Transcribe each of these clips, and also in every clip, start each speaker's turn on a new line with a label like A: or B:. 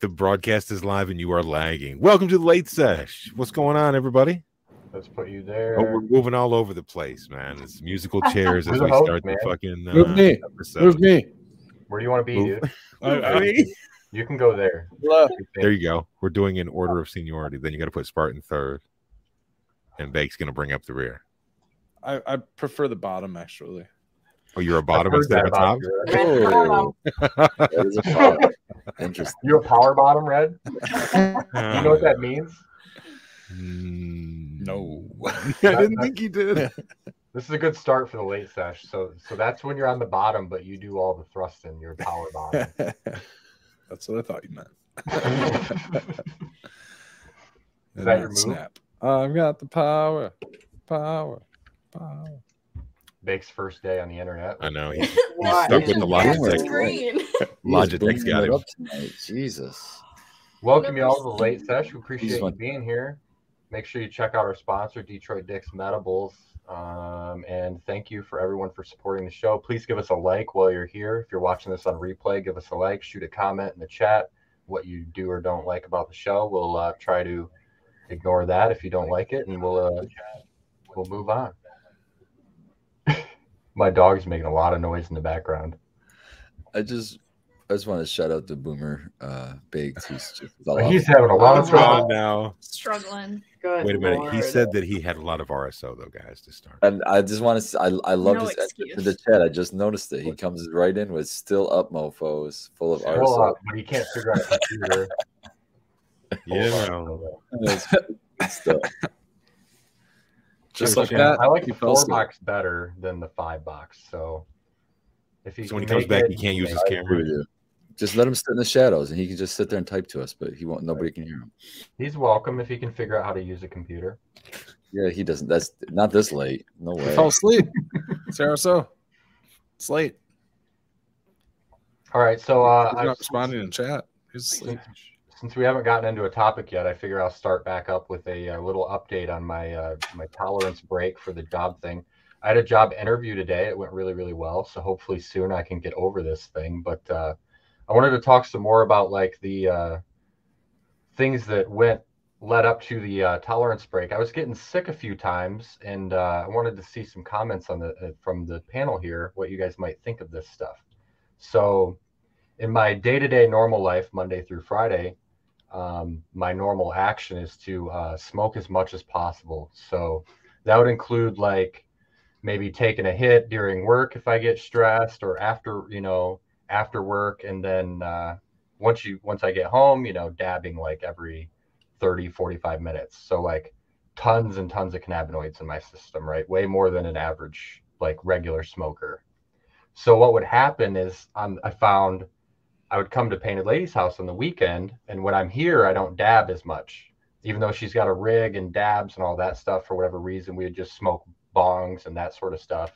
A: The broadcast is live and you are lagging. Welcome to the late sesh. What's going on, everybody?
B: Let's put you there.
A: Oh, we're moving all over the place, man. It's musical chairs as
B: Who's the
A: we
B: host,
A: start the
B: man?
A: fucking
C: Move
A: uh,
C: me. Move
A: episode.
C: me.
B: Where do you want to be,
A: Move.
B: dude?
C: I- I-
B: You can go there.
C: left.
A: There you go. We're doing an order of seniority. Then you got to put Spartan third, and Bake's going to bring up the rear.
C: I, I prefer the bottom actually.
A: Oh, you're a
B: I've
A: bottom
B: heard
A: instead
B: that
A: of a top.
B: about you, Red.
D: Oh.
E: That is a shot. Interesting.
B: You're a power bottom, Red. Do you know what that
A: Uh,
B: means?
A: mm,
C: No.
A: I didn't think you did.
B: This is a good start for the late sesh. So, so that's when you're on the bottom, but you do all the thrusting. You're a power bottom.
C: That's what I thought you meant.
B: Is that
C: Not
B: your move?
C: snap? I've got the power. Power. Power.
B: Bake's first day on the internet.
A: I know. He,
D: What?
A: stuck with the
D: That's
E: Logitech.
D: green.
E: He was
A: Logitech's
E: bringing
A: got
E: it
A: him.
E: up tonight. Jesus.
B: Welcome you all to the late sesh. We appreciate
E: This
B: you
E: one.
B: being here. Make sure you check out our sponsor, Detroit Dicks Metables. Um, and thank you for everyone for supporting the show. Please give us a like while you're here. If you're watching this on replay, give us a like, shoot a comment in the chat what you do or don't like about the show. We'll uh, try to ignore that if you don't like it, and we'll uh, we'll move on. My dog's making a lot of noise in the background.
E: I just I just want to shout out to Boomer uh Baked. He's just all
B: He's having a lot of
A: What's wrong
B: trouble.
A: now?
F: struggling.
D: Good
A: Wait a minute.
D: Lord.
A: He said that he had a lot of RSO though, guys, to start.
E: and I just want to. I, I love
F: No
E: this exit to
F: excuse.
E: the chat. I just noticed it. He comes right in with still up mofo's full of
A: Still
B: Well,
E: RSO.
B: uh, but he can't figure out the computer.
A: Yeah.
E: stuff.
C: Just
B: Yeah,
C: like that.
B: I like
C: he
B: the
C: fell
B: four
C: asleep.
B: box better than the five box. So if he
A: So when he
B: can
A: comes
B: make
A: back,
B: it,
A: he can't use his
B: make it.
A: camera.
E: Just let him sit in the shadows, and he can just sit there and type to us. But he won't. Nobody can hear him.
B: He's welcome if he can figure out how to use a computer.
E: Yeah, he doesn't. That's not this late. No
C: He
E: way.
C: fell asleep. Sarah so it's late.
B: All right, so uh,
C: He's
B: I,
C: not responding in chat. He's asleep.
B: since we haven't gotten into a topic yet, I figure I'll start back up with a, uh little update on my uh, my tolerance break for the job thing. I had a job interview today. It went really, really well. So hopefully soon I can get over this thing. But uh, I wanted to talk some more about like the uh, things that went led up to the uh, tolerance break. I was getting sick a few times, and uh, I wanted to see some comments on the uh, from the panel here. What you guys might think of this stuff. So, in my day to day normal life, Monday through Friday, um, my normal action is to uh, smoke as much as possible. So that would include like maybe taking a hit during work if I get stressed, or after you know after work, and then uh, once you once I get home, you know, dabbing like every 30, 45 minutes. So like tons and tons of cannabinoids in my system, right? Way more than an average like regular smoker. So what would happen is um, I found I would come to Painted Lady's house on the weekend, and when I'm here, I don't dab as much. Even though she's got a rig and dabs and all that stuff, for whatever reason, we would just smoke bongs and that sort of stuff.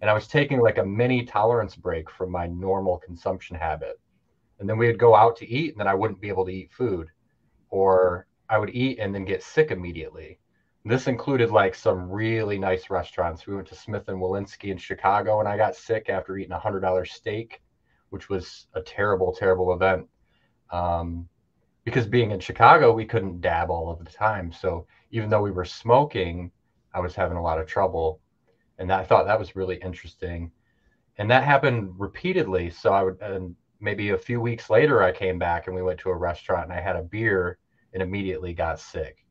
B: And I was taking like a mini tolerance break from my normal consumption habit. And then we would go out to eat, and then I wouldn't be able to eat food, or I would eat and then get sick immediately. This included like some really nice restaurants. We went to Smith and Walensky in Chicago, and I got sick after eating a hundred dollar steak which was a terrible, terrible event. Um, because being in Chicago, we couldn't dab all of the time. So even though we were smoking, I was having a lot of trouble. And I thought that was really interesting. And that happened repeatedly. So I would, and maybe a few weeks later, I came back and we went to a restaurant and I had a beer and immediately got sick.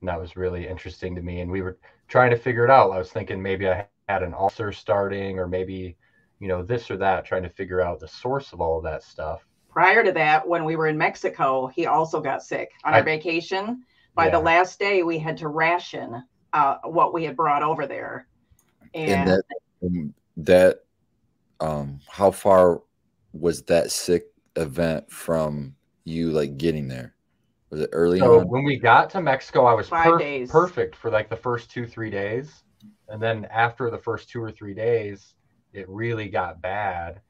B: And that was really interesting to me. And we were trying to figure it out. I was thinking maybe I had an ulcer starting or maybe you know, this or that, trying to figure out the source of all of that stuff.
D: Prior to that, when we were in Mexico, he also got sick on
B: I-
D: our vacation. By the
B: Yeah.
D: last day, we had to ration uh, what we had brought over there.
E: And
D: And
E: that um, that um how far was that sick event from you like getting there? Was it early
B: So
E: on?
B: when we got to Mexico, I was
D: Five
B: perf-
D: days.
B: perfect for like the first two, three days. And then after the first two or three days, it really got bad.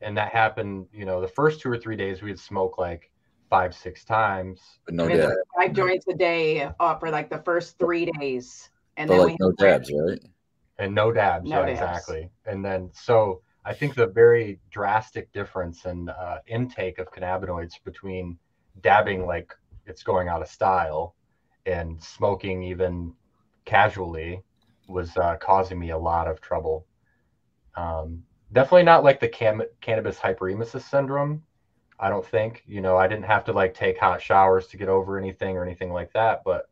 B: And that happened, you know, the first two or three days we would smoke like five, six times.
E: But no
D: I mean,
E: dab.
D: five joints a day uh, for like the first three days. And
E: But
D: then
E: like
D: we
E: no
D: had to
E: dabs, right?
B: and no dabs.
D: No
B: yeah,
D: dabs.
B: exactly. And then so I think the very drastic difference in uh, intake of cannabinoids between dabbing like it's going out of style and smoking even casually was uh, causing me a lot of trouble. Um, definitely not like the cam- cannabis hyperemesis syndrome. I don't think, you know, I didn't have to like take hot showers to get over anything or anything like that, but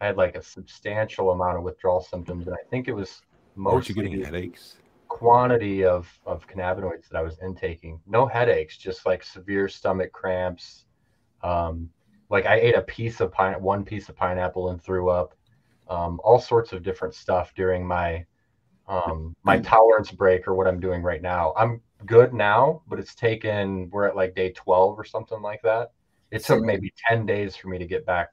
B: I had like a substantial amount of withdrawal symptoms. And I think it was
A: Aren't you
B: mostly
A: getting headaches?
B: quantity of of cannabinoids that I was intaking. No headaches, just like severe stomach cramps. Um, like I ate a piece of pine, one piece of pineapple and threw up. Um, all sorts of different stuff during my um, my tolerance break or what I'm doing right now. I'm good now, but it's taken we're at like day 12 or something like that. It took
E: So-
B: maybe 10 days for me to get back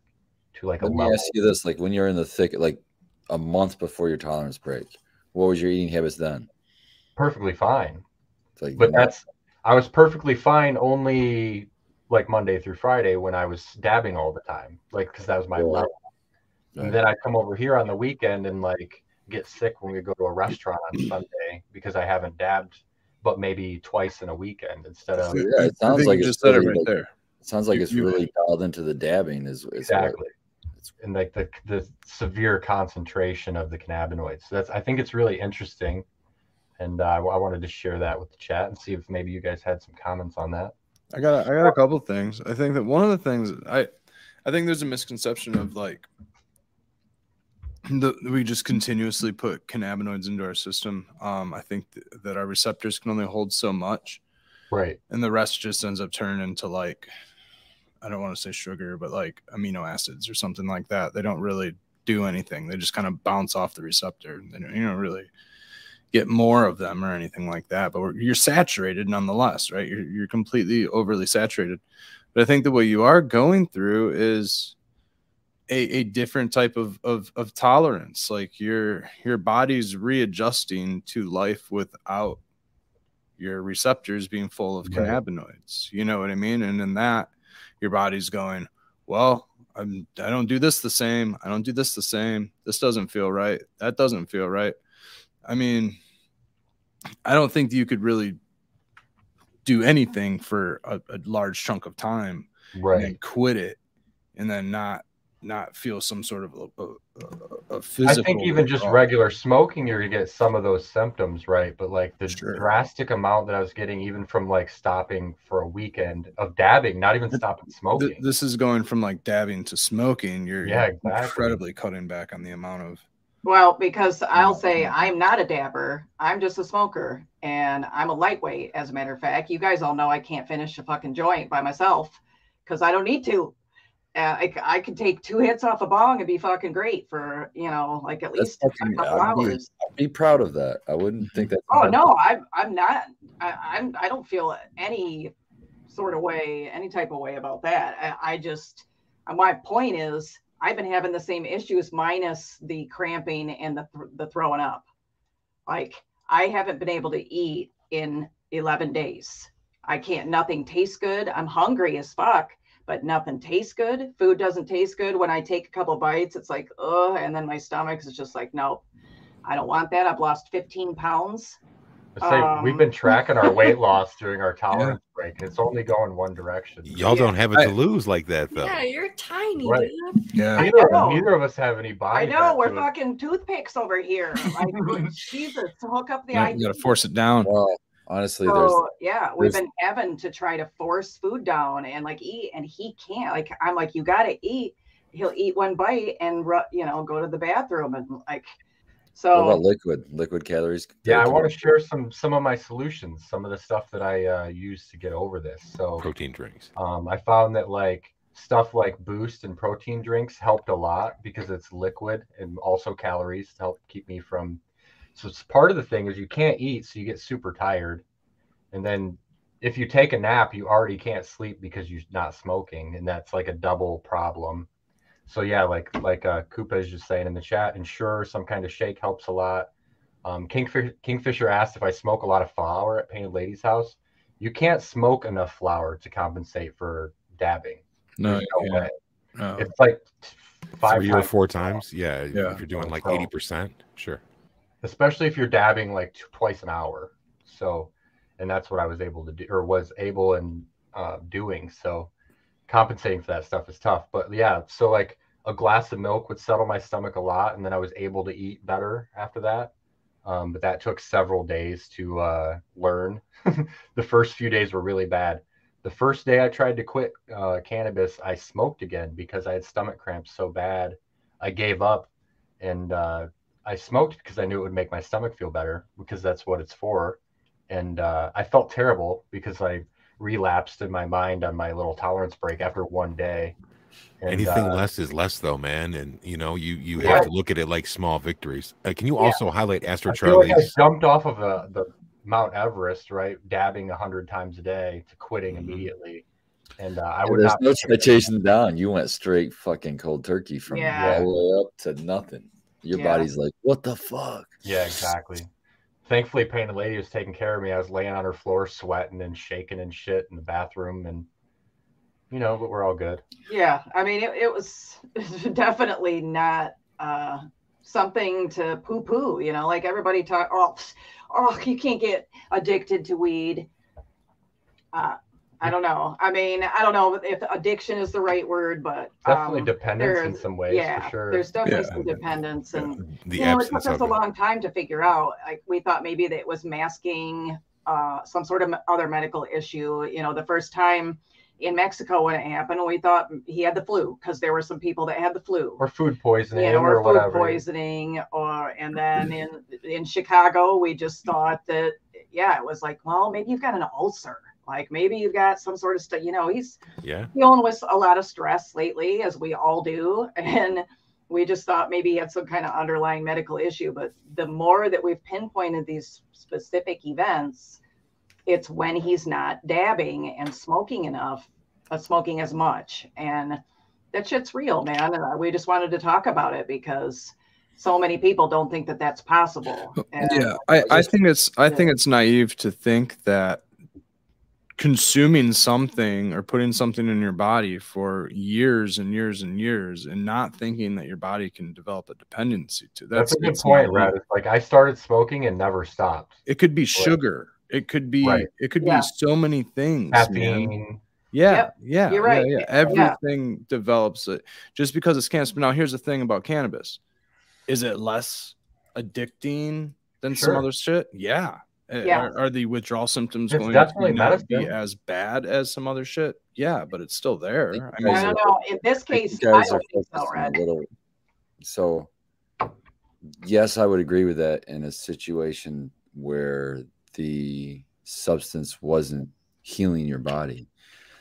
B: to like a
E: Let me
B: level.
E: ask you this: like when you're in the thick, like a month before your tolerance break, what was your eating habits then?
B: perfectly fine.
E: It's like,
B: but that's I was perfectly fine only like Monday through Friday when I was dabbing all the time, like because that was my
E: Yeah.
B: level.
E: Right.
B: And then I come over here on the weekend and like get sick when we go to a restaurant on Sunday because I haven't dabbed, but maybe twice in a weekend instead of
E: yeah, it sounds like
F: you
E: it's
F: just said it
E: really,
F: right
E: like-
F: there.
E: it sounds like
F: You-
E: it's
F: you-
E: really dialed into the dabbing. Is, is what-
B: exactly.
E: it's-
B: And like the the severe concentration of the cannabinoids. So that's I think it's really interesting, and uh, I wanted to share that with the chat and see if maybe you guys had some comments on that.
F: I got I got a couple things. I think that one of the things I I think there's a misconception of like the, we just continuously put cannabinoids into our system. Um, I think th- that our receptors can only hold so much,
B: Right.
F: and the rest just ends up turning into like I don't want to say sugar, but like amino acids or something like that. They don't really do anything. They just kind of bounce off the receptor. They don't, you don't really get more of them or anything like that. But we're, you're saturated nonetheless, right? You're you're completely overly saturated. But I think that what you are going through is a, a different type of, of of tolerance. Like your your body's readjusting to life without your receptors being full of
B: Right.
F: cannabinoids. You know what I mean? And in that, your body's going, well, I'm, I don't do this the same. I don't do this the same. This doesn't feel right. That doesn't feel right. I mean, I don't think that you could really do anything for a, a large chunk of time
B: Right.
F: and then quit it and then not not feel some sort of a, a- a, a
B: I
F: physical.
B: think even just
F: withdrawal.
B: regular smoking, you're gonna get some of those symptoms, right? But like the
F: Sure.
B: drastic amount that I was getting, even from like stopping for a weekend of dabbing, not even
F: Th-
B: stopping
F: Th-
B: smoking.
F: this is going from like dabbing to smoking. You're
B: Yeah, exactly.
F: incredibly cutting back on the amount of.
D: Well, because I'll say I'm not a dabber. I'm just a smoker and I'm a lightweight, as a matter of fact. You guys all know I can't finish a fucking joint by myself because I don't need to. Uh, I, c- I could take two hits off a bong and be fucking great for, you know, like at
E: That's
D: least a
E: fucking- I'd
D: couple
E: be-
D: hours.
E: I'd be proud of that. I wouldn't think that.
B: Mm-hmm.
D: Oh no, I'm I'm not. I, I'm I don't feel any sort of way, any type of way about that. I, I just uh, my point is I've been having the same issues minus the cramping and the th- the throwing up. Like I haven't been able to eat in 11 days. I can't. Nothing tastes good. I'm hungry as fuck, but nothing tastes good. Food doesn't taste good. When I take a couple bites, it's like ugh, and then my stomach is just like nope. I don't want that. I've lost 15 pounds.
B: I say, we've
D: um,
B: been tracking our weight loss during our tolerance break. It's only going one direction.
A: Y'all don't have it to lose like that though.
G: Yeah, you're tiny,
B: Right.
G: dude.
F: Yeah.
D: I
B: Neither,
D: know.
B: neither of us have any body.
D: I know
B: fat
D: we're
B: to it.
D: fucking toothpicks over here. Like, Jesus, to hook up the
F: you got
D: idea.
F: to force it down.
E: Well, honestly, there's
D: So yeah, we've
E: there's-
D: been having to try to force food down and like eat, and he can't. Like I'm like, you gotta eat. He'll eat one bite and ru- you know go to the bathroom and like.
E: what about
D: So
E: liquid? Liquid calories.
B: Yeah, I want to share some some of my solutions, some of the stuff that I uh, use to get over this. So
A: Protein drinks.
B: Um, I found that like stuff like Boost and protein drinks helped a lot because it's liquid and also calories to help keep me from. So it's part of the thing is you can't eat, so you get super tired, and then if you take a nap, you already can't sleep because you're not smoking, and that's like a double problem. So yeah, like like uh, Koopa is just saying in the chat, ensure some kind of shake helps a lot. Um, Kingfisher, Kingfisher asked if I smoke a lot of flower at Painted Lady's house you can't smoke enough flour to compensate for dabbing.
F: No,
B: There's no
F: yeah,
B: way.
F: no.
B: It's like five
A: Three or
B: times,
A: four times. Yeah, if-
F: Yeah.
A: If you're doing like
B: So-
A: eighty percent, sure.
B: especially if you're dabbing like t- twice an hour. So, and that's what I was able to do, or was able and uh, doing. So, compensating for that stuff is tough. But yeah, so like a glass of milk would settle my stomach a lot, and then I was able to eat better after that. Um, but that took several days to uh, learn. the first few days were really bad. The first day I tried to quit uh, cannabis, I smoked again because I had stomach cramps so bad. I gave up and uh, I smoked because I knew it would make my stomach feel better because that's what it's for. And uh, I felt terrible because I relapsed in my mind on my little tolerance break after one day. And,
A: Anything
B: uh,
A: less is less, though, man. And you know, you you
B: Yeah.
A: have to look at it like small victories. Uh, can you
B: Yeah.
A: also highlight Astro
B: I feel like I
A: Charlie's?
B: jumped off of the, the Mount Everest, right? Dabbing a hundred times a day to quitting
A: Mhm.
B: immediately. And uh, I
E: Mm-hmm. Yeah,
B: would
E: There's
B: not.
E: no try chasing down. You went straight fucking cold turkey from all
D: Yeah.
E: the way up to nothing. Your
D: Yeah.
E: body's like, what the fuck?
B: Yeah, exactly. Thankfully, Painted Lady was taking care of me. I was laying on her floor, sweating and shaking and shit in the bathroom, and you know, but we're all good.
D: Yeah, I mean, it, it was definitely not uh, something to poo poo, you know, like everybody talk, oh, oh, you can't get addicted to weed. Uh, I don't know. I mean, I don't know if addiction is the right word, but
B: Definitely
D: um,
B: dependence in
D: there-
B: some ways,
D: yeah,
B: for sure.
D: there's definitely
F: Yeah.
D: some dependence and
A: The
D: you know, it
A: absence
D: took
A: of
D: us a
A: it.
D: long time to figure out. Like we thought maybe that it was masking uh, some sort of other medical issue. You know, the first time in Mexico when it happened, we thought he had the flu because there were some people that had the flu.
B: or food poisoning,
D: you know,
B: or,
D: or food
B: whatever.
D: poisoning, or and then in in Chicago, we just thought that yeah, it was like, well, maybe you've got an ulcer, like maybe you've got some sort of stuff. You know, he's
A: Yeah,
D: dealing with a lot of stress lately, as we all do. And we just thought maybe he had some kind of underlying medical issue. But the more that we've pinpointed these specific events, it's when he's not dabbing and smoking enough, uh, smoking as much. And that shit's real, man. And uh, we just wanted to talk about it because so many people don't think that that's possible.
E: Oh,
D: And
F: yeah i, I
D: just-
F: think it's i
D: yeah.
F: think it's naive to think that consuming something or putting something in your body for years and years and years and not thinking that your body can develop a dependency to
B: That's,
F: that's,
B: a good
F: it's not
B: point,
F: real.
B: Red. It's like I started smoking and never stopped.
F: it could be sugar it could be
B: Right.
F: it could
D: Yeah.
F: be so many things man.
B: Caffeine.
F: Yeah,
D: Yep,
F: yeah,
D: you're right.
F: Yeah, yeah. Everything develops it just because it's cannabis. But now here's the thing about cannabis: is it less addicting than some
B: Sure.
F: other shit? Yeah. Uh,
D: Yeah.
F: Are, are the withdrawal symptoms
B: It's
F: going
B: definitely
F: to not be
B: medicine.
F: as bad as some other shit? Yeah, but it's still there. I
E: you
F: mean,
D: I don't know. In this case,
E: you
D: I
E: guys are
D: don't think so,
E: focusing a
D: Red.
E: little. So, yes, I would agree with that in a situation where the substance wasn't healing your body.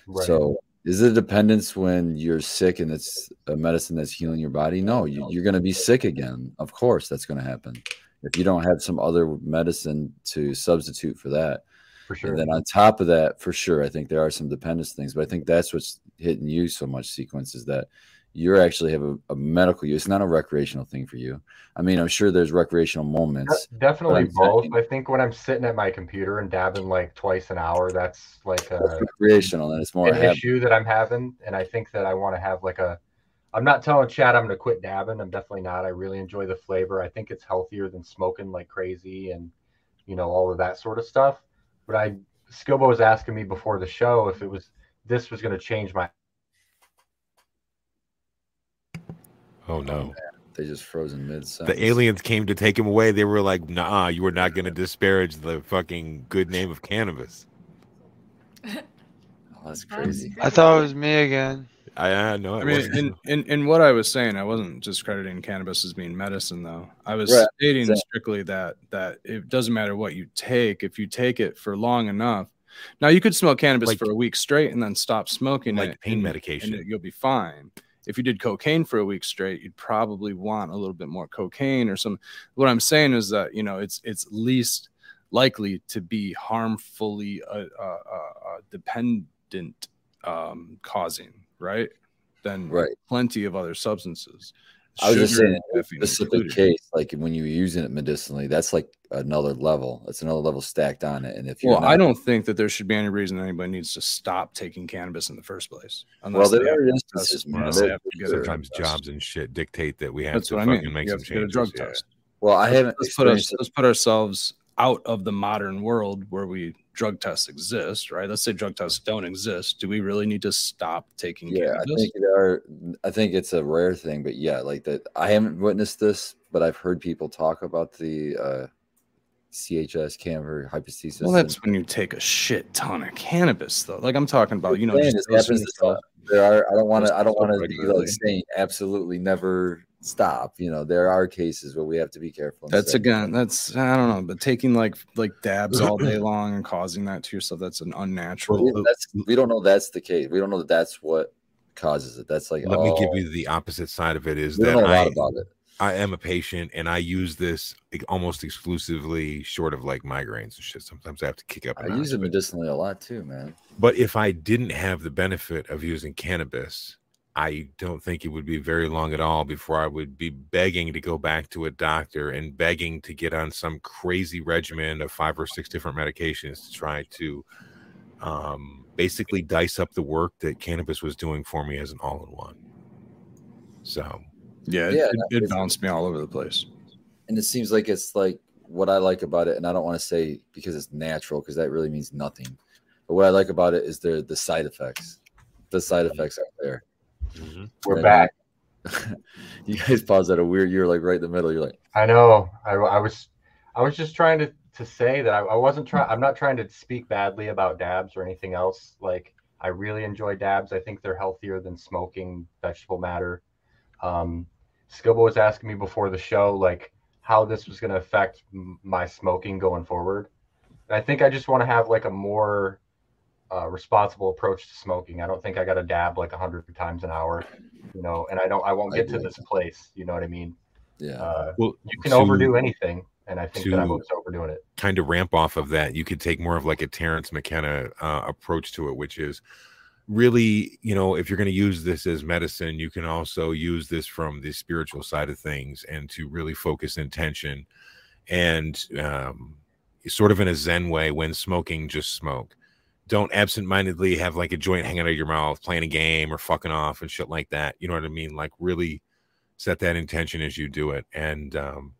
B: Right.
E: So, is it a dependence when you're sick and it's a medicine that's healing your body? No, you, you're going to be sick again. Of course, that's going to happen. If you don't have some other medicine to substitute for that,
B: for sure.
E: and then on top of that, for sure, I think there are some dependence things, but I think that's what's hitting you so much, sequence, is that you're actually have a, a medical use, not a recreational thing for you. I mean, I'm sure there's recreational moments.
B: De- definitely
E: I'm
B: both.
E: saying-
B: I think when I'm sitting at my computer and dabbing like twice an hour, that's like a.
E: That's recreational, and it's more a
B: an
E: habit.
B: issue that I'm having, and I think that I want to have like a. I'm not telling Chad I'm going to quit dabbing. I'm definitely not. I really enjoy the flavor. I think it's healthier than smoking like crazy and, you know, all of that sort of stuff. But I, Skilbo was asking me before the show if it was this was going to change my.
A: Oh no.
E: They just frozen mid sentence.
A: the aliens came to take him away. They were like, "Nah, you were not going to disparage the fucking good name of cannabis."
E: Oh, that's crazy.
G: I thought it was me again.
A: I, I know. it
F: I mean,
A: wasn't.
F: in, in, in what I was saying, I wasn't discrediting cannabis as being medicine, though. I was
E: Right,
F: stating
E: exactly.
F: strictly that that it doesn't matter what you take if you take it for long enough. Now you could smoke cannabis
A: Like-
F: for a week straight and then stop smoking
A: like
F: it
A: pain
F: and-
A: medication.
F: and it- you'll be fine. If you did cocaine for a week straight, you'd probably want a little bit more cocaine or some. What I'm saying is that you know it's it's least likely to be harmfully uh, uh, uh, uh, dependent um, causing, right? Than
E: Right.
F: plenty of other substances.
E: I was just
F: Sugar
E: saying,
F: and
E: in a
F: caffeine
E: specific
F: included.
E: case, like when you're using it medicinally, that's like another level. That's another level stacked on it. And if you're
F: Well, I
E: not-
F: don't think that there should be any reason anybody needs to stop taking cannabis in the first place.
E: well,
F: unless
E: there
F: they have-
E: are instances. man,
F: unless
E: there-
F: they have to get a
E: sure.
F: drug
A: Sometimes
F: test.
A: jobs and shit dictate that we have
F: That's
A: to
F: what I
A: fucking
F: mean.
A: make
F: You
A: some
F: have to get a
A: changes.
F: drug
A: yeah.
F: test.
E: Well, I haven't
F: let's put, us,
E: experienced it.
F: let's put ourselves out of the modern world where we drug tests exist, right? Let's say drug tests don't exist. Do we really need to stop taking
E: Yeah,
F: care
E: I
F: of this?
E: think there are. I think it's a rare thing, but yeah, like that. I haven't witnessed this, but I've heard people talk about the uh, CHS camber hypothesis.
F: well, that's when you take a shit ton of cannabis, though. Like I'm talking about, you know,
E: Saying
F: just
E: this happens
F: dosing
E: to
F: yourself.
E: there are. I don't want to. I don't
A: So
E: want to be
A: regularly.
E: like saying absolutely never stop. You know, there are cases where we have to be careful. and
F: That's
E: say,
F: again, that's I don't know, but taking like like dabs all day long and causing that to yourself, that's an unnatural.
E: we, that's we don't know that's the case. We don't know that that's what causes it. That's like
A: Let me give
E: oh,
A: you the opposite side of it is
E: we
A: that
E: don't know a lot
A: I,
E: about it.
A: I am a patient and I use this like, almost exclusively short of like migraines and shit. Sometimes I have to kick up. a
E: I use
A: notch,
E: it
A: but-
E: medicinally a lot too, man.
A: But if I didn't have the benefit of using cannabis, I don't think it would be very long at all before I would be begging to go back to a doctor and begging to get on some crazy regimen of five or six different medications to try to um, basically dice up the work that cannabis was doing for me as an all in one. So,
F: Yeah, it,
E: Yeah,
F: it, it
E: it's-
F: bounced me all over the place.
E: and it seems like it's like what I like about it, and I don't want to say because it's natural because that really means nothing. But what I like about it is the the side effects. The side effects out there.
B: We're
E: Yeah.
B: back.
E: You guys paused at a weird. You're like right in the middle. You're like,
B: I know. I, I was I was just trying to to say that I, I wasn't trying. I'm not trying to speak badly about dabs or anything else. Like I really enjoy dabs. I think they're healthier than smoking vegetable matter. Um, Skibble was asking me before the show like how this was going to affect m- my smoking going forward. And I think I just want to have like a more uh, responsible approach to smoking. I don't think I got to dab like a hundred times an hour, you know. And I don't. I won't
E: I
B: get to
E: agree.
B: this place. You know what I mean?
E: yeah,
B: Uh,
A: well,
B: you can
A: to-
B: overdo anything, and I think that I'm
A: to-
B: always overdoing it.
A: kind of ramp off of that, you could take more of like a Terrence McKenna uh, approach to it, which is really, you know, if you're going to use this as medicine, you can also use this from the spiritual side of things and to really focus intention and um, sort of in a Zen way when smoking, just smoke. Don't absentmindedly have like a joint hanging out of your mouth, playing a game or fucking off and shit like that. You know what I mean? Like really set that intention as you do it. And um,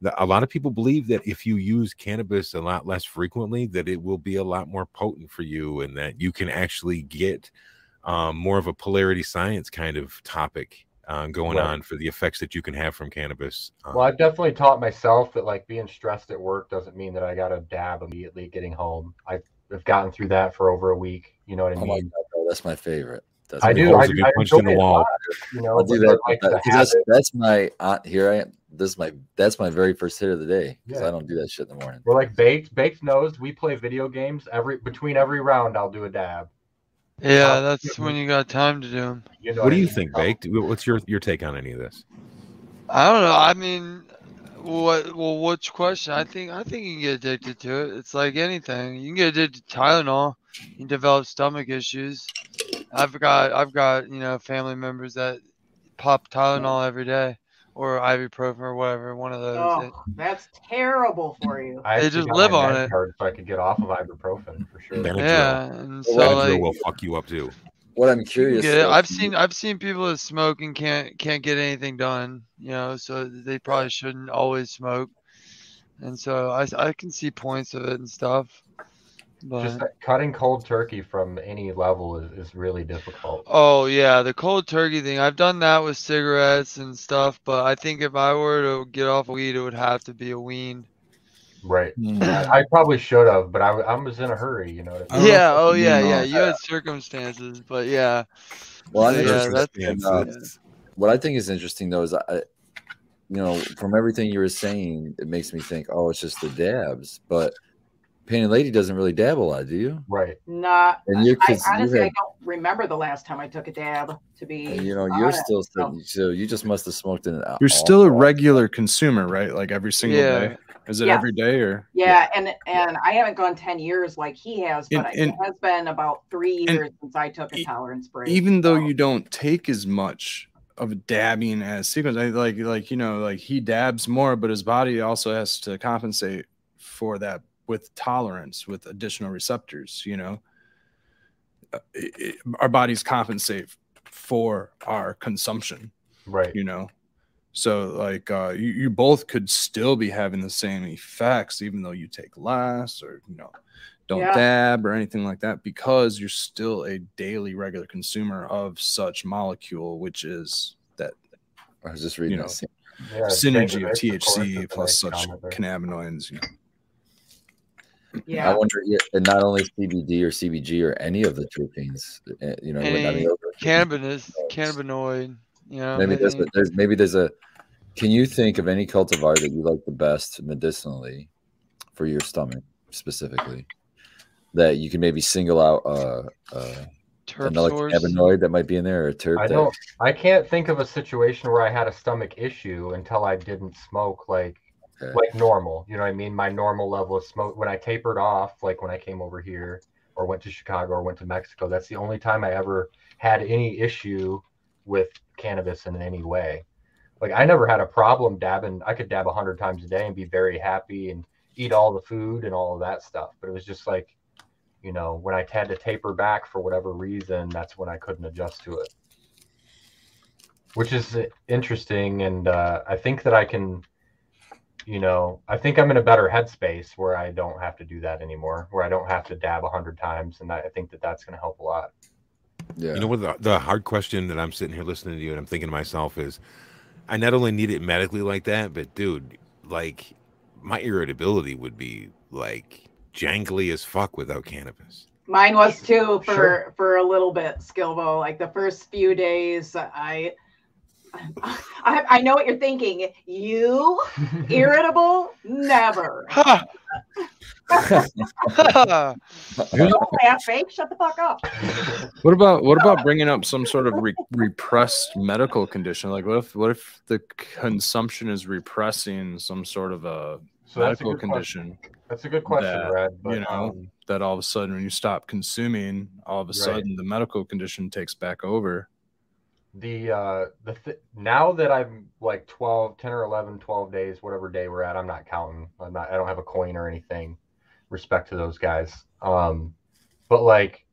A: the, a lot of people believe that if you use cannabis a lot less frequently that it will be a lot more potent for you and that you can actually get um, more of a polarity science kind of topic uh, going
B: Right.
A: on for the effects that you can have from cannabis um,
B: Well, I've definitely taught myself that like being stressed at work doesn't mean that I got to dab immediately getting home. I- I've gotten through that for over a week. You know what I
E: oh my
B: mean?
E: god, bro, that's my favorite. That's
B: I
E: my
A: How many holes
B: do. I,
E: favorite.
A: have you
B: I
A: punched in
B: enjoy
A: the
B: it a
A: wall?
B: lot, You know,
E: I'll do
B: but,
E: that
B: like, the
E: 'cause that's,
B: habit-
E: that's my uh, here I am. That's my that's my very first hit of the day because
B: Yeah.
E: I don't do that shit in the morning.
B: we're like baked, baked nosed. We play video games every between every round. I'll do a dab.
G: Yeah,
B: Oh,
G: that's
B: yeah.
G: when you got time to do them.
B: You know
A: what do
B: I
A: you
B: mean?
A: think
B: Um,
A: baked Wh- what's your your take on any of this
G: I don't know. I mean, what? Well, which question? I think I think you can get addicted to it. It's like anything. You can get addicted to Tylenol. You can develop stomach issues. I've got I've got you know family members that pop Tylenol every day or ibuprofen or whatever one of those.
D: Oh, that's terrible for you.
B: I
G: They
B: actually
G: just
B: got
G: live
B: my
G: on
B: med
G: it.
B: card so I could get off of ibuprofen for sure.
A: Benadryl.
G: yeah, and so
A: Benadryl
G: like
A: will fuck you up too
E: What I'm
G: you can
E: curious.
G: get it.
E: though,
G: I've
E: do you-
G: seen I've seen people that smoke and can't can't get anything done. You know, so they probably shouldn't always smoke. And so I, I can see points of it and stuff. But
B: Just that cutting cold turkey from any level is, is really difficult.
G: Oh yeah, the cold turkey thing. I've done that with cigarettes and stuff, but I think if I were to get off weed, it would have to be a wean.
B: Right.
F: Mm.
B: I I probably should have, but I, w- I was in a hurry, you know. what I
F: I don't know
G: Yeah,
F: if
G: oh
F: you
G: yeah,
F: know
G: yeah. You had circumstances, but yeah.
E: Well, I'm
G: Yeah,
E: interested
G: that's-
E: in,
A: Circumstances.
E: uh, what I think is interesting though is I, I- you know, from everything you were saying, it makes me think, oh, it's just the dabs. But Pain and Lady doesn't really dab a lot, do you?
B: Right.
D: Not.
E: And you,
D: I
E: kids, you
D: honestly, I
E: had,
D: don't remember the last time I took a dab. To be,
E: and, you know, you're
D: honest.
E: still sitting- so you just must have smoked in.
F: You're still a regular consumer, right? Like every single
G: Yeah.
F: day. Is it
D: Yeah.
F: every day or?
D: Yeah, and and I haven't gone ten years like he has, but
F: And- and-
D: it has been about three
F: and
D: years since I took a
F: e-
D: tolerance break.
F: even though
D: so-
F: you don't take as much of dabbing as sequence I, like like you know like he dabs more but his body also has to compensate for that with tolerance with additional receptors you know Uh, it- it- our bodies compensate for our consumption
B: Right.
F: you know So like uh, you, you both could still be having the same effects, even though you take less or you know don't
D: Yeah.
F: dab or anything like that, because you're still a daily regular consumer of such molecule, which is that
E: I was just reading
F: You know,
E: this.
B: Yeah,
F: synergy
B: Dendrobic,
F: of
B: course,
F: THC
B: is the
F: plus
B: big
F: such
B: common there.
F: cannabinoids. You know.
E: I
D: Yeah.
E: wonder, yeah, and not only CBD or CBG or any of the terpenes, uh, you know, I mean,
G: Any
E: those are-
G: Cannabis, cannabinoid. You know,
E: maybe there's,
G: maybe-
E: there's maybe there's a. Can you think of any cultivar that you like the best medicinally, for your stomach specifically, that you can maybe single out uh, uh,
G: terp
E: another
G: source.
E: cannabinoid that might be in there or a terp?
B: I
E: that-
B: don't. I can't think of a situation where I had a stomach issue until I didn't smoke like
E: Okay.
B: like normal. You know what I mean? My normal level of smoke when I tapered off, like when I came over here or went to Chicago or went to Mexico. That's the only time I ever had any issue with cannabis in any way. Like I never had a problem dabbing. I could dab a hundred times a day and be very happy and eat all the food and all of that stuff. But it was just like, you know, when I had to taper back for whatever reason, that's when I couldn't adjust to it. Which is interesting, and uh, I think that I can, you know, I think I'm in a better headspace where I don't have to do that anymore, where I don't have to dab a hundred times, and I I think that that's going to help a lot.
E: yeah.
A: You know what? The, the hard question that I'm sitting here listening to you and I'm thinking to myself is, I not only need it medically like that, but dude, like my irritability would be like jangly as fuck without cannabis.
D: Mine was too for
B: Sure.
D: for a little bit, Skilbo. Like the first few days, I, I I know what you're thinking. You irritable? Never.
G: Ha! Ha!
D: Don't laugh, babe. Shut the fuck up.
F: What about what about bringing up some sort of re- repressed medical condition? Like what if what if the consumption is repressing some sort of a
B: So that's a
F: medical
B: good
F: condition?
B: Question. That's a good question,
F: that,
B: Brad. But,
F: you know
B: um,
F: that all of a sudden when you stop consuming all of a
B: Right.
F: sudden the medical condition takes back over
B: the uh the th- now that i'm like 12 10 or 11 12 days whatever day we're at i'm not counting i'm not i don't have a coin or anything respect to those guys um but like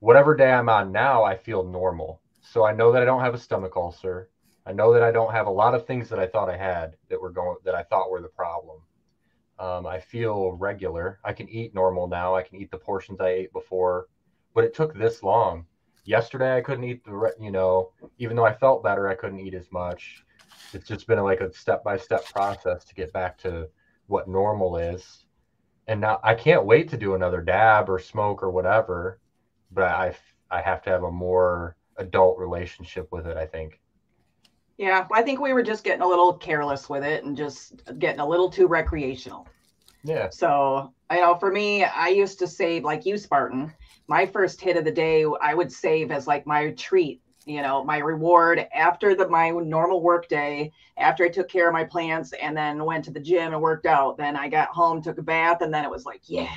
B: whatever day i'm on now i feel normal so i know that i don't have a stomach ulcer i know that i don't have a lot of things that i thought i had that were going that i thought were the problem um, i feel regular i can eat normal now i can eat the portions i ate before but it took this long yesterday i couldn't eat the re- you know even though I felt better, I couldn't eat as much. It's just been like a step by step process to get back to what normal is. And now I can't wait to do another dab or smoke or whatever, but I I have to have a more adult relationship with it. I think.
D: Yeah, well, I think we were just getting a little careless with it and just getting a little too recreational.
B: Yeah.
D: So, you know, for me, I used to save like you, Spartan. My first hit of the day, I would save as like my treat, you know, my reward after the my normal work day, after I took care of my plants and then went to the gym and worked out. Then I got home, took a bath, and then it was like, yeah,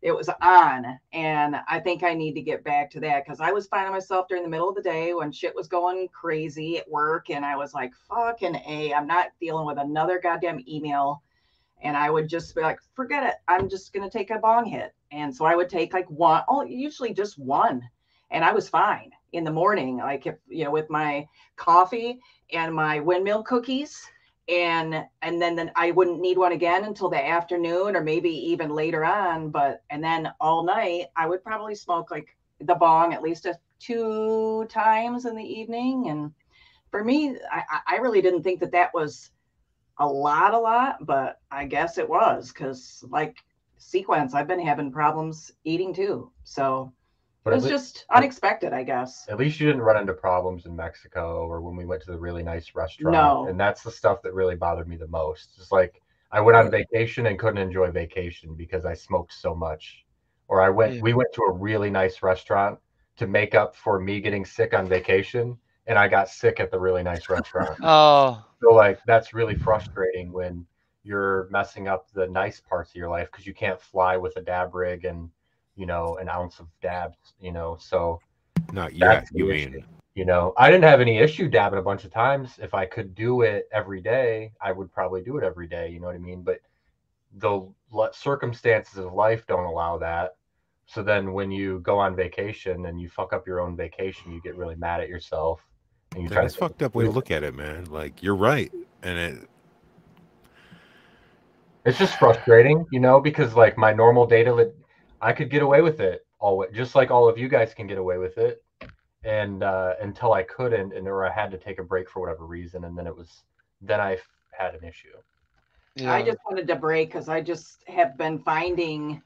D: it was on. And I think I need to get back to that because I was finding myself during the middle of the day when shit was going crazy at work, and I was like, fucking a, I'm not dealing with another goddamn email and I would just be like, forget it. I'm just gonna take a bong hit. And so I would take like one, oh, usually just one, and I was fine in the morning. Like if you know, with my coffee and my windmill cookies, and and then then I wouldn't need one again until the afternoon or maybe even later on. But and then all night I would probably smoke like the bong at least a, two times in the evening. And for me, I, I- I really didn't think that that was a lot, a lot, but I guess it was because, like, sequence, I've been having problems eating too. So
B: But at,
D: it was
B: le-
D: just unexpected, I guess.
B: at least you didn't run into problems in Mexico or when we went to the really nice restaurant.
D: No.
B: And that's the stuff that really bothered me the most. It's like I went on vacation and couldn't enjoy vacation because I smoked so much. Or I went
G: Yeah.
B: we went to a really nice restaurant to make up for me getting sick on vacation and I got sick at the really nice restaurant.
G: Oh,
B: So like that's really frustrating when you're messing up the nice parts of your life because you can't fly with a dab rig and you know an ounce of dab, you know. So
A: Not yet.
B: That's the
A: You
B: issue.
A: mean
B: you know, I didn't have any issue dabbing a bunch of times. If I could do it every day, I would probably do it every day. You know what I mean? But the l- circumstances of life don't allow that. So then when you go on vacation and you fuck up your own vacation, you get really mad at yourself And you try to
A: That's fucked up way to look at it, man. Like you're right, and it
B: It's just frustrating, you know, because like my normal data, lit- I could get away with it all, just like all of you guys can get away with it, and uh, until I couldn't, and or I had to take a break for whatever reason, and then it was, then I f- had an issue.
G: Yeah.
D: I just wanted to break because I just have been finding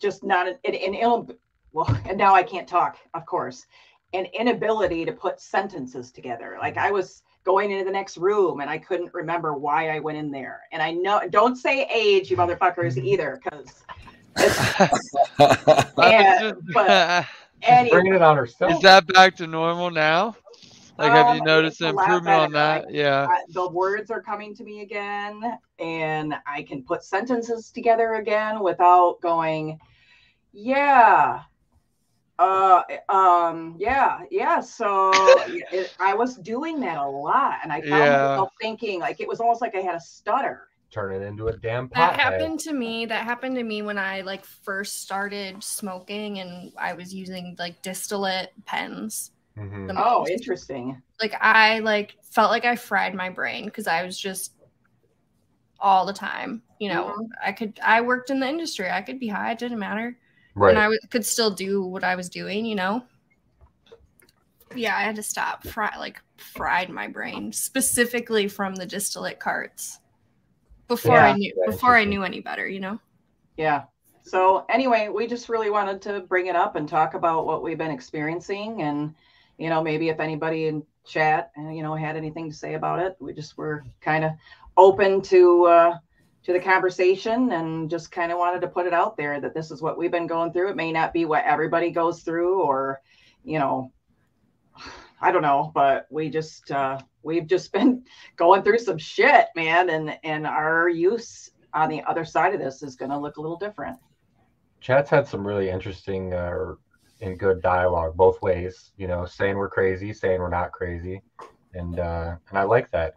D: just not an, an, an ill, well, and now I can't talk, of course, an inability to put sentences together. Like I was going into the next room and I couldn't remember why I went in there. And I know, don't say age, you motherfuckers, either, because Yeah, but-
B: She's
D: any.
B: bringing it on
G: is
B: herself.
G: that back to normal now? Like, have you
D: Um, it's
G: noticed
D: a
G: an
D: lot
G: improvement on
D: better.
G: that? Yeah.
D: I- Uh, the words are coming to me again and i can put sentences together again without going yeah uh um yeah yeah so it, i was doing that a lot and i found
G: Yeah.
D: myself thinking like it was almost like i had a stutter
B: Turn it into a damn pot.
H: That happened to me. That happened to me when I like first started smoking and I was using like distillate pens.
B: hmm
G: Mm.
H: The
D: oh
H: most.
D: interesting
H: like I like felt like I fried my brain because I was just all the time. You know,
D: Mm-hmm.
H: I could I worked in the industry. I could be high. It didn't matter,
B: Right.
H: and I w- could still do what I was doing. You know. Yeah, I had to stop. Fry like fried my brain specifically from the distillate carts before I
D: Yeah.
H: knew
E: Yeah,
H: before I
E: interesting.
H: knew any better. You know.
D: yeah so anyway we just really wanted to bring it up and talk about what we've been experiencing and you know maybe if anybody in chat uh, you know had anything to say about it we just were kind of open to uh to the conversation and just kind of wanted to put it out there that this is what we've been going through it may not be what everybody goes through or you know i don't know but we just uh we've just been going through some shit man and and our use on the other side of this is going to look a little different.
B: Chat's had some really interesting uh, and good dialogue both ways. You know, saying we're crazy, saying we're not crazy, and uh, and I like that.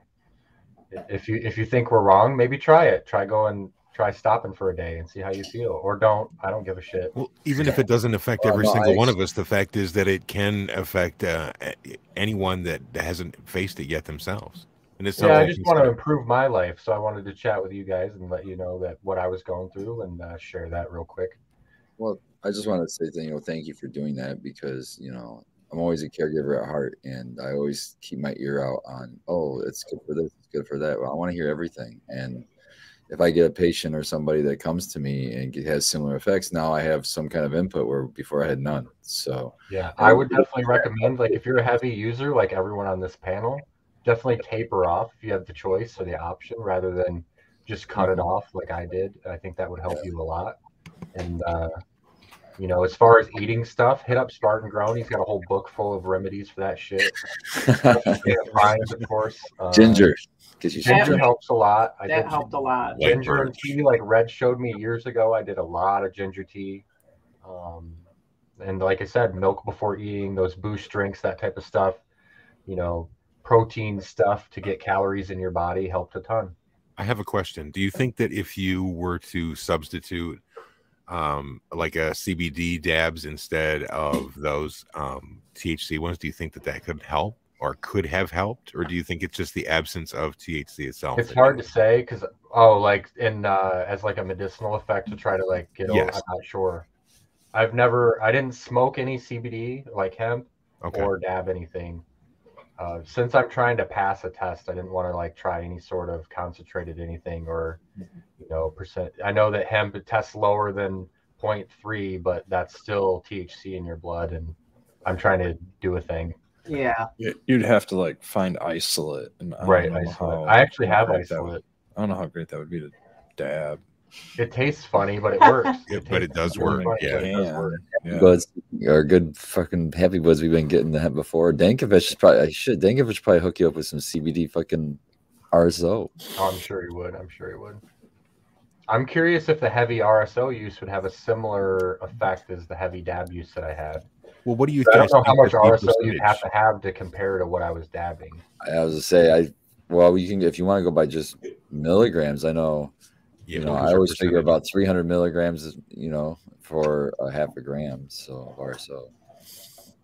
B: I- If you if you think we're wrong, maybe try it. Try going, try stopping for a day and see how you feel, or don't. I don't give a shit.
A: well, even if it doesn't affect
E: Well,
A: every
E: no, I
A: single one
E: ex-
A: of us, the fact is that it can affect uh, a- anyone that hasn't faced it yet themselves. And it's
B: Yeah, I
A: something
B: just
A: to
B: want to
A: consider.
B: improve my life, so I wanted to chat with you guys and let you know that what I was going through and uh, share that real quick.
E: Well, I just want to say, you know, thank you for doing that because you know I'm always a caregiver at heart, and I always keep my ear out on, oh, it's good for this, it's good for that. Well, I want to hear everything, and if I get a patient or somebody that comes to me and get- has similar effects, now I have some kind of input where before I had none. So
B: Yeah, I would definitely recommend like if you're a heavy user, like everyone on this panel, definitely taper off if you have the choice or the option rather than just cut it off like I did. I think that would help you a lot. And uh, you know, as far as eating stuff, hit up Spartan Grown. He's got a whole book full of remedies for that shit. Yeah, Ryan's, of course. Uh,
E: ginger, get you some
B: Ginger
E: ginger.
B: helps a lot. I
D: that
B: did-
D: helped a lot.
A: White
B: ginger and
A: birch.
B: tea like red showed me years ago i did a lot of ginger tea um, and like i said milk before eating those boost drinks that type of stuff you know protein stuff to get calories in your body helped a ton
A: I have a question. Do you think that if you were to substitute um, like a CBD dabs instead of those um, THC ones, do you think that that could help or could have helped? Or do you think it's just the absence of THC itself?
B: it's
A: that
B: hard to
A: did
B: say because oh like in uh, as like a medicinal effect to try to like get over,
A: Yes.
B: i'm not sure i've never i didn't smoke any cbd like hemp
A: it? Okay.
B: or dab anything. Uh, since I'm trying to pass a test, I didn't want to like try any sort of concentrated anything or you know percent. I know that hemp tests lower than 0.3, but that's still THC in your blood, and I'm trying to do a thing.
D: Yeah.
F: You- You'd have to like find isolate. And I don't
B: right,
F: know
B: isolate.
F: how
B: I actually have
F: great that would-
B: isolate.
F: I don't know how great that would be to dab.
B: It tastes funny, but it works.
A: Yeah, but
B: tastes
A: it does
B: really
A: work,
B: funny,
A: yeah.
B: but it does work.
F: Yeah.
E: Buds, our good fucking happy buds we've been getting that before. Dankovich is probably I should Dankovich should probably hook you up with some CBD fucking RSO.
B: Oh, I'm sure he would. I'm sure he would. I'm curious if the heavy RSO use would have a similar effect as the heavy dab use that I had.
A: Well, what do you
B: I
A: guys
B: don't know
A: think?
B: how much
A: is the
B: RSO you'd have to
A: percentage?
B: have to compare to what I was dabbing.
E: I was to say, I well, you can if you want to go by just milligrams. I know,
A: Yeah,
E: you know,
A: what was
E: I
A: your
E: always figure
A: percentage?
E: about 300 milligrams, is, you know, for a half a gram, so or so.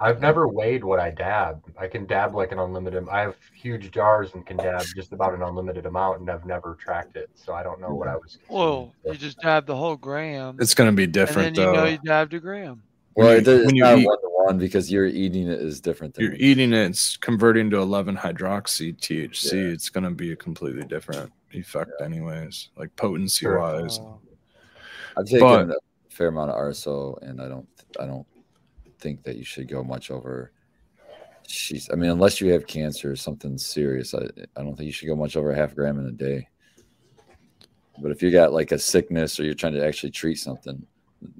B: I've never weighed what I dab. I can dab like an unlimited. I have huge jars and can dab just about an unlimited amount, and I've never tracked it, so I don't know what I was.
G: Well, you just dabbed the whole gram,
F: It's gonna be
G: and then
F: different
G: you know
F: though.
G: you dabbed a gram.
E: Well,
F: When
E: it
F: you-
E: does- it's
F: when you
E: not
F: eat-
E: one to one because you're eating it is different than
F: You're
E: me.
F: eating it, it's converting to 11 hydroxy THC. It's gonna be a completely different effect, anyways. Like potency
B: Sure.
F: wise.
G: Oh.
E: I've taken
F: but-
E: a fair amount of RSO, and I don't, I don't think that you should go much over. She's, I mean, unless you have cancer or something serious, I, I don't think you should go much over a half gram in a day. But if you got like a sickness or you're trying to actually treat something,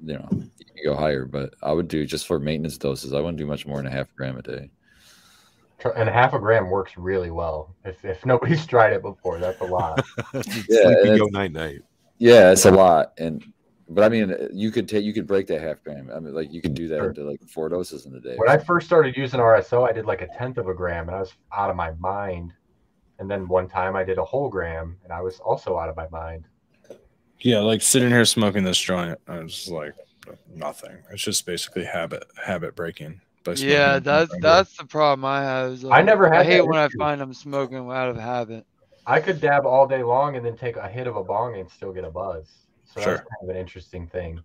E: you know, you can go higher. But I would do just for maintenance doses. I wouldn't do much more than a half gram a day.
B: Tr- And half a gram works really well. If if nobody's tried it before, that's a lot.
E: Yeah,
A: Sleepy
E: and
A: go
E: it's-
A: night night.
E: Yeah, it's a lot, and but I mean, you could take, you could break that half gram. I mean, like you could do that
B: Sure.
E: into like four doses in a day.
B: When I first started using RSO, I did like a tenth of a gram, and I was out of my mind. And then one time I did a whole gram, and I was also out of my mind.
F: Yeah, like sitting here smoking this joint, I was like nothing. It's just basically habit habit breaking. by smoking
G: Yeah,
F: something
G: that's
F: regular.
G: that's the problem I have. Is like,
B: never
G: I
B: had
G: hate
B: that
G: when I
B: issue.
G: find I'm smoking out of habit.
B: I could dab all day long and then take a hit of a bong and still get a buzz. So
F: Sure.
B: that's kind of an interesting thing.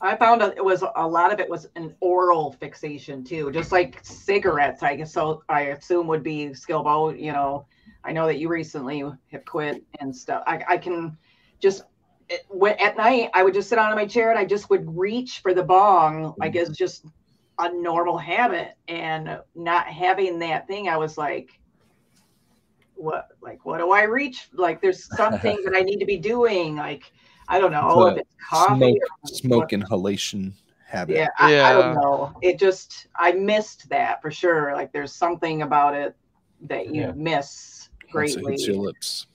D: I found that it was a lot of it was an oral fixation too, just like cigarettes. I guess so. I assume would be Skilbo. You know, I know that you recently have quit and stuff. I, I can just it, when, at night I would just sit on my chair and I just would reach for the bong
F: Mm-hmm.
D: like it's just a normal habit. And not having that thing, I was like, what? Like, what do I reach? Like, there's something that I need to be doing. Like, I don't know oh, if
F: But
D: it's coffee.
F: smoke-
D: or-
F: smoke inhalation habit.
D: yeah, I, I
G: Yeah.
D: don't know. It just I missed that for sure. Like there's something about it that you
B: Yeah.
D: miss
F: Once it
D: greatly.
F: hits your lips.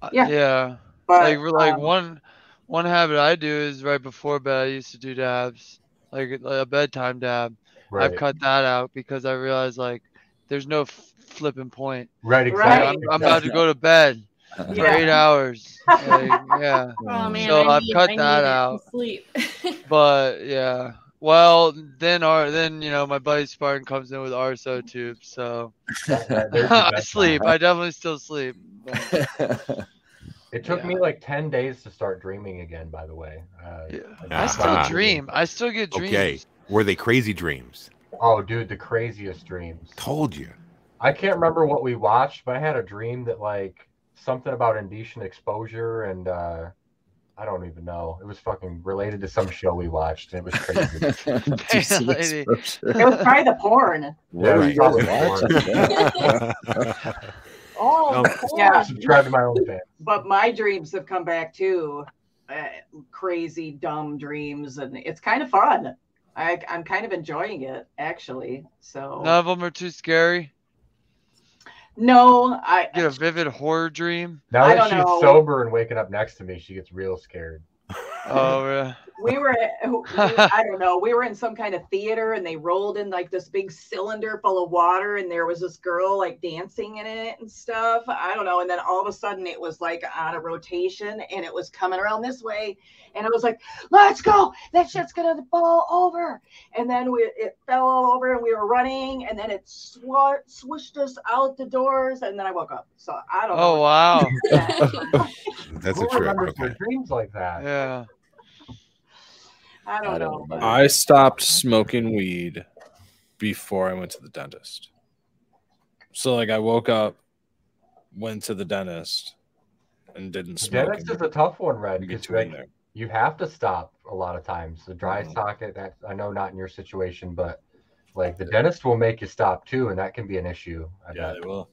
G: Uh,
D: Yeah.
G: yeah.
D: But
G: like like
D: um,
G: one one habit I do is right before bed. I used to do dabs, like, like a bedtime dab.
B: Right.
G: I've cut that out because I realized like there's no f- flipping point.
B: right.
G: Like,
B: Exactly.
D: Right.
G: I'm, I'm about to go to bed for
D: Yeah.
G: eight hours. Like, yeah.
H: Oh man,
G: So
H: I
G: I've
H: need-
G: cut
H: I need
G: that
H: it to
G: out.
H: Sleep.
G: But yeah. Well, then our then you know my buddy Spartan comes in with RSO tubes, so
B: That- there's your
G: I
B: best
G: sleep.
B: time.
G: I definitely still sleep. but-
B: It took me
G: Yeah.
B: like ten days to start dreaming again. By the way, uh,
G: Yeah.
B: like,
G: I still
A: Uh-huh.
G: dream. I still get dreams.
A: Okay. Were they crazy dreams?
B: Oh, dude, the craziest dreams.
A: Told you.
B: I can't remember what we watched, but I had a dream that like something about indecent exposure and uh I don't even know. It was fucking related to some show we watched, and it was crazy.
G: Damn, lady.
D: it was probably the porn.
E: What are you guys watching?
D: Oh
A: No.
D: yeah.
B: Subscribe to my own fan.
D: But my dreams have come back too. Uh, crazy dumb dreams, and it's kind of fun. I, I'm kind of enjoying it actually. So
G: None of them are too scary.
D: no, I
G: Get a vivid horror dream.
B: Now
D: I
B: that
D: don't
B: she's
D: know.
B: sober and waking up next to me, she gets real scared.
G: Oh, yeah.
D: we were we- i don't know we were in some kind of theater and they rolled in like this big cylinder full of water and there was this girl like dancing in it and stuff i don't know and then all of a sudden it was like on a rotation and it was coming around this way and i was like let's go that shit's gonna fall over and then we it fell all over and we were running and then it swar- swooshed us out the doors and then i woke up so i don't
G: oh
D: know
G: wow.
A: That's
B: Who
A: a trick.
B: remembers their
A: Okay.
B: dreams like that?
G: Yeah.
D: i don't,
E: I don't
D: know
E: remember.
F: I stopped smoking weed before I went to the dentist. So like I woke up, went to the dentist, and didn't smoke.
B: Dentist
F: in-
B: is a tough one, Red,
F: in
B: because
F: between
B: like,
F: there.
B: you have to stop a lot of times. The dry
A: Mm-hmm.
F: Mhm.
B: socket, that I know not in your situation, but like the dentist will make you stop too, and that can be an issue. I
F: Yeah,
B: bet.
F: they will.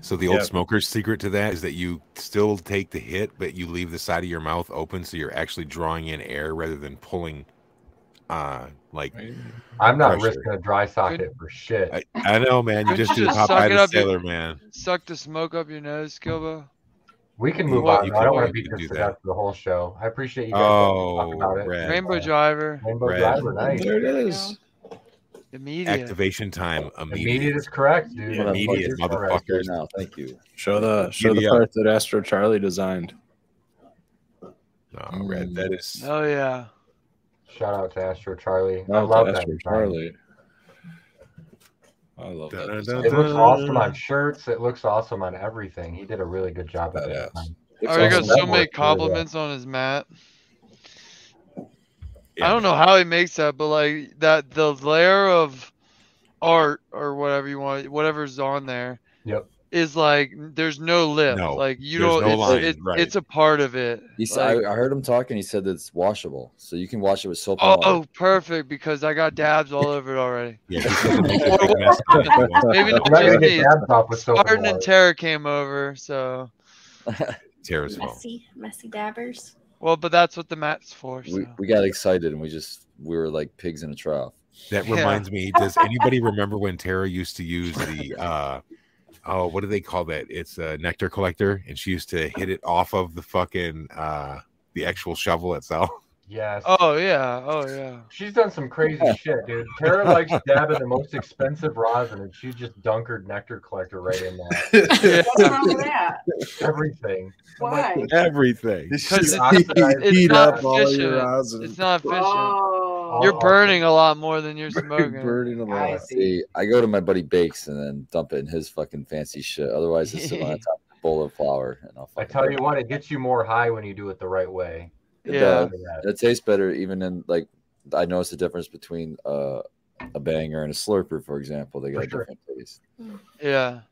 A: So the old
F: Yeah.
A: smoker's secret to that is that you still take the hit, but you leave the side of your mouth open, so you're actually drawing in air rather than pulling. Uh, like
F: Right?
B: I'm not
A: Pressure.
B: risking a dry socket for shit.
A: I, I know, man. You
G: Couldn't
A: just
G: you
A: do
G: just suck
A: Popeye
G: it
A: the
G: up, dude?
A: Sailor, man.
G: Suck the smoke up your nose, Gilbo.
B: we can move
A: Well,
B: on.
A: you
B: though. I don't
A: can-
B: want
A: you
B: to beat
A: can
B: this
A: do
B: to
A: that.
B: death for the whole show. I appreciate you guys
A: Oh,
B: letting me talk about it.
A: Red.
G: Rainbow
B: Yeah.
G: Driver.
B: Rainbow
A: Red.
B: Driver, nice.
F: There it is.
G: Immediate.
A: Activation time immediate.
B: Immediate is correct, dude.
F: Yeah,
B: That's
A: immediate,
B: fucking correct.
A: motherfucker.
E: Here now, thank you.
F: Show the show the
A: Giddy up.
F: part that Astro Charlie designed.
A: No, Oh, Red, that is
G: Oh yeah.
B: Shout out to Astro Charlie. I
C: Shout out to
B: love that.
C: Astro
B: design.
C: Charlie. I love that. design.
B: It looks awesome on shirts. It looks awesome on everything. He did a really good job at
C: Badass.
B: that. design.
G: Oh, he got
E: Awesome. That
G: so many
E: worked really well.
G: compliments on his mat. I
A: Yeah.
G: don't know how he makes that, but like that the layer of art or whatever you want, whatever's on there,
B: Yep.
G: is like there's no lip.
A: No,
G: like you
A: there's
G: don't.
A: no
G: it's,
A: line,
G: it's,
A: right.
G: it's a part of it.
E: He said,
G: Like,
E: I, I heard him talking. He said that it's washable, so you can wash it with soap.
G: oh,
E: and
G: oh,
E: water.
G: perfect because I got dabs all over it already.
A: Yeah, he's gonna make a big mess of it.
G: Maybe not
B: I'm not gonna get
G: just me.
B: dabs off with soap and
G: Arden
B: water.
G: and Tara came over, so
A: Tear as well.
H: Messy, messy dabbers.
G: well, but that's what the mat's for. So.
E: we, we got excited and we just we were like pigs in a trough.
A: That
G: Yeah.
A: reminds me. Does anybody remember when Tara used to use the uh oh what do they call that? It's a nectar collector, and she used to hit it off of the fucking uh the actual shovel itself.
B: Yes.
G: Oh yeah, oh yeah.
B: She's done some crazy shit, dude. Tara likes dabbing the most expensive rosin, and she just dunkered nectar collector right in there.
G: Yeah.
D: What's wrong with that?
B: Everything. I'm like,
D: Why?
A: Everything.
G: Because
B: you
G: it's,
B: oxidize
G: it's
F: heat
G: not
F: up all your
G: efficient.
F: rosin.
G: it's not efficient.
D: Oh,
G: You're
B: Oh.
G: burning a lot more than you're smoking.
C: Burning a
D: I
C: lot.
D: see.
E: See, I go to my buddy Bakes and then dump it in his fucking fancy shit. Otherwise, it's sitting on top of a bowl of flour. And I'll
B: I
E: fucking
B: tell you what, it gets you more high when you do it the right way.
E: It
G: Yeah.
E: does. it tastes better even in like I noticed the difference between uh, a banger and a slurper, for example. They got
B: For
E: a
B: sure.
E: different taste.
G: Yeah.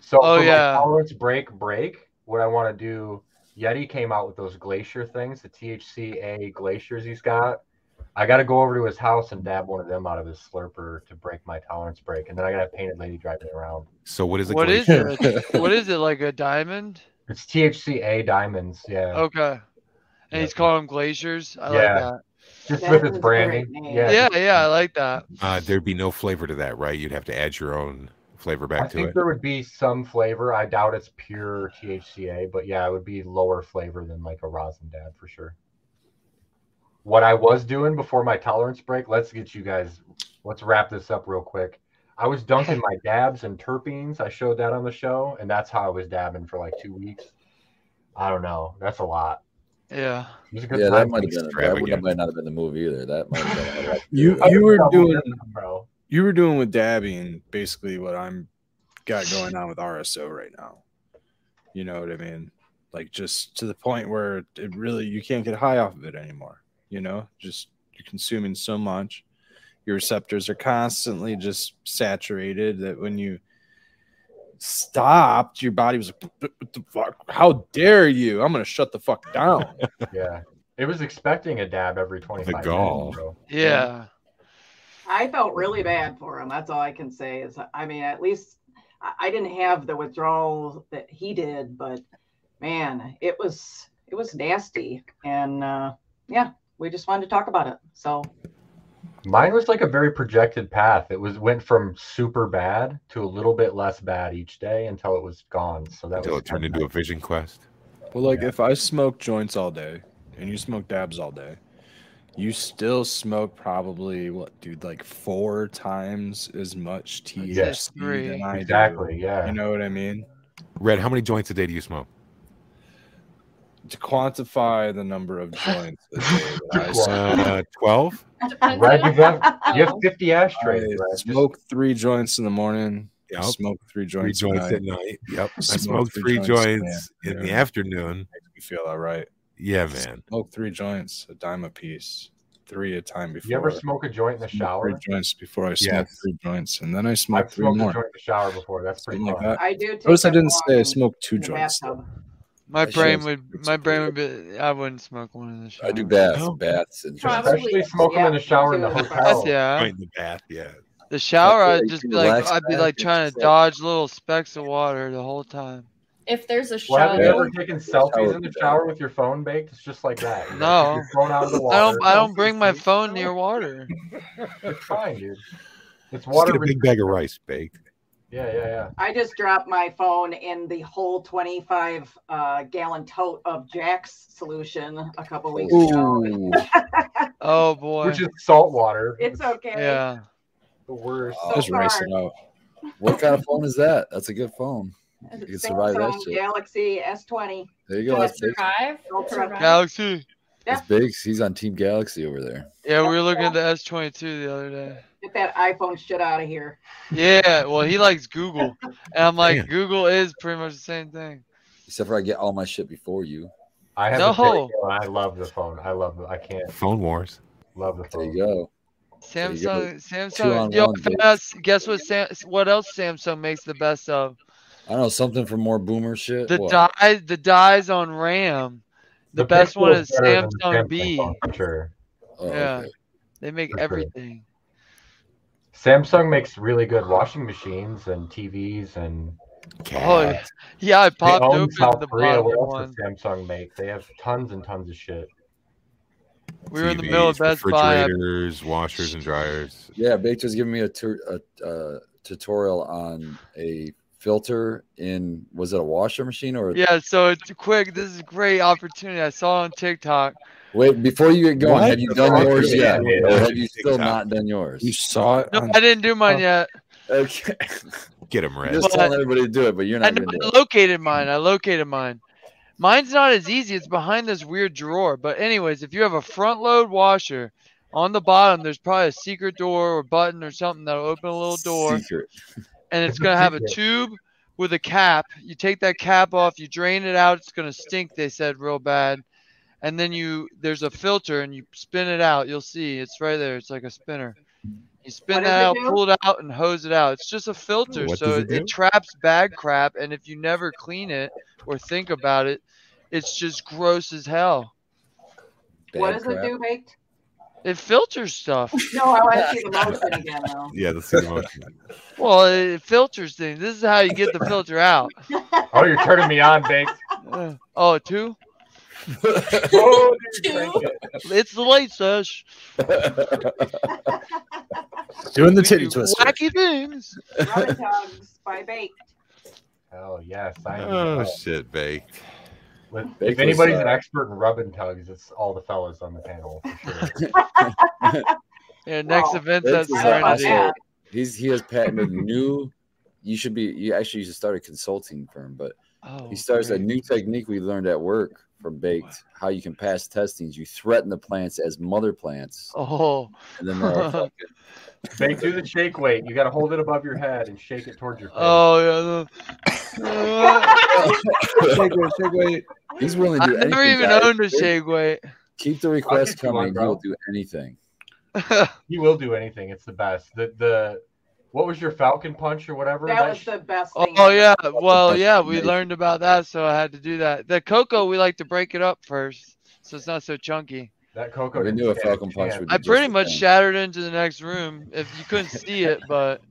B: So
G: Oh,
B: for
G: yeah.
B: my tolerance break break, what I want to do, Yeti came out with those glacier things, the THCA glaciers he's got. I got to go over to his house and dab one of them out of his slurper to break my tolerance break, and then I got a painted lady driving around.
A: So what is it?
G: What
A: going-
G: is it? What is it? Like a diamond?
B: It's THCA diamonds, yeah.
G: Okay. And he's
B: Yeah.
G: calling them glaciers. I
B: Yeah.
G: like
B: Just
D: That
B: with
D: is
B: his
D: a
B: branding.
D: great name.
B: Yeah.
G: that. Yeah, yeah, I like that.
A: Uh, there'd be no flavor to that, right? You'd have to add your own flavor
B: I
A: back to
B: think
A: it.
B: there would be some flavor. I doubt it's pure THCA, but yeah, it would be lower flavor than like a rosin dab for sure. What I was doing before my tolerance break, let's get you guys, let's wrap this up real quick. I was dunking my dabs in terpenes. I showed that on the show, and that's how I was dabbing for like two weeks. I don't know. That's a lot.
G: Yeah.
B: It was a good
E: Yeah, that
B: time.
E: might have been that would
A: Extravagant.
E: have, might not have been the move either. That might have been.
F: You
B: I
F: you
B: was
F: were
B: double
F: doing
B: dipping, bro.
F: you were doing with dabbing basically what I'm got going on with RSO right now. You know what I mean? Like just to the point where it really you can't get high off of it anymore. You know, just you're consuming so much. Your receptors are constantly just saturated that when you stopped, your body was like, "What the fuck? How dare you? I'm gonna shut the fuck down."
B: Yeah. It was expecting a dab every 25 minutes,
A: gall.
B: bro.
G: Yeah.
D: I felt really bad for him. That's all I can say is, I mean, at least I, I didn't have the withdrawal that he did, but man, it was it was nasty, and uh, yeah, we just wanted to talk about it. So
B: Mine was like a very projected path. It was went from super bad to a little bit less bad each day until it was gone. So that
A: Until
B: was
A: it turned into a vision quest.
F: Well, like
B: Yeah.
F: if I smoke joints all day and you smoke dabs all day, you still smoke probably what, dude, like four times as much THC
G: Yeah. Three.
F: than I do.
B: exactly, yeah.
F: You know what I mean?
A: Red, how many joints a day do you smoke?
F: To quantify the number of joints a day that I smoke,
A: Uh, Twelve.
B: Right, you have you have
H: Oh.
B: fifty ashtrays.
F: I
B: right? Just-
F: smoke three joints in the morning. I
A: Yep.
F: Smoke three
A: Three
F: joints.
A: joints
F: at
A: at
F: night.
A: night. Yep. I
F: Smoke
A: smoked
F: three
A: three
F: joints,
A: joints
F: yeah.
A: in the
F: Yeah.
A: afternoon.
F: Makes me feel all right.
A: Yeah, man.
F: Smoke three joints, a dime a piece, three at a time before.
B: you ever smoke a joint in the
F: smoke
B: shower?
F: Three joints before I smoke
A: Yes.
F: three joints, and then I smoke
B: I've
F: three
B: smoked a
F: more.
B: joint in the shower before. That's pretty
F: Something like
B: fun.
F: that.
D: I do. take
F: Notice I
D: a
F: didn't
D: walk
F: say I
D: in-
F: smoked two
D: in the
F: joints. though.
D: bathtub.
G: My
E: That
G: brain
E: shit's-
G: would
F: it's
G: my brain would be I wouldn't smoke one in the shower.
E: I do baths,
A: No.
E: baths, and
H: Probably.
B: Especially smoke them in the
D: Yeah,
B: shower in the
D: too.
B: hotel.
G: Yeah.
A: Right in the bath. Yeah.
G: The shower
E: That's
G: I'd
E: it,
G: just
E: you
G: be like
E: relax
G: I'd be
E: back,
G: like
E: it's
G: trying to
E: just like-
G: dodge little specks of water the whole time.
H: If there's a
B: Well, have you
E: Yeah.
H: show,
B: ever taken selfies in the shower with your phone baked? It's just like that. you know,
G: No.
B: your phone out of the water.
G: I don't I don't bring my phone near water.
B: It's fine, dude. It's
A: Just
B: water.
A: get a big bag of rice baked.
B: yeah, yeah, yeah.
D: I just dropped my phone in the whole 25 uh, gallon tote of Jack's solution a couple weeks ago.
E: Ooh,
G: Oh boy.
B: Which is salt water.
D: It's okay.
G: yeah.
B: the worst.
E: Oh,
F: Just race it out.
E: what kind of phone is that? That's a good phone. You can survive that
D: Samsung
E: shit.
D: Galaxy S20.
E: There you go.
H: you
E: That's
H: survive,
D: Ultra.
H: survive.
G: Galaxy.
D: Yeah.
E: It's Biggs. He's on Team Galaxy over there.
G: Yeah, we were looking at the S22 the other day.
D: Get that iPhone shit out of here.
G: Yeah, well, he likes Google. And I'm like,
A: Man.
G: Google is pretty much the same thing.
E: Except for I get all my shit before you.
B: I have
G: No.
B: a Pixel, and I love the phone. I love. The, I can't
A: Phone wars.
G: Oh,
B: love the
E: There
B: phone.
E: you go. There you go.
G: Samsung, Samsung.
E: on
G: Yo,
E: one, dude.
G: fast, guess what? Sam, what else Samsung makes the best of?
E: I don't know something for more boomer shit.
G: The
E: What?
G: dies, the dies on RAM. The, best
B: Pixel
G: one is
B: better than the
G: Samsung B.
B: phone, for sure.
E: Oh,
G: yeah.
E: okay.
G: They make
B: For sure.
G: everything.
B: Samsung makes really good washing machines and TVs, and
G: Oh, yeah. yeah, I
B: they
G: popped
B: own
G: open
B: South
G: the
B: Korea.
G: bottom
B: What else does
G: one.
B: Samsung make? They have tons and tons of shit.
G: We were in the middle of Best Buy. I-
A: refrigerators, washers, and dryers.
E: Yeah, Baker's giving me a, tur- a uh, tutorial on a filter in was it a washer machine or
G: Yeah, so it's quick. This is a great opportunity. I saw on TikTok.
E: wait before you get going?
C: What?
E: Have you done
A: Oh,
E: yours
A: yeah.
E: yet,
A: Yeah.
E: or have you still
A: Exactly.
E: not done yours?
C: You saw it.
G: No,
C: on-
G: I didn't do mine
C: Oh.
G: yet.
E: Okay,
A: Get them
E: I'm
A: red.
E: just
G: But-
E: telling everybody to do it, but you're
G: I,
E: not
G: know,
E: going to do
G: I
E: it.
G: located mine. I located mine. Mine's not as easy. It's behind this weird drawer. But anyways, if you have a front load washer on the bottom, there's probably a secret door or button or something that'll open a little door,
E: Secret.
G: and it's gonna have a tube with a cap. You take that cap off, you drain it out. It's gonna stink. They said real bad. And then you there's a filter and you spin it out. You'll see it's right there. It's like a spinner. You
D: What
G: spin
D: does
G: that
D: it
G: out,
D: do?
G: pull it out, and hose it out. It's just a filter,
A: What
G: so
A: does
G: it,
A: it do?
G: traps bad crap. And if you never clean it or think about it, it's just gross as hell.
D: what
E: Bad
D: does
E: crap.
D: it do, baked?
G: It filters stuff.
D: No, I want to see the motion again, though.
A: Yeah, let's see the motion.
G: well, it, it filters things. This is how you get the filter out.
B: Oh, you're turning me on, Baked.
G: Uh, oh, two.
B: Oh, dude,
H: Two.
B: drink it.
G: It's the late sesh.
F: Doing the
G: We
F: titty
G: do
F: twister.
G: Wacky things.
D: Rubber tugs by Baked.
B: Hell yes, I
A: Oh
B: know.
A: shit, bake.
B: With-
E: Baker's,
B: if anybody's an
E: uh,
B: expert in rubbing tugs, it's all the fellas on the panel. For sure.
G: Yeah, next
D: Wow.
G: event
E: That's
G: that's
D: I don't know about
E: Sorry,
G: Saturday.
E: awesome.
D: that.
E: He's he has patented new. You should be. You actually should start a consulting firm, but
G: Oh,
E: He starts a
G: great.
E: new technique we learned at work from Baked. How you can pass testings. You threaten the plants as mother plants,
G: Oh,
E: and then uh, they're all
B: Baked, do the shake weight. You got to hold it above your head and shake it towards your face.
G: oh yeah.
C: Shake weight, shake weight.
E: he's willing to
G: I've
E: do anything.
G: never even
E: guys.
G: owned a Segway.
E: Keep the request
B: get you one,
E: coming.
B: bro.
E: He'll do anything.
B: He will do anything. It's the best. The the what was your Falcon punch or whatever?
D: That was
B: sh-
D: the best thing.
G: oh yeah, well
E: that's
G: yeah, we
E: amazing.
G: learned about that, so I had to do that. The cocoa, we like to break it up first, so it's not so chunky.
B: that cocoa.
E: We
B: didn't
E: knew a
B: stand
E: Falcon punch
B: chance.
E: would-
G: I
E: Just
G: pretty
E: the
G: much
E: thing.
G: shattered into the next room. If you couldn't see it, but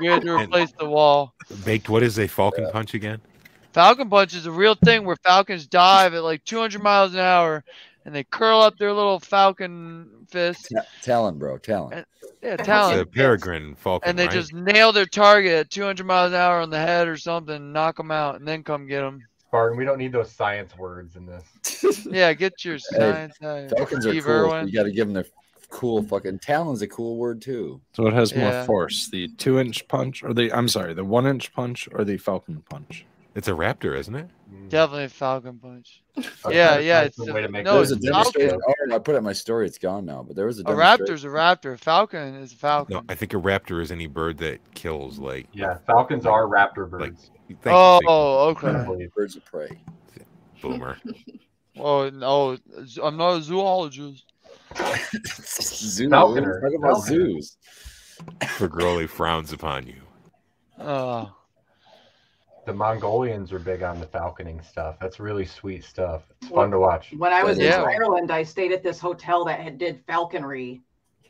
G: we had to
A: And-
G: replace the wall.
A: Baked. What is a falcon punch again?
G: Falcon punch is a real thing where falcons dive at like 200 miles an hour, and they curl up their little falcon fist,
E: Ta- Talon, bro, talent.
G: yeah,
A: It's a
G: talon,
A: peregrine falcon.
G: Oh, and they
A: right?
G: just nail their target at 200 miles an hour on the head or something, knock them out, and then come get them.
B: Spartan, we don't need those science words in this.
G: Yeah, get your science. out.
E: Falcons are
G: Steve
E: cool. so
G: Irwin.
E: You got to give them their cool fucking talon's a cool word too.
F: So it has
G: Yeah.
F: more force. The two inch punch or the I'm sorry, the one inch punch or the falcon punch.
A: It's a raptor, isn't it?
B: Mm.
G: Definitely a Falcon Punch.
B: Okay,
G: yeah,
B: that's
G: yeah,
B: the
G: it's a-
B: way to make
G: no,
E: there
B: this
E: was a
G: it's
B: joke.
E: demonstration. Oh, I put it in my story. It's gone now, but there was a
G: A
E: demonstration.
G: raptor's a raptor. Falcon is a falcon.
A: No, I think a raptor is any bird that kills. Like,
B: Yeah, Falcons are raptor birds.
A: thank you,
G: oh,
A: Sigma
G: okay.
B: Unbelievable.
E: Birds of prey.
A: boomer.
G: Oh no, z- I'm not a zoologist.
E: Zoos. Talk
B: Falconer.
E: about
B: Falconer.
E: zoos.
A: Pergoli frowns upon you.
G: Oh,
B: The Mongolians are big on the falconing stuff. That's really sweet stuff. It's fun to watch.
D: When I was
G: Yeah.
D: in Ireland, I stayed at this hotel that had, did falconry.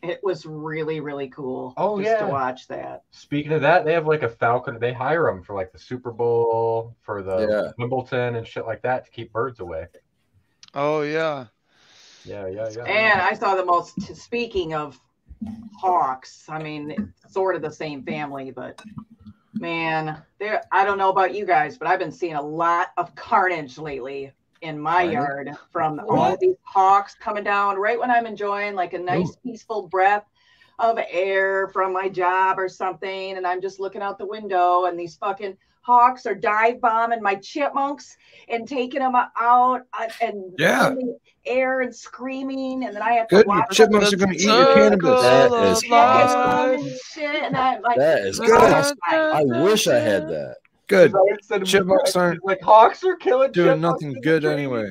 D: It was really, really cool.
B: Oh,
D: just
B: yeah.
D: to watch that.
B: Speaking of that, they have like a falcon. They hire them for like the Super Bowl, for the
E: Yeah.
B: Wimbledon, and shit like that to keep birds away.
G: oh yeah.
B: Yeah, yeah, yeah.
D: And I saw the most. Speaking of hawks, I mean, sort of the same family, but man, there. I don't know about you guys, but I've been seeing a lot of carnage lately in my
E: Carnage?
D: yard from all these hawks coming down right when I'm enjoying like a nice peaceful breath of air from my job or something, and I'm just looking out the window, and these fucking hawks or dive bombing my chipmunks and taking them out uh, and
F: Yeah.
D: in the air and screaming, and then I have to
F: Good. Your
D: watch them
F: chipmunks are going to eat your cannabis.
E: That
G: Circle
E: is
G: of
D: dance
G: life.
D: around and shit, and I'm like,
E: That is
D: "Oh,
E: good.
D: that's fine."
E: I wish I had that.
F: Good.
B: So instead of-
F: Chipmunks aren't
B: like hawks are killing
F: Doing
B: chipmunks
F: nothing
B: in the
F: good
B: trees.
F: anyway.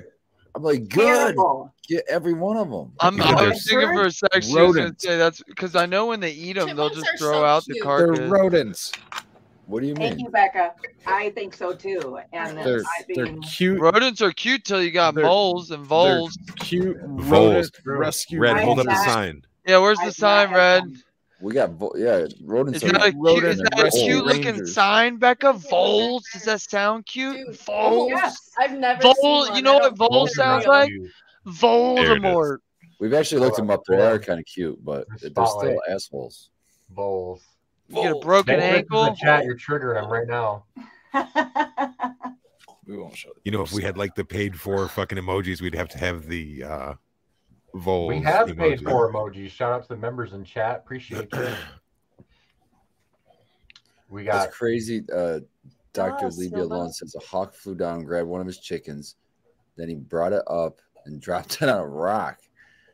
E: I'm like, good.
D: Terrible.
E: Get every one of them.
G: I'm, I was
A: There's
G: thinking for a sec. She was gonna
F: rodents.
G: say that's because I know when they eat them, they'll
H: Chipmunks
G: just
H: are
G: throw
H: so
G: out the
H: cute.
F: They're
G: carcass.
F: rodents.
E: What do you
D: Thank you,
E: mean?
D: Becca. I think so too. And
F: They're
D: I
F: they're
D: mean,
F: cute,
G: rodents are cute till you got
F: They're-
G: moles and voles.
F: cute
A: Voles.
F: rodent rescue.
A: Red, hold up the
D: I-
A: sign.
G: Yeah, where's
D: I
G: the
D: have
G: sign,
D: not
G: Red?
D: had one.
E: We got vo- yeah, rodents.
G: Is
E: are
G: that a cute,
F: rodent
G: is
F: and
G: that a
F: rescue
G: cute looking
F: rangers.
G: sign, Becca?
H: Rodent
G: Voles?
H: rangers.
G: Does that sound cute?
H: Dude,
G: Voles?
D: Yes.
H: I've never seen
G: Vol- you
H: one.
G: know
H: I
G: what
H: don't
G: a vol
H: think they're
G: sounds
H: real.
G: like?
A: There it is.
G: Voldemort.
E: We've actually looked them up. They are kind of cute, but they're
B: Spotlight.
E: still assholes.
B: Bowls.
G: You get a
H: Voles.
G: broken
B: Don't listen to the
G: ankle.
B: chat. You're triggering them right now.
F: We won't show
A: You know, if we had like the paid for fucking emojis, we'd have to have the uh voles.
B: We have paid
A: emoji.
B: for emojis. Shout out to the members in chat. Appreciate you. We got
E: That's crazy. Uh, Dr.
D: Oh,
E: Libby
D: Silva.
E: alone says a hawk flew down, grabbed one of his chickens, then he brought it up and dropped it on a rock,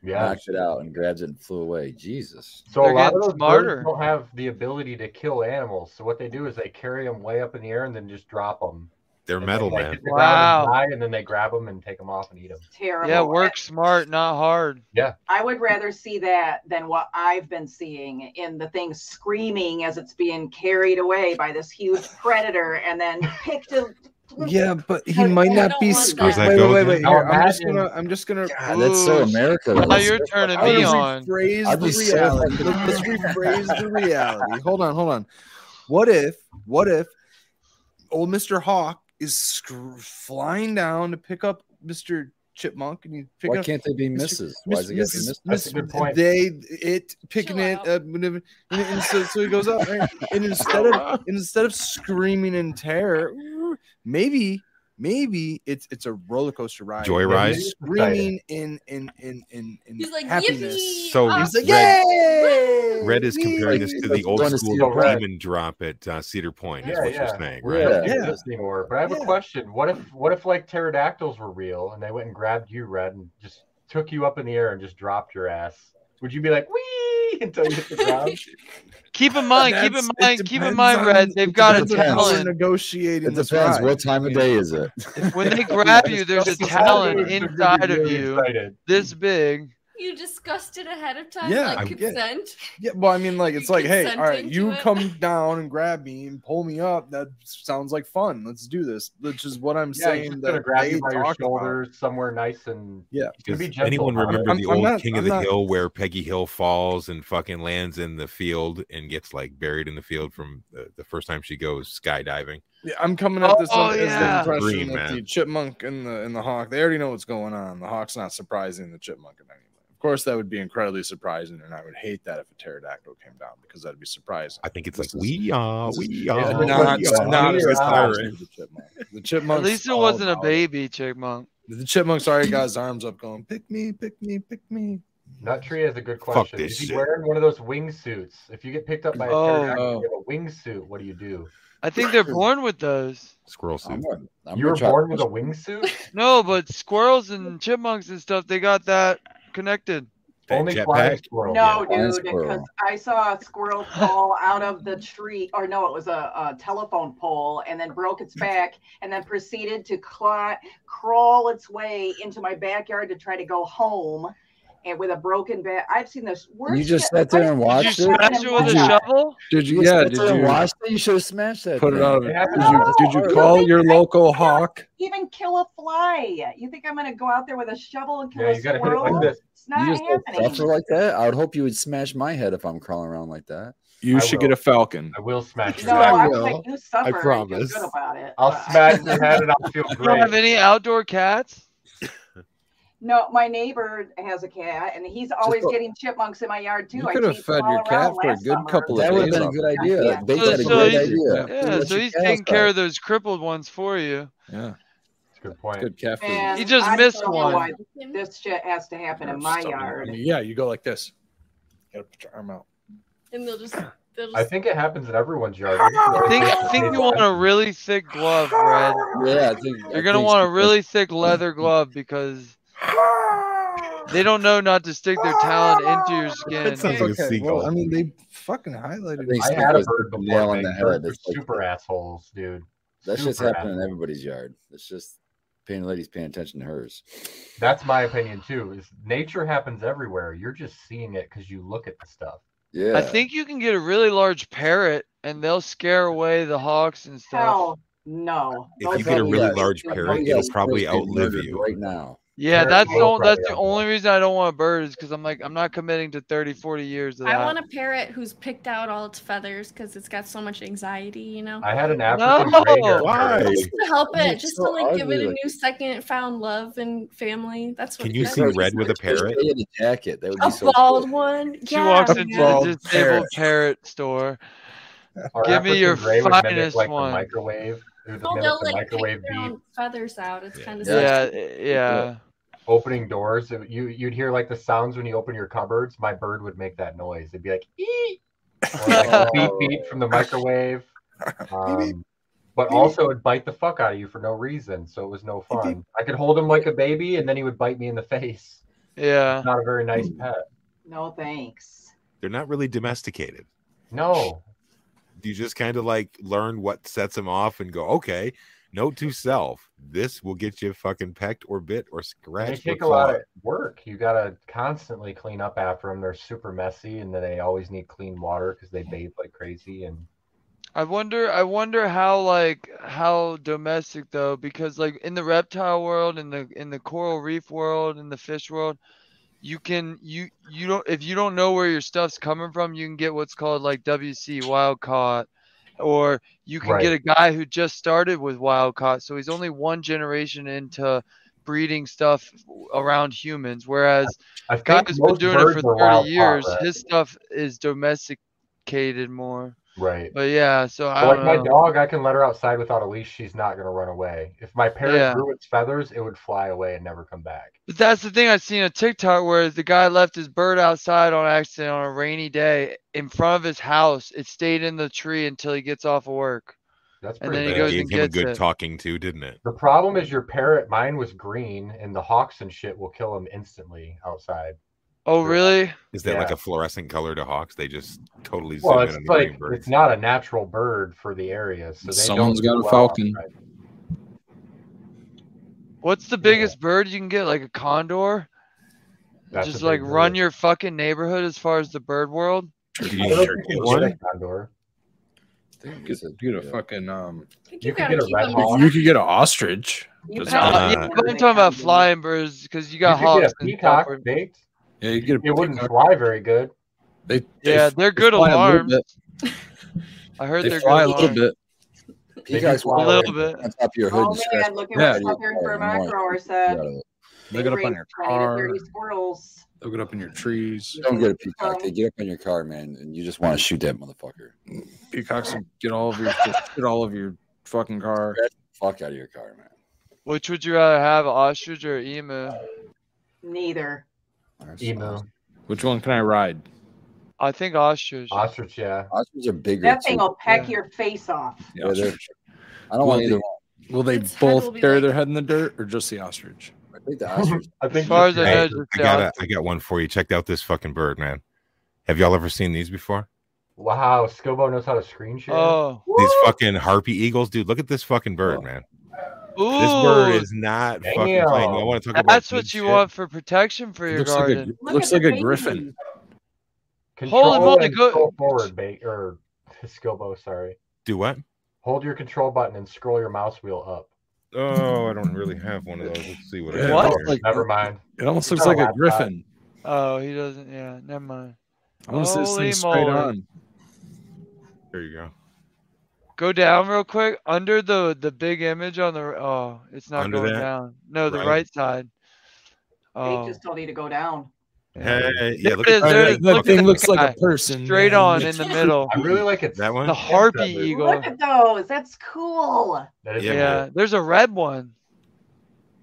B: yeah.
E: knocked it out, and grabbed it and flew away. Jesus.
B: So a
G: They're
B: lot
G: getting
B: of those
G: smarter.
B: birds don't have the ability to kill animals. So what they do is they carry them way up in the air and then just drop them.
A: They're metal, man.
G: Wow.
B: And, die, and then they grab them and take them off and eat them.
D: terrible.
G: Yeah, work smart, not hard.
D: I would rather see that than what I've been seeing in the thing screaming as it's being carried away by this huge predator and then picked. A,
F: it. Yeah, but he
D: I-
F: might
D: I
F: not
H: don't
F: be.
H: want
F: Sc-
H: that.
F: wait,
A: How's that
F: wait,
A: go
F: wait,
A: again?
F: wait.
B: Now
F: Here, I'm just
B: imagine-
F: gonna. I'm just gonna.
E: God, that's so
G: Ooh.
E: America. though.
G: Now you're turning
F: I
G: me
F: would
G: on.
F: rephrase
E: I'd be
F: the
E: so
F: reality.
E: fucking-
F: Let's rephrase the reality. Hold on, hold on. What if? What if? Old Mister Hawk is scr- flying down to pick up Mister Chipmunk, and you pick
E: Why
F: up.
E: can't they be
F: Mr.
E: misses? Why is it got to be
F: Mrs.
E: misses?
B: That's a good point.
F: They it picking
H: Chill
F: it
H: out.
F: up, and, and so, so he goes up, right? and instead of and instead of screaming in terror, maybe maybe it's it's a roller coaster ride.
A: Joyride?
F: He's screaming in in in in, in
H: He's like,
F: happiness.
H: yippee!
A: So
H: Ah,
A: he's
F: He's like,
A: Red-
F: yay!
A: Red is comparing
F: Yay!
A: this to the old
E: Going to
A: school
E: Cedar
B: Point.
A: demon drop at uh, Cedar Point. Is
B: Yeah,
A: what
B: yeah.
A: you're saying,
B: We're
A: right?
B: not
E: Yeah.
B: doing this anymore. But I have
F: Yeah.
B: a question. What if what if like pterodactyls were real and they went and grabbed you, Red, and just took you up in the air and just dropped your ass? Would you be like wee until you hit the ground?
G: Keep in mind, keep in
F: That's- it
G: mind, keep in
F: depends
G: mind,
F: on-
G: Red. They've got a
E: depends on how
F: how we're
G: talent.
F: negotiating.
E: It
F: this
E: depends.
F: ride.
E: What time of day is it?
G: When they grab you, there's a
F: It's
G: talent
F: always-
G: inside of
B: Really
G: you
B: excited.
G: this big.
H: You discussed it ahead of time,
F: Yeah,
A: I-
H: like consent.
F: Yeah, well, I mean, like it's like, hey, all right,
H: Consenting
F: you
H: to it.
F: come down and grab me and pull me up. That sounds like fun. Let's do this, which is what I'm
B: Yeah, he's
F: saying.
B: just
F: That
B: gonna grab you
F: they
B: by your
F: talk about.
B: shoulders somewhere nice and
A: Does
B: be gentle
A: anyone
B: about it.
A: remember
F: I'm-
A: the
F: I'm
A: old
F: not-
A: King of
F: I'm
A: the
F: not-
A: Hill where Peggy Hill falls and fucking lands in the field and gets like buried in the field from the, the first time she goes skydiving?
F: Yeah, I'm coming at this
G: Oh,
F: as
G: yeah.
F: the impression
A: Green,
F: that
A: man.
F: the chipmunk and the and the hawk they already know what's going on. The hawk's not surprising the chipmunk in any way. Of course, that would be incredibly surprising, and I would hate that if a pterodactyl came down because that'd be surprising.
A: I think it's
F: This
A: like
F: is-
A: we are,
F: This is-
A: we
F: Yeah,
A: are.
B: Oh,
F: not,
A: we are.
F: not as
B: Weird.
F: surprising as the chipmunk. The chipmunk.
G: At least it wasn't a baby chipmunk.
F: The chipmunk's already got his arms up, going, "Pick me, pick me, pick me."
B: Nut Tree has a good
A: Fuck
B: question.
A: this
B: Is he
A: shit.
B: wearing one of those wingsuits? If you get picked up by a
G: Oh.
B: pterodactyl, you
F: Oh.
B: have a wingsuit. What do you do?
G: I think they're born with those.
A: Squirrel
E: I'm
A: suit.
E: gonna- I'm
B: you were
E: gonna try-
B: born with a wingsuit.
G: No, but squirrels and chipmunks and stuff, they got that connected.
A: That
B: Only
A: jetpack?
B: flying squirrel.
D: no,
E: yeah. Flying
D: dude, because
E: squirrel.
D: I saw a squirrel fall out of the tree, or no, it was a, a telephone pole, and then broke its back, and then proceeded to cli- crawl its way into my backyard to try to go home, and with a broken back. I've seen this.
E: And
D: worst
E: you just
D: shit.
E: sat there and
D: Why-
G: Did you
E: watched it.
G: smash it with a
E: Did you-
G: shovel?
F: Did
E: You sat there and watched it. You should have smashed that.
F: put it
E: thing.
F: out of it?
B: It happened
F: Did
B: to
F: you,
B: us.
F: did you
D: Oh,
F: call
D: really?
F: your local hawk?
D: even kill a fly. You think I'm gonna go out there with a shovel and kill
B: Yeah,
D: a
B: you gotta hit it
D: squirrel?
B: like this.
D: It's not
E: you just go suffer
D: happening.
E: like that. I would hope you would smash my head if I'm crawling around like that.
F: You
B: I
F: should
B: will.
F: get a falcon.
B: I will smash your
D: No,
B: head.
D: I
A: will.
D: will. Like, you suffer. I
A: promise.
D: Feel good about it.
B: I'll
G: Uh,
D: but I-
B: smash your head and I'll feel
G: You don't have
B: great.
G: any outdoor cats?
D: No, my neighbor has a cat, and he's always
E: go-
D: getting chipmunks in my yard too.
F: You
D: I
F: could have
D: chased
F: fed
D: them all
F: your cat
D: around
F: for a
D: last
F: good
D: summer.
F: couple
E: That
F: of
E: would
F: days.
E: have been a good idea.
D: Yeah.
E: They
G: So-
E: had a
G: so
E: great
G: he's-
E: idea.
G: Yeah, so he's taking care of those crippled ones for you.
F: Yeah,
B: That's a good point.
F: good cat food.
D: Man,
G: He just
D: Oh, I
G: missed
D: don't know
G: one.
D: why This shit has to happen in my
F: Something.
D: yard.
F: Yeah, you go like this. gotta put your arm out.
H: And they'll just They'll
B: I
H: just-
B: think it happens in everyone's yard.
G: Think, think you want a really thick glove, Red.
E: Yeah, I think
G: You're gonna want a really thick leather glove because they don't know not to stick their talent into your
F: That
G: skin.
F: sounds like
C: Okay,
F: a seagull.
C: well-
F: I mean, they fucking highlighted
E: think
F: it.
B: I
E: Steve
B: had a
E: was
B: bird
E: the
B: before.
E: nail on
B: man.
E: the head.
B: Birds
E: It's
B: are
E: like-
B: super assholes, dude.
E: That's just
B: Super
E: happening in
B: assholes.
E: everybody's yard. That's just paying ladies paying attention to hers.
B: That's my opinion too. Is nature happens everywhere. You're just seeing it because you look at the stuff.
E: Yeah,
G: I think you can get a really large parrot and they'll scare away the hawks and stuff.
D: Hell no.
A: If you
D: Those
A: get a
D: are-
A: really
E: Yes.
A: large
D: Yes.
E: One of
A: parrot,
E: you guys
A: it'll probably
E: is getting
A: outlive
E: murdered
A: you.
E: right now.
G: Yeah,
B: Parrot
G: that's
B: will
G: the only- that's the
B: probably
G: only reason I don't want a bird is because I'm like I'm not committing to 30, 40 years of that.
H: I want a parrot who's picked out all its feathers because it's got so much anxiety, you know?
B: I had an African
G: No!
B: gray hair
A: Why?
B: bird.
H: just to help it,
E: It's
H: just
E: so
H: to like give it
E: ugly
H: a
E: looking.
H: new second found love and family. That's what
A: Can
H: it
A: you
H: does.
A: see red with a
E: Just
A: parrot?
E: stay in a jacket. That would be
H: a
E: so
H: bald
E: cool.
H: one?
G: She
H: yeah,
G: walks
F: A
G: into
F: bald
G: the disabled
F: parrot.
G: parrot store.
B: Our
G: Give me your
B: gray would mimic,
G: finest
B: like, the
G: one.
B: microwave. It would
H: Oh,
B: mimic
H: they'll
B: the
H: like pick
B: microwave
H: their
B: beep.
H: own feathers out. It's kind of
E: Yeah.
H: yeah.
G: Yeah, yeah.
B: opening doors. it- You you'd hear like the sounds when you open your cupboards. My bird would make that noise. It'd be like ee, or, like, beep beep from the microwave. Um, but also, it'd bite the fuck out of you for no reason, so it was no fun. I could hold him like a baby, and then he would bite me in the face.
G: Yeah.
B: Not a very nice pet.
D: No thanks.
A: They're not really domesticated.
B: No,
A: You just kind of like learn what sets them off and go, okay, note to self, this will get you fucking pecked or bit or
B: and they
A: scratched.
B: take a
A: or
B: lot
A: clawed.
B: of work. You gotta constantly clean up after them. They're super messy, and then they always need clean water because they bathe like crazy. And
G: I wonder I wonder how like how domestic though because like in the reptile world in the in the coral reef world in the fish world you can you you don't if you don't know where your stuff's coming from you can get what's called like WC wild caught or you can get a guy who just started with wild caught so he's only one generation into breeding stuff around humans whereas
B: I think
G: guy who's been
B: most
G: doing it
B: birds are
G: for 30
B: wild-caught,
G: years
B: right?
G: his stuff is domesticated more
B: right.
G: but yeah, so I
B: But,
G: don't
B: like my
G: know.
B: dog, I can let her outside without a leash. She's not gonna run away. If my parrot
G: Yeah.
B: grew its feathers, it would fly away and never come back.
G: But that's the thing I've seen on TikTok where the guy left his bird outside on accident on a rainy day in front of his house. It stayed in the tree until he gets off of work.
B: That's
G: And
B: pretty
G: then
A: But
G: he
A: it gave
B: bad.
G: goes and
A: him a
G: gets
A: good
G: it.
A: talking to, didn't it?
B: The problem is your parrot. Mine was green, and the hawks and shit will kill him instantly outside.
G: Oh, really?
A: Is that like
B: Yeah.
A: a fluorescent color to hawks? They just totally zoom
B: Well,
A: in
B: it's
A: on the
B: like
A: green birds.
B: it's not a natural bird for the area, so they
I: Someone's
B: don't
I: got a
B: do well
I: falcon.
B: outside.
G: What's the biggest bird you can get? Like a condor?
B: That's a
G: Just
B: big
G: like run
B: bird.
G: your fucking neighborhood as far as the bird world?
A: Did
B: I don't know if
A: you-
B: you can
F: One?
B: get a condor.
E: think
F: Get,
E: it's a-
F: get a
E: yeah.
F: fucking um.
B: You
H: you,
B: could
H: gotta
B: get a
H: keep
B: red
H: them
B: hawk.
F: You could get an ostrich.
D: You
F: That's
D: gotta
A: not-
D: get
G: yeah,
D: them
G: but I'm
D: when they
G: talking about
D: come in.
G: flying birds because you got
B: you could
G: hawks
B: get a
G: and stuff
B: peacock
G: where-
B: baked.
F: Yeah, you get a.
B: It wouldn't
F: peacock.
B: fly very good.
F: They, they
G: Yeah,
F: f-
G: they're
F: they
G: good
F: fly a little
G: alarms.
F: bit.
G: I heard
F: They
G: they're
F: fly
G: good
F: a little
G: alarms.
F: bit.
E: Peacocks
B: A
E: walk
G: A little
E: on
G: bit.
E: top of your hood
D: Oh
E: and scratch
D: man, look at
F: Yeah,
D: what
E: yeah.
D: Southern Vermont
E: Yeah.
D: grower
E: the
D: said.
E: shit out of it.
F: They get up on your car.
D: Thirty squirrels.
F: They'll get up in your trees.
E: You don't get a peacock. They get up on your car, man, and you just want to shoot that motherfucker.
F: Peacocks will get all of your just shit all of your fucking car.
E: Fuck out of your car, man.
G: Which would you rather have, an ostrich or an emu?
D: Neither.
B: Emu,
F: Which one can I ride?
G: I think ostrich.
B: ostrich, yeah.
E: Ostriches are bigger.
D: That thing
E: too.
D: will peck
G: Yeah.
D: your face off.
E: Yeah, they're-
F: ostrich.
E: I don't
F: Well,
E: want either
F: they-
E: one.
F: Will they
H: Its head will
F: both
H: be
F: bury
H: like-
F: their head in the dirt or just the ostrich?
E: I think the ostrich.
B: I
G: As
B: think
G: far as
B: just-
G: I
A: Hey,
G: know, just
A: I
G: the
A: got a,
G: ostrich.
A: I got one for you. Check out this fucking bird, man. Have y'all ever seen these before?
B: Wow, Skilbo knows how to screen share.
G: Oh,
A: These fucking harpy eagles, dude. Look at this fucking bird, man.
G: Oh, ooh,
A: This bird is not fucking
B: Damn.
A: playing. I want to talk about
G: that's
A: good
G: what you
A: shit.
G: want for protection for your
F: Looks like, a,
G: garden.
D: Look
F: looks
D: at the
F: like a
D: baby.
F: griffin.
B: Control
G: Holy moly,
B: and
G: go-
B: scroll forward, ba- or Skilbo, sorry.
A: Do what?
B: Hold your control button and scroll your mouse wheel up.
A: Oh, I don't really have one of those. Let's see what. I
F: Yeah, it
A: got
F: looks
A: here.
F: like-
B: Never mind.
F: It almost looks
B: Not
F: like
B: a
F: a
B: laptop.
F: griffin.
G: Oh, he doesn't. Yeah, never mind.
F: I want to see this
G: Holy
F: thing straight
G: moly.
F: on.
A: There you go.
G: Go down real quick under the the big image on the. r- Oh, it's not
A: Under
G: going
A: that?
G: down. No, the
A: Right.
G: right, side.
D: They
G: Oh,
D: just told you to go down.
A: Hey, yeah, look
G: it
A: at
G: is.
A: that.
G: There it
F: That,
G: is. Look
F: that
G: at
F: thing
G: that
F: looks like
G: guy.
F: a person.
G: straight
F: man.
G: on in the middle.
B: I really like it.
A: That one?
G: The
A: Yes,
G: harpy
B: that is.
G: eagle.
D: Look at those. That's cool.
B: That is
A: Yeah.
B: yeah.
G: Yeah, there's a red one.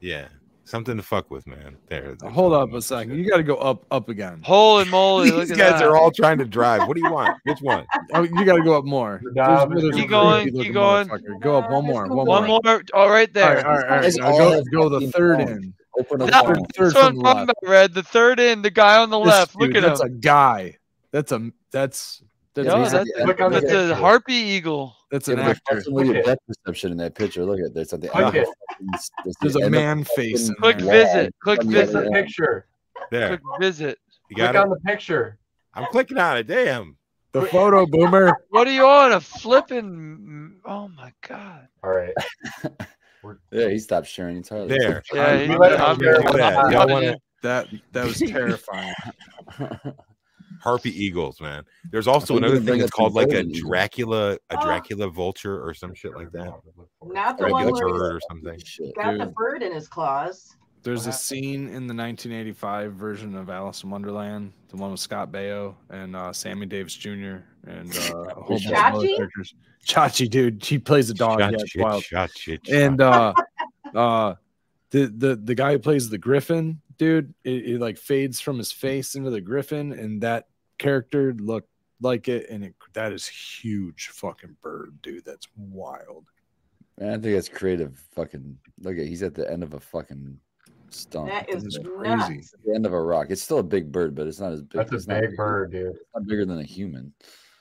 A: Yeah. Something to fuck with, man. There. there's
F: Uh, Hold
A: something
F: up a
A: to fuck
F: second.
A: with.
F: You got to go up, up again.
G: Holy moly! look
A: These
G: at
A: guys
G: that.
A: are all trying to drive. What do you want? Which one?
F: Oh, you got to go up more.
B: Good
F: There's
B: job.
F: another
G: Keep
F: creepy
G: going, keep
F: looking
G: going.
F: motherfucker. Go up one more. One,
G: One
F: more.
G: more. All right
F: All
G: there.
F: right, all right, all right.
E: Guys,
F: Now
E: all
F: go,
E: have
F: go the
E: fucking
F: third
E: phones.
F: in.
E: Open up
G: That-
E: the phone.
F: Third
G: That's what
F: from
G: I'm
F: the
G: talking
F: left.
G: about, Red. The third in, the guy on the
F: This
G: left.
F: dude,
G: Look at
F: that's
G: him.
F: a guy. That's a that's that's,
G: No,
F: an
G: Yeah,
F: act-
G: that's-
B: Click on the
G: That's a
B: picture.
G: harpy eagle.
F: that's
E: Yeah,
F: an
E: but there's
F: actor.
E: fucking weird
B: Okay.
E: depth perception in that picture. Look at there's something.
B: Click it.
F: There's a man face. In
G: Click
E: Yeah.
F: there.
G: visit. Click
E: Yeah.
B: Click
G: visit.
B: the picture.
A: There.
G: Click visit.
A: You
B: Click
A: got
B: on
A: it.
B: the picture.
A: I'm clicking on it. Damn.
F: The photo boomer.
G: What are you on? A flipping. Oh my god.
B: All right.
E: Yeah, he stopped sharing entirely.
A: There.
G: Yeah,
A: I'm-
G: he-
A: I'm not
G: I'm-
A: gonna do that.
G: I'm-
A: Y'all
G: I'm-
A: wanna-
F: That that was terrifying.
A: harpy eagles, man. There's also
E: thought you were
A: another
E: gonna
A: thing
E: bring
A: that's
E: up
A: called like a
E: Convergent Eagle.
A: Dracula, a
D: Oh.
A: Dracula vulture or some shit like that.
D: Not the one
A: Dracula
D: where he's
A: bird or something.
E: Shit.
D: got the
F: Dude.
D: bird in his claws.
F: There's
B: What
F: a
B: happened?
F: scene in the 1985 version of Alice in Wonderland, the one with Scott Baio and uh, Sammy Davis Jr. and uh, a whole bunch of other
D: Chachi?
F: characters. Chachi, dude, she plays a dog.
A: Shot
F: yeah, it's
A: shit,
F: wild.
A: shot shit,
F: And
A: shot.
F: uh, uh, the the the guy who plays the Griffin, dude, it, it like fades from his face into the Griffin, and that character looked like it, and it that is huge fucking bird, dude. That's wild.
E: Man, I think that's creative. Fucking look at he's at the end of a fucking stump.
D: That
F: This
D: is
F: is
D: nuts.
F: crazy.
E: the end of a rock. It's still a big bird, but it's not as big.
B: That's
E: it's
B: a
E: not
B: big
E: bigger-
B: bird, dude.
E: It's not bigger than a human.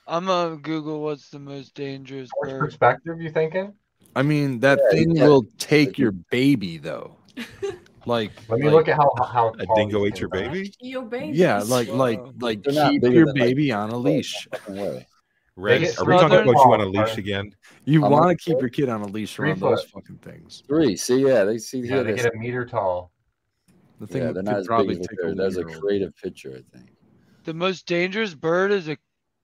G: I'm gonna Google what's the most dangerous
B: Which
G: bird.
B: perspective you thinking?
F: I mean, that
E: Yeah,
F: thing
E: yeah.
F: will take your baby though. Like,
B: Let me
F: like-
B: look at how how
A: a
B: tall
A: dingo
B: these
A: ate your
B: things are.
A: baby.
H: Your baby.
F: yeah, like, oh, like, like
E: They're not
F: keep
E: bigger
F: your
E: than, like, oh,
F: baby on a leash.
E: Fucking way.
A: Red,
B: get
A: are we talking
G: smothered.
A: about you on a leash
B: Sorry.
A: again?
F: You
E: I'm
F: want
E: like-
F: to keep your kid on a leash
B: Three
F: around those
B: foot.
F: fucking things.
E: Three. See, yeah, they see.
B: Yeah,
E: here
B: they
E: this-
B: get a meter tall.
F: The thing
E: yeah,
F: that could
E: they're not as big
F: probably
E: as a
F: take
E: bird. That's a
F: one-year-old.
E: creative picture, I think.
G: The most dangerous bird is a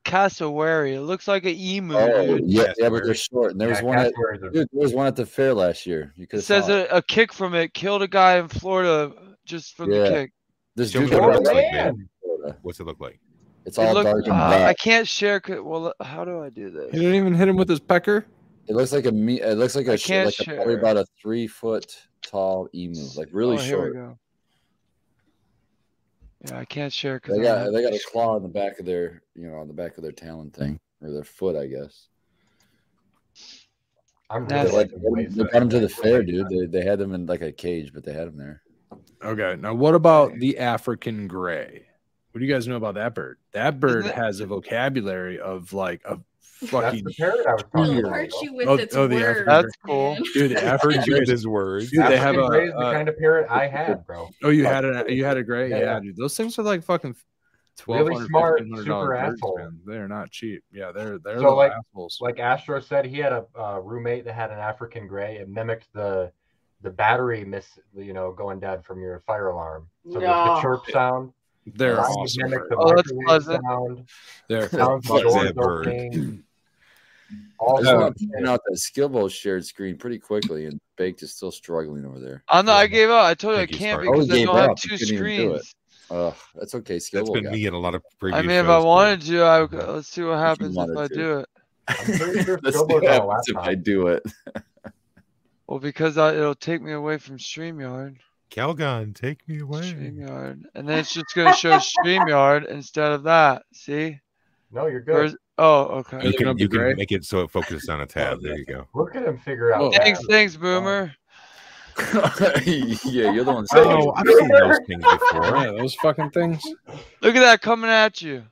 G: cassowary. It looks like an emu.
E: Oh,
G: dude.
E: yeah,
A: yes,
E: yeah, but
A: bird.
E: they're short. And there was
B: Yeah,
E: one at
B: cassowaries are-
E: dude, there was one at the fair last year. You
G: It
E: could
G: says a, a kick from it killed a guy in Florida just from the
E: Yeah.
G: kick.
E: this
A: Show me what
E: dude that
A: it
E: runs
A: looks like,
E: like
A: Oh, man.
B: man.
E: Florida.
A: What's it look like?
E: It's
G: It
E: all
G: looked-
E: dark and
G: uh, I
E: black.
G: can't share. c- Well, uh, how do I do
F: You
G: this?
F: didn't even hit him with his pecker.
E: It looks like a me. It looks like
G: I
E: a sh-
G: can't
E: like a, probably
G: share.
E: about a three foot tall emu, like really
G: oh, Here we
E: short.
G: go. Yeah, I can't share because
E: They got they got a claw on the back of their you know on the back of their talon thing or their foot, I guess.
B: I'm
E: They,
G: That's-
B: really
E: like,
B: liking the
E: they
B: waves
E: got
B: that-
E: him to the fair, dude. They, they had them in like a cage, but they had them there.
F: Okay, now what about the African gray? What do you guys know about that bird? That bird
G: Isn't it-
F: has a vocabulary of like a
B: That's
F: fucking
B: the parrot I was talking
H: It'll
B: about.
H: hurt you with
F: Oh,
H: its
F: oh, the
H: words.
F: African
G: That's cool.
H: man.
F: dude. The African gray.
A: his words.
F: Dude, they have a.
B: African gray is the
F: uh,
B: kind of parrot I had, bro.
F: oh, you had a you had a gray.
B: Yeah,
F: Yeah,
B: yeah.
F: dude. Those things are like fucking twelve
B: Really
F: hundred,
B: smart,
F: fifteen hundred
B: super
F: dollars.
B: asshole.
F: They're not cheap. Yeah, they're they're
B: So,
F: little
B: like-
F: assholes.
B: Like Astro said, he had a uh, roommate that had an African gray. It mimicked the the battery miss, you know, going dead from your fire alarm. So there's
D: No.
B: the chirp sound.
F: They're
B: mine
F: awesome.
B: mimicked the
F: birds.
G: Oh, that's
B: microwave
G: pleasant.
B: sound.
F: They're
B: Sounds
A: Fuck
B: like
A: that bird.
B: doors opening.
E: I
B: All
E: just want
B: sorts
E: to
B: of
E: point out that Skillbo shared screen pretty quickly, and Baked is still struggling over there.
G: I'm not, I gave up. I told you I
A: Thank you,
G: can't
A: Spark.
G: because
E: Oh,
G: I
E: you
G: don't
E: gave
G: have
E: up. You
G: two
E: couldn't even do it.
G: screens.
E: Ugh, that's okay.
A: That's
E: Skillbo
A: been
E: got
A: me in a lot of previous
G: I mean, if I
A: shows, too.
G: wanted to, I would, let's see what happens if
E: wanted
G: I
E: to.
G: do it.
B: I'm pretty sure Skillbo's
E: Let's see what
B: on a
E: happens if I
B: laptop.
E: do it.
G: Well, because I, it'll take me away from Streamyard.
A: Calgon, take me away.
G: Streamyard, and then it's just gonna show Streamyard instead of that. See?
B: No, you're good.
G: Where's, oh, okay.
A: You
F: Open up
A: can,
F: the
A: you
F: gray.
A: can make it so it focuses on a tab. There you go.
B: Look at him figure out.
F: Whoa.
B: that.
G: Thanks, thanks, Boomer.
E: yeah, you're the one. saying
A: Oh,
E: it.
A: I've seen those things before.
F: yeah, those fucking things.
G: Look at that coming at you.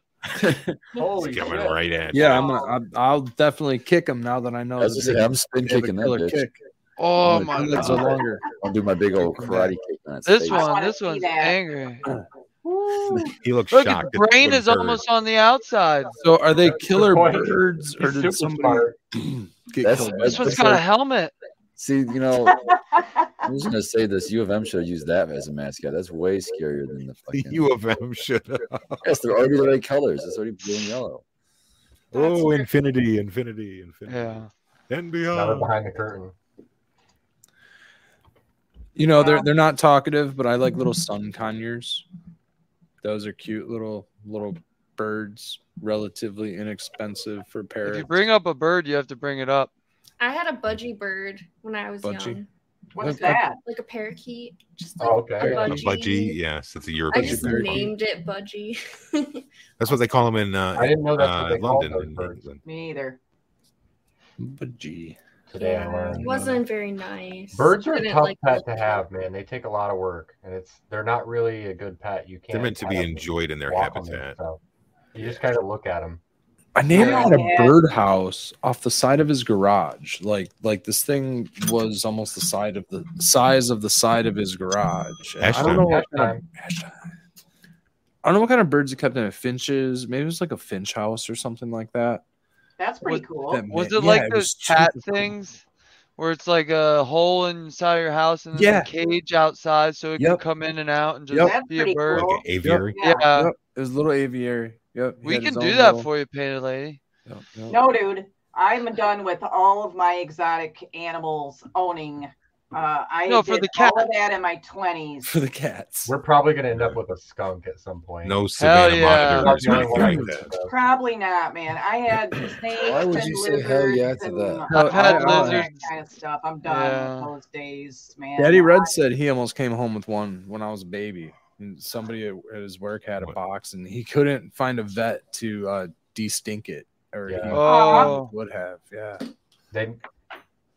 B: Holy
A: It's
B: shit.
A: coming right at you.
F: Yeah, I'm gonna, I'll, I'll definitely kick him now that I know.
E: I was just saying, I'm spin
F: they have a
E: kicking that
F: killer
E: bitch.
F: kick.
G: Oh
E: I'm
G: my
E: gonna-
F: That's a
G: god.
F: longer.
E: I'll do my big old karate kick on its
G: This
E: face.
G: one,
D: wanna
G: this
D: see
G: one's
D: that.
G: angry.
A: He looks
G: Look, his
A: shocked. that
G: brain
A: what
G: is
A: he heard.
G: almost on the outside.
F: So are they
B: That's a good
F: killer
B: point.
F: birds or
B: He's super
F: did somebody
B: smart.
F: get
E: That's-
F: killed? by
E: that's
G: This
F: them?
G: one's
E: It's
G: got a
E: like-
G: helmet.
E: See, you know, I'm just gonna say this: U of M should have used that as a mascot. That's way scarier than the
A: The
E: fucking.
A: U of M should have.
E: yes, they're already the right colors. It's already blue and yellow.
A: Oh, infinity, infinity, infinity.
G: Yeah.
A: And
B: Now they're
A: beyond.
B: behind the curtain.
F: You know, they're they're not talkative, but I like little sun conures. Those are cute little little birds, relatively inexpensive for
G: If you
F: parrots.
G: bring up a bird, you have to bring it up.
H: I had a budgie bird when I was
F: Budgie?
H: young.
D: What's
C: Okay.
D: that?
H: like a parakeet. Just like
B: Oh, okay.
A: A
H: Budgie.
A: budgie, yes, it's a
H: I
A: European.
H: just
A: parakeet.
H: named it Budgie.
A: That's what they call them in uh,
B: I didn't know that's what
A: uh,
B: they called
A: London.
B: those
A: in
B: birds.
A: England.
D: Me either.
F: But gee,
B: Today I learned.
H: It wasn't very nice.
B: Birds are a
H: Didn't
B: tough
H: like
B: pet
H: the-
B: to have, man. They take a lot of work, and it's they're not really a good pet. You can't.
A: They're meant to be
B: pet 'em and
A: enjoyed in their
B: walk 'em and
A: habitat.
B: stuff. You just kind of look at them.
F: my neighbor
D: Yeah.
F: had a
D: Yeah.
F: birdhouse off the side of his garage. Like, like this thing was almost the side of the size of the side of his garage. And I
A: Ashton.
F: don't know what uh, kind of, I don't know what kind of birds he kept in it. Finches, maybe it was like a finch house or something like that.
D: That's pretty
G: What-
D: cool.
F: that
G: Was
F: ma-
G: it like
F: yeah,
G: those
F: was
G: cat
F: super cool.
G: things where it's like a hole inside your house and then
F: Yeah.
G: a cage outside so it
F: Yep.
G: can come in and out and just
F: Yep.
D: That's
G: be a
D: pretty
G: bird?
A: Like
D: cool.
A: an aviary.
D: Yeah.
G: Yeah,
F: Yep, it was a little aviary. Yep,
G: we can do that for you, painted lady.
F: Yep, yep.
D: No, dude, I'm done with all of my exotic animals owning. Uh, I
G: No,
D: no,
G: for
D: did
G: the cat.
D: all of that in my 20s.
F: for the cats.
B: We're probably going to end up with a skunk at some point.
A: No savannah
G: yeah.
B: Not
A: monitors
B: the
A: or
B: only
A: anything
B: one I
A: like
B: can
A: that.
B: think of.
D: Probably not, man. I had snakes
E: Why would
D: and
E: you say
D: lizards
E: hell yeah to
D: and
E: that?
F: Hell,
D: all
F: I've had
D: that
G: lizards.
D: kind of stuff. I'm done
G: Yeah.
D: with those days, man.
F: Daddy Red said he almost came home with one when I was a baby. And somebody at at his work had a
A: What?
F: box, and he couldn't find a vet to uh, de-stink it, or
B: Yeah.
F: he
G: Oh,
F: would have. Yeah,
B: They,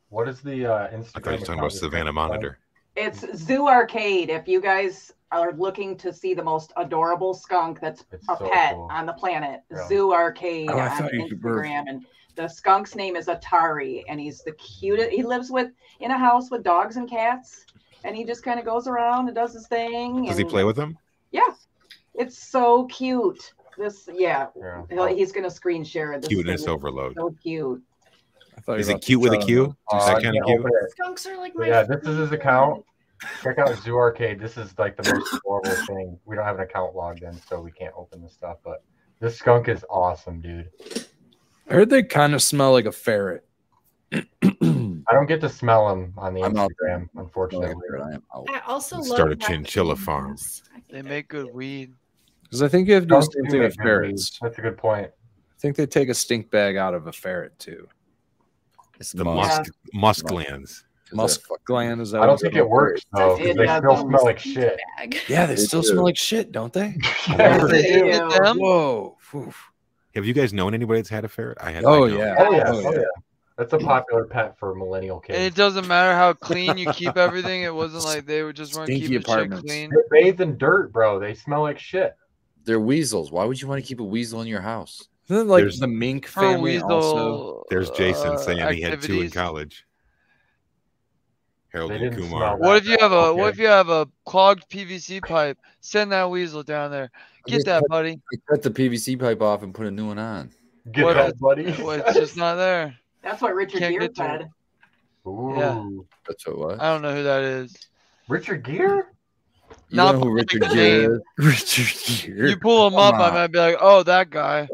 B: what is the uh, Instagram?
A: I thought you were talking
B: account
A: about
B: that's
A: Savannah
B: called?
A: Monitor.
D: It's Zoo Arcade. If you guys are looking to see the most adorable skunk that's
B: It's
D: a
B: so
D: pet
B: cool.
D: on the planet,
B: Yeah.
D: Zoo Arcade
F: Oh, I
D: on
F: thought you could birth.
D: Instagram. And the skunk's name is Atari, and he's the cutest. He lives with in a house with dogs and cats, and he just kind of goes around and does his thing.
A: Does he
D: and
A: play with them?
D: It's so cute. This, yeah,
B: Yeah.
D: he'll, he's gonna screen share it. This
A: Cuteness
D: thing is
A: overload.
D: So cute.
F: I thought you
A: Is it
F: were about to
A: cute with a
F: try
A: Q?
F: to-
A: Is
B: Uh,
A: that
B: I
A: kind of
B: can't
A: cute?
B: open it.
H: Skunks are like my.
B: Yeah, this is his account. Check out Zoo Arcade. This is like the most horrible thing. We don't have an account logged in, so we can't open this stuff. But this skunk is awesome, dude.
F: I heard they kind of smell like a ferret.
B: I don't get to smell him on the
E: I'm out there.
B: Instagram,
A: Oh,
B: unfortunately.
E: I am out.
H: I also
A: Let's
H: love
A: start a
H: raccoons.
A: chinchilla farm.
H: I think
G: they
H: that-
G: make good weed.
F: Because I think you have to do the
B: Skunks do
F: same thing
B: make
F: with
B: good
F: ferrets.
B: meat. That's a good point.
F: I think they take a stink bag out of a ferret too.
E: It's
A: The
E: must.
A: musk musk glands.
F: Musk gland is that?
B: I don't
F: what
B: think
F: it's
B: it works though. 'cause
D: It
B: Oh, They still
D: doesn't.
B: smell like shit.
H: Bag.
F: called? Yeah, they
E: They
F: still
E: do.
F: smell like shit, don't they?
B: Yes,
G: Is it-
B: they do.
G: is it them?
F: Whoa. Oof.
A: Have you guys known anybody that's had a ferret? I had. I
F: Oh
A: know.
F: yeah.
B: Oh yeah,
F: Oh,
B: oh
F: yeah.
B: yeah. That's a popular pet for millennial
G: And it
B: kids.
G: doesn't matter how clean you keep everything. It wasn't like they were just weren't
F: Stinky
G: keeping shit
F: apartments.
G: clean.
B: They bathe in dirt, bro. They smell like shit.
E: They're weasels. Why would you want to keep a weasel in your house?
F: Isn't it like
A: There's-
F: the mink
G: Her
F: family also?
G: weasel.
A: There's Jason
G: uh,
A: saying he had two in
G: activities.
A: college. Harold
B: They
A: and
B: didn't
A: Kumar.
B: smell
G: What if you have a what
B: Okay.
G: if you have a clogged PVC pipe? Send that weasel down there. Get
E: just
G: that,
E: cut-
G: buddy.
E: I cut the PVC pipe off and put a new one on.
B: Get
G: What-
B: that, buddy.
G: Well, it's just not there.
D: That's what Richard
G: Can't
D: Gere
G: get to it.
D: said.
B: Ooh.
E: That's what it was.
G: I don't know who that is.
B: Richard Gere?
E: You
G: Not
E: know who
G: like
E: Richard
G: the
E: Gere? is?
F: Richard Gere.
G: You pull him up, I
E: on.
G: might be like, oh, that guy.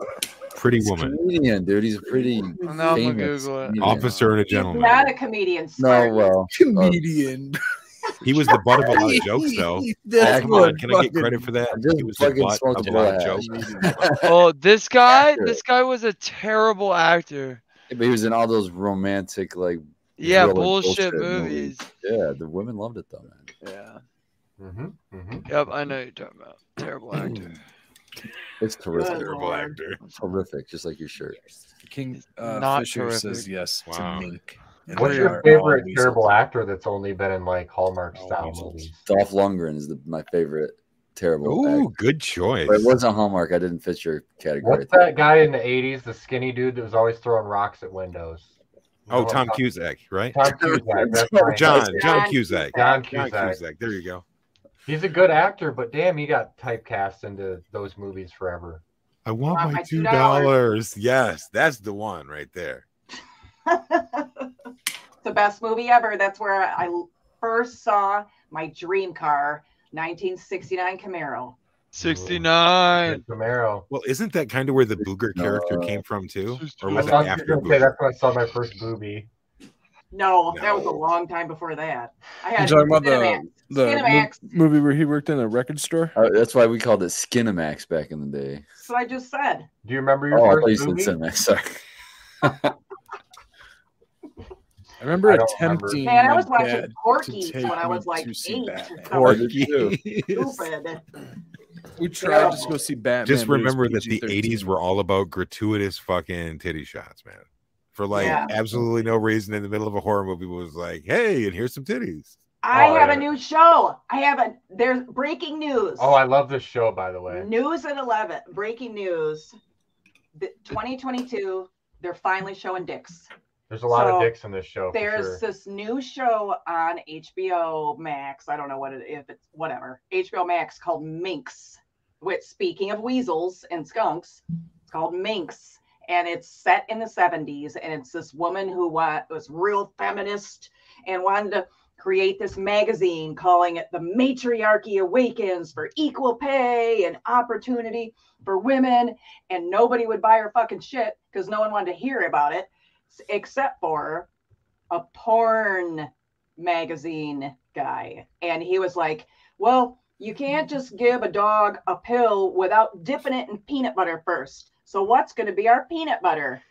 A: Pretty
E: He's a
A: woman,
E: comedian, dude. He's a pretty
G: Now I'm gonna
E: famous
G: Google it.
E: comedian.
A: officer and a
D: He's
A: gentleman.
D: not a comedian.
E: No,
D: Spartan.
E: well,
F: comedian.
A: He was the butt of a lot of jokes, though. Oh,
F: That's
A: come on,
F: what
A: can I get
F: fucking-
A: credit for that?
E: I just
A: He was the
E: fucking
A: butt
E: smoked
A: of a
E: a
A: lot
E: lot.
A: of jokes.
G: Oh, this guy?
E: Accurate.
G: This guy was a terrible actor.
E: but he was in all those romantic, like,
G: Yeah,
E: Really
G: bullshit
E: bullshit movies.
G: movies.
E: yeah, the women loved it though, man.
G: Yeah.
B: Mm-hmm. Mm-hmm.
G: Yep, I know you're talking about. Terrible actor.
E: It's terrific,
A: Terrible actor.
E: horrific, just like your shirt.
F: King uh,
G: Not
F: Fisher
G: terrific.
F: says yes
A: Wow.
F: to mink. And
B: What's
F: they are
B: your
F: all
B: favorite
F: weasels.
B: terrible actor that's only been in like Hallmark style
A: Weasels.
B: movies?
E: Dolph Lundgren is the, my favorite terrible.
A: Ooh,
E: actor.
A: good choice.
E: But it wasn't Hallmark. I didn't fit your category.
B: What's that guy in the '80s, the skinny dude that was always throwing rocks at windows? You know
A: Oh,
B: what
A: Tom
B: I'm
A: Cusack, right?
B: talking- Tom Cusack. that's
E: John-
B: right.
A: John, John
D: John
A: Cusack.
B: John
A: John
B: Cusack.
A: Cusack. There you go.
B: He's a good actor, but damn, he got typecast into those movies forever.
A: I want
D: Want
A: my
D: my
A: two
D: $2.
A: dollars. Yes, that's the one right there.
D: the best movie ever. That's where I first saw my dream car, 1969 Camaro.
G: 69.
B: Camaro.
A: Well, isn't that kind of where the Booger
E: No,
A: character
E: uh,
A: came from too, or
B: I
A: was it
B: thought you
A: after
B: were gonna say
A: Booger?
B: that's when I saw my first booby.
D: No, that was a
A: No.
D: long time before that. I
F: You
D: had
F: talking about the-
D: Cinemax.
F: The
D: Cinemax.
F: mo- movie where he worked in a record store.
E: Uh, that's why we called it Skinamax back in the day.
D: So I just said,
B: Do you remember your
E: Oh, I thought you
B: first
E: said
B: movie?
E: Cinemax. Sorry.
F: I remember
B: I don't remember.
F: attempting.
D: Man, I
F: my
D: was watching
F: dad to
D: Porky
F: take
D: when I
F: me
D: was, like,
F: to see
D: eight.
F: Batman.
A: Porky.
D: Stupid.
F: We tried to just go see Batman.
A: Just
F: but it was
A: remember that the
F: PG-13.
A: 80s were all about gratuitous fucking titty shots, man. For like
D: Yeah.
A: absolutely no reason in the middle of a horror movie was like, hey, and here's some titties.
D: I
B: Oh,
D: have
B: yeah.
D: a new show. I have a there's breaking news.
B: Oh, I love this show, by the way.
D: News at 11. Breaking news. The 2022, they're finally showing dicks.
B: There's a lot of
D: So,
B: dicks in this show. For
D: There's
B: sure.
D: this new show on HBO Max. I don't know what it if it's whatever. HBO Max called Minx. Which speaking of weasels and skunks, it's called Minx. And it's set in the 70s. And it's this woman who wa- was real feminist and wanted to create this magazine calling it The Matriarchy Awakens for Equal Pay and Opportunity for Women. And nobody would buy her fucking shit because no one wanted to hear about it s- except for a porn magazine guy. And he was like, Well, you can't just give a dog a pill without dipping it in peanut butter first. So, what's going to be our peanut butter?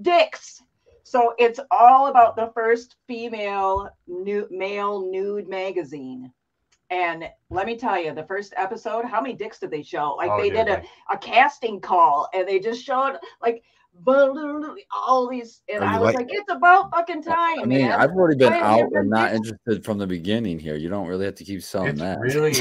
D: Dicks. So, it's all about the first female nu- male nude magazine. And let me tell you, the first episode, how many dicks did they show? Like,
B: Oh,
D: they
B: dude,
D: did a
B: like,
D: a casting call and they just showed like all these and
A: Are you
D: I was
A: like-
D: like, it's about fucking time,
E: I mean,
D: man.
E: I've already been
D: I am
E: out
D: never
E: and not
D: did-
E: interested from the beginning here. You don't really have to keep selling
B: it's
E: that.
B: really,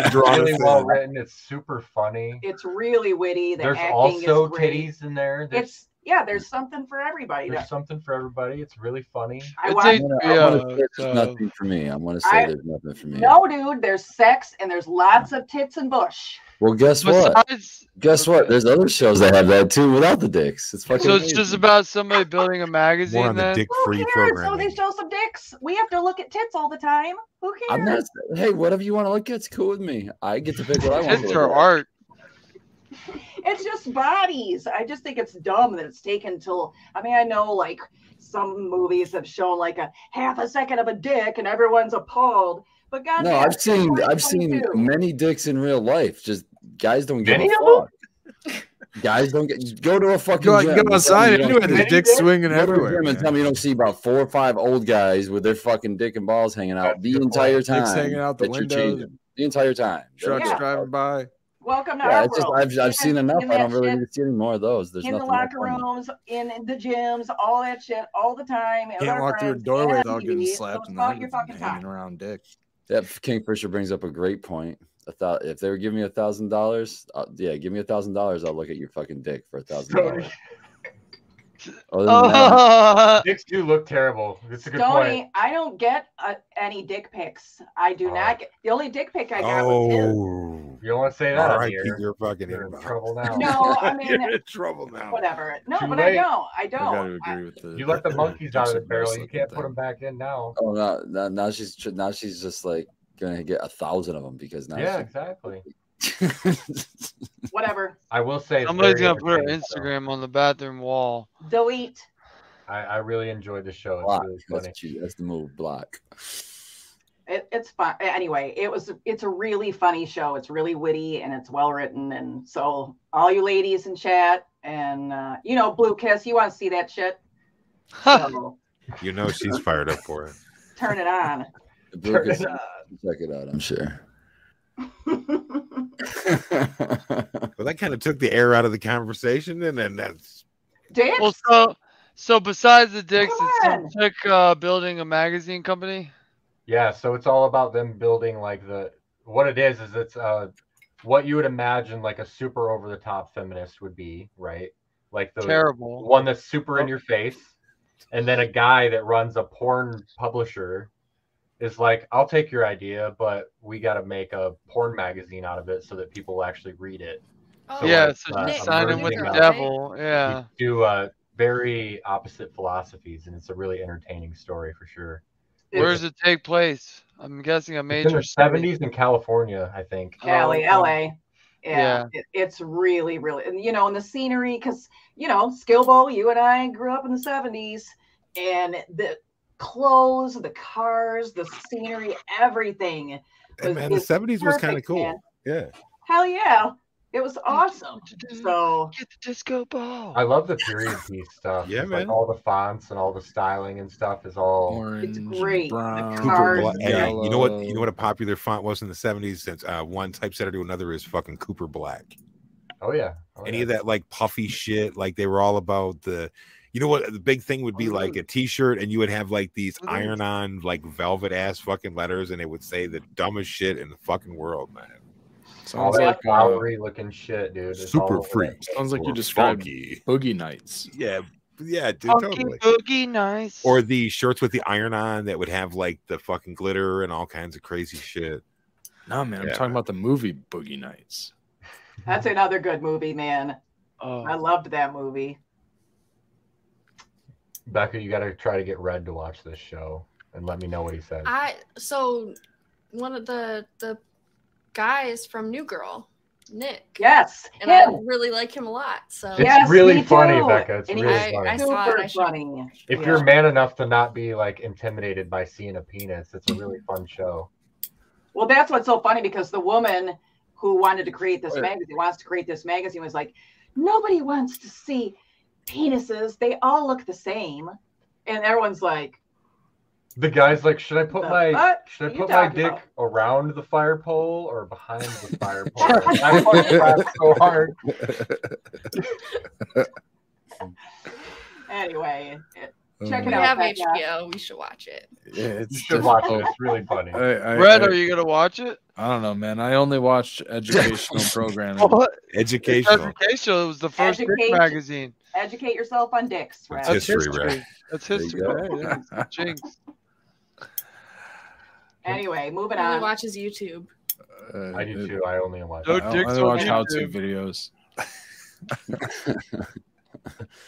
A: Not drawn
B: really
A: us
B: well
A: in.
B: written. It's super funny.
D: it's really witty. The
B: There's
D: acting
B: also
D: is great.
B: titties in there. There's,
D: It's yeah, there's something for everybody.
B: there's something for everybody. It's really funny.
D: I
G: It's
E: I
D: watched
E: wanna- I
G: Yeah,
E: wanna say there's
G: so-
E: nothing for me. I want to say
D: I-
E: there's nothing for me.
D: no dude, there's sex and there's lots of tits and bush.
E: Well, guess what?
G: Besides-
E: Guess what?
G: okay.
E: There's other shows that have that too without the dicks. It's fucking.
G: so it's just
E: amazing.
G: about somebody building a magazine.
A: More on the
G: then?
A: dick
D: Who
A: free
D: cares? So
A: programming.
D: they show some dicks. We have to look at tits all the time. Who
E: I'm not.
D: cares?
E: Hey, whatever you want to look at's cool with me. I get to pick what I want.
G: Tits
E: to
G: are
E: look at.
G: art.
D: It's just bodies. I just think it's dumb that it's taken till. I mean, I know like some movies have shown like a half a second of a dick and everyone's appalled. But God,
E: No,
D: damn,
E: I've
D: it's
E: seen I've seen
D: 2022.
E: many dicks in real life. Just guys don't give
B: Many
E: a fuck. guys don't get go to a fucking
F: Go,
E: gym.
F: go
E: and tell me
F: outside
E: you don't
F: anyway.
E: see-
F: There's dick swinging
E: go to a
F: everywhere.
E: gym and
F: man.
E: tell me you don't see about four or five old guys with their fucking dick and balls hanging out
B: That's
E: the
B: a good
E: entire
B: point.
E: time.
F: Dicks hanging out the
E: that you're
F: windows,
E: cheating. The entire time.
F: trucks
D: Yeah.
F: driving by.
D: Welcome to
E: Yeah,
D: our
E: it's just
D: world.
E: I've, I've seen
D: In-
E: enough.
D: in
E: I
D: that
E: don't really
D: shit,
E: need to see any more of those. There's
D: in the
E: nothing.
D: locker
E: like that.
D: rooms, in the gyms, all that shit, all the time. and with
F: Can't
D: our
F: walk through a
D: friends,
F: doorway
D: and
F: without getting
D: TVs, so
F: slapped
D: it's
F: in the
D: about your
F: head
D: fucking
F: with hanging
D: time.
F: around dick.
E: That King Fisher brings up a great point. A thou- if they were giving me a thousand dollars, uh, yeah, give me a thousand dollars. I'll look at your fucking dick for a thousand dollars. Other than that,
G: Oh,
B: Dicks do look terrible. It's a good point.
D: Stoney, I don't get uh, any dick pics. I do
B: Oh.
D: not get the only dick pic I got was his.
A: Oh,
B: You don't want to say that
A: all
B: on
A: right,
B: here.
A: keep your fucking
B: You're in
A: inbox.
B: trouble
F: Oh.
B: now.
D: No, I mean-
A: you're in trouble now.
D: whatever. No,
B: Too
D: but
B: late.
D: I don't. I
F: I gotta
D: don't. I-
F: agree with the.
B: You
A: uh,
B: let the monkeys out of the
F: Gross
B: barrel. You
F: looking
B: can't put
F: thing.
B: them back in now.
E: oh no, no, now she's tr- now she's just like gonna get a thousand of them because now
B: Yeah, exactly.
E: she-
D: whatever.
B: I will say it's
G: somebody's
B: very
G: gonna put her
B: entertaining, though.
G: Instagram on the bathroom wall.
D: Delete.
B: I, I really enjoyed the show.
E: block.
B: It's really
E: That's,
B: funny.
E: what she- that's the move. Block.
D: It, it's fun. Anyway, it was. It's a really funny show. It's really witty and it's well written. And so, all you ladies in chat and uh, you know, Blue Kiss, you want to see that shit? So,
A: You know she's fired up for it.
D: turn it on.
E: The
B: Turn
E: Brooke is-
B: it
E: check it out. I'm sure.
A: Well, that kind of took the air out of the conversation, and then that's
D: Dicks.
G: Well, so so besides the dicks, it's some
D: on.
G: chick uh, building a magazine company.
B: Yeah, so it's all about them building like the what it is is it's uh what you would imagine like a super over the top feminist would be, right? Like the
G: Terrible.
B: one that's super in your face, and then a guy that runs a porn publisher is like, I'll take your idea, but we got to make a porn magazine out of it so that people will actually read it. So
G: yeah,
B: it's,
G: so
B: uh,
G: she's
B: a
G: signing
B: virgin
G: with the
B: girl,
G: devil. Yeah.
B: We do uh, very opposite philosophies, and it's a really entertaining story for sure.
D: It's
G: Where does it take place? I'm guessing a
B: It's in
G: major
B: the
G: city.
B: seventies in California, I think.
D: Cali,
G: Oh,
D: LA. Yeah, It, it's really, really, and you know, and the scenery, because you know, Skill Bowl, you and I grew up in the '70s, and the clothes, the cars, the scenery, everything.
A: and man, the
D: It's
A: seventies was kind of
D: perfect,
A: cool.
D: man.
A: Yeah,
D: Hell yeah, It was awesome. So
G: Get the disco ball.
B: I love the period piece stuff.
A: Yeah,
B: It's
A: man.
B: Like all the fonts and all the styling and stuff is all.
F: Orange,
D: great. The
F: brown,
D: colours.
A: Bla- hey, you know what? You know
F: yellow.
A: what a popular font was in the '70s. Since uh, one typesetter to another is fucking Cooper Black.
B: Oh yeah. Oh,
A: Any
B: yeah.
A: of that like puffy shit, like they were all about the. You know what? The big thing would be like a
D: Mm-hmm.
A: T-shirt, and you would have like these
G: Mhm.
A: iron-on, like velvet-ass fucking letters, and it would say the dumbest shit in the fucking world, man.
B: All
F: Sounds
B: that
F: like, uh,
B: flowery looking shit, dude. It's all
A: Super
B: over
A: freak.
F: sounds like you
A: or
F: described
A: funky.
F: boogie nights.
A: Yeah, yeah, dude,
G: Funky
A: totally.
G: boogie, nice.
A: Or the shirts with the iron on that would have like the fucking glitter and all kinds of crazy shit.
F: No, man, I'm
A: Yeah,
F: talking about the movie Boogie Nights.
D: that's another good movie, man. I
G: oh,
D: loved that movie.
B: it. Becca, you got to try to get Red to watch this show and let me know what he says.
H: I so one of the the guys from New Girl, Nick.
D: Yes,
H: And I
D: him.
H: really like him a lot. So
B: It's really funny, Becca. It's
D: And he
B: really
D: was
B: funny.
H: I saw it,
D: super
H: I should-
D: funny.
B: if
D: Yeah.
B: you're man enough to not be like intimidated by seeing a penis, it's a really fun show.
D: Well, that's what's so funny because the woman who wanted to create this magazine wants to create this magazine was like, nobody wants to see penises. They all look the same, and everyone's like,
B: The guy's like, should I put
D: The
B: my
D: fuck
B: should
D: are
B: I
D: you
B: put my
D: talking
B: dick
D: about?"
B: around the fire pole or behind the fire pole? I fucking laughed so hard.
D: anyway. it- check
H: we
D: it out.
H: have
D: Becca.
H: HBO. We should watch it.
F: Yeah, it's
B: You should watch it.
F: difficult.
B: It's really funny.
F: I, I,
G: Red,
F: I-
G: are you gonna watch it?
F: I don't know, man. I only watched educational programming.
B: Oh.
G: What? It's
A: Educational.
G: educational. It was the first dick
D: Education.
G: magazine.
D: Educate yourself on dicks, right?
A: That's history, Red.
G: That's
E: There you
G: history.
E: go.
G: right? Yeah, it's Jinx.
D: Anyway, moving
H: He only
D: on.
H: watches YouTube.
F: Uh,
B: I do too. I only watch.
G: Dude.
F: I,
G: Dicks
F: I
G: on
F: watch how-to
G: YouTube.
F: videos.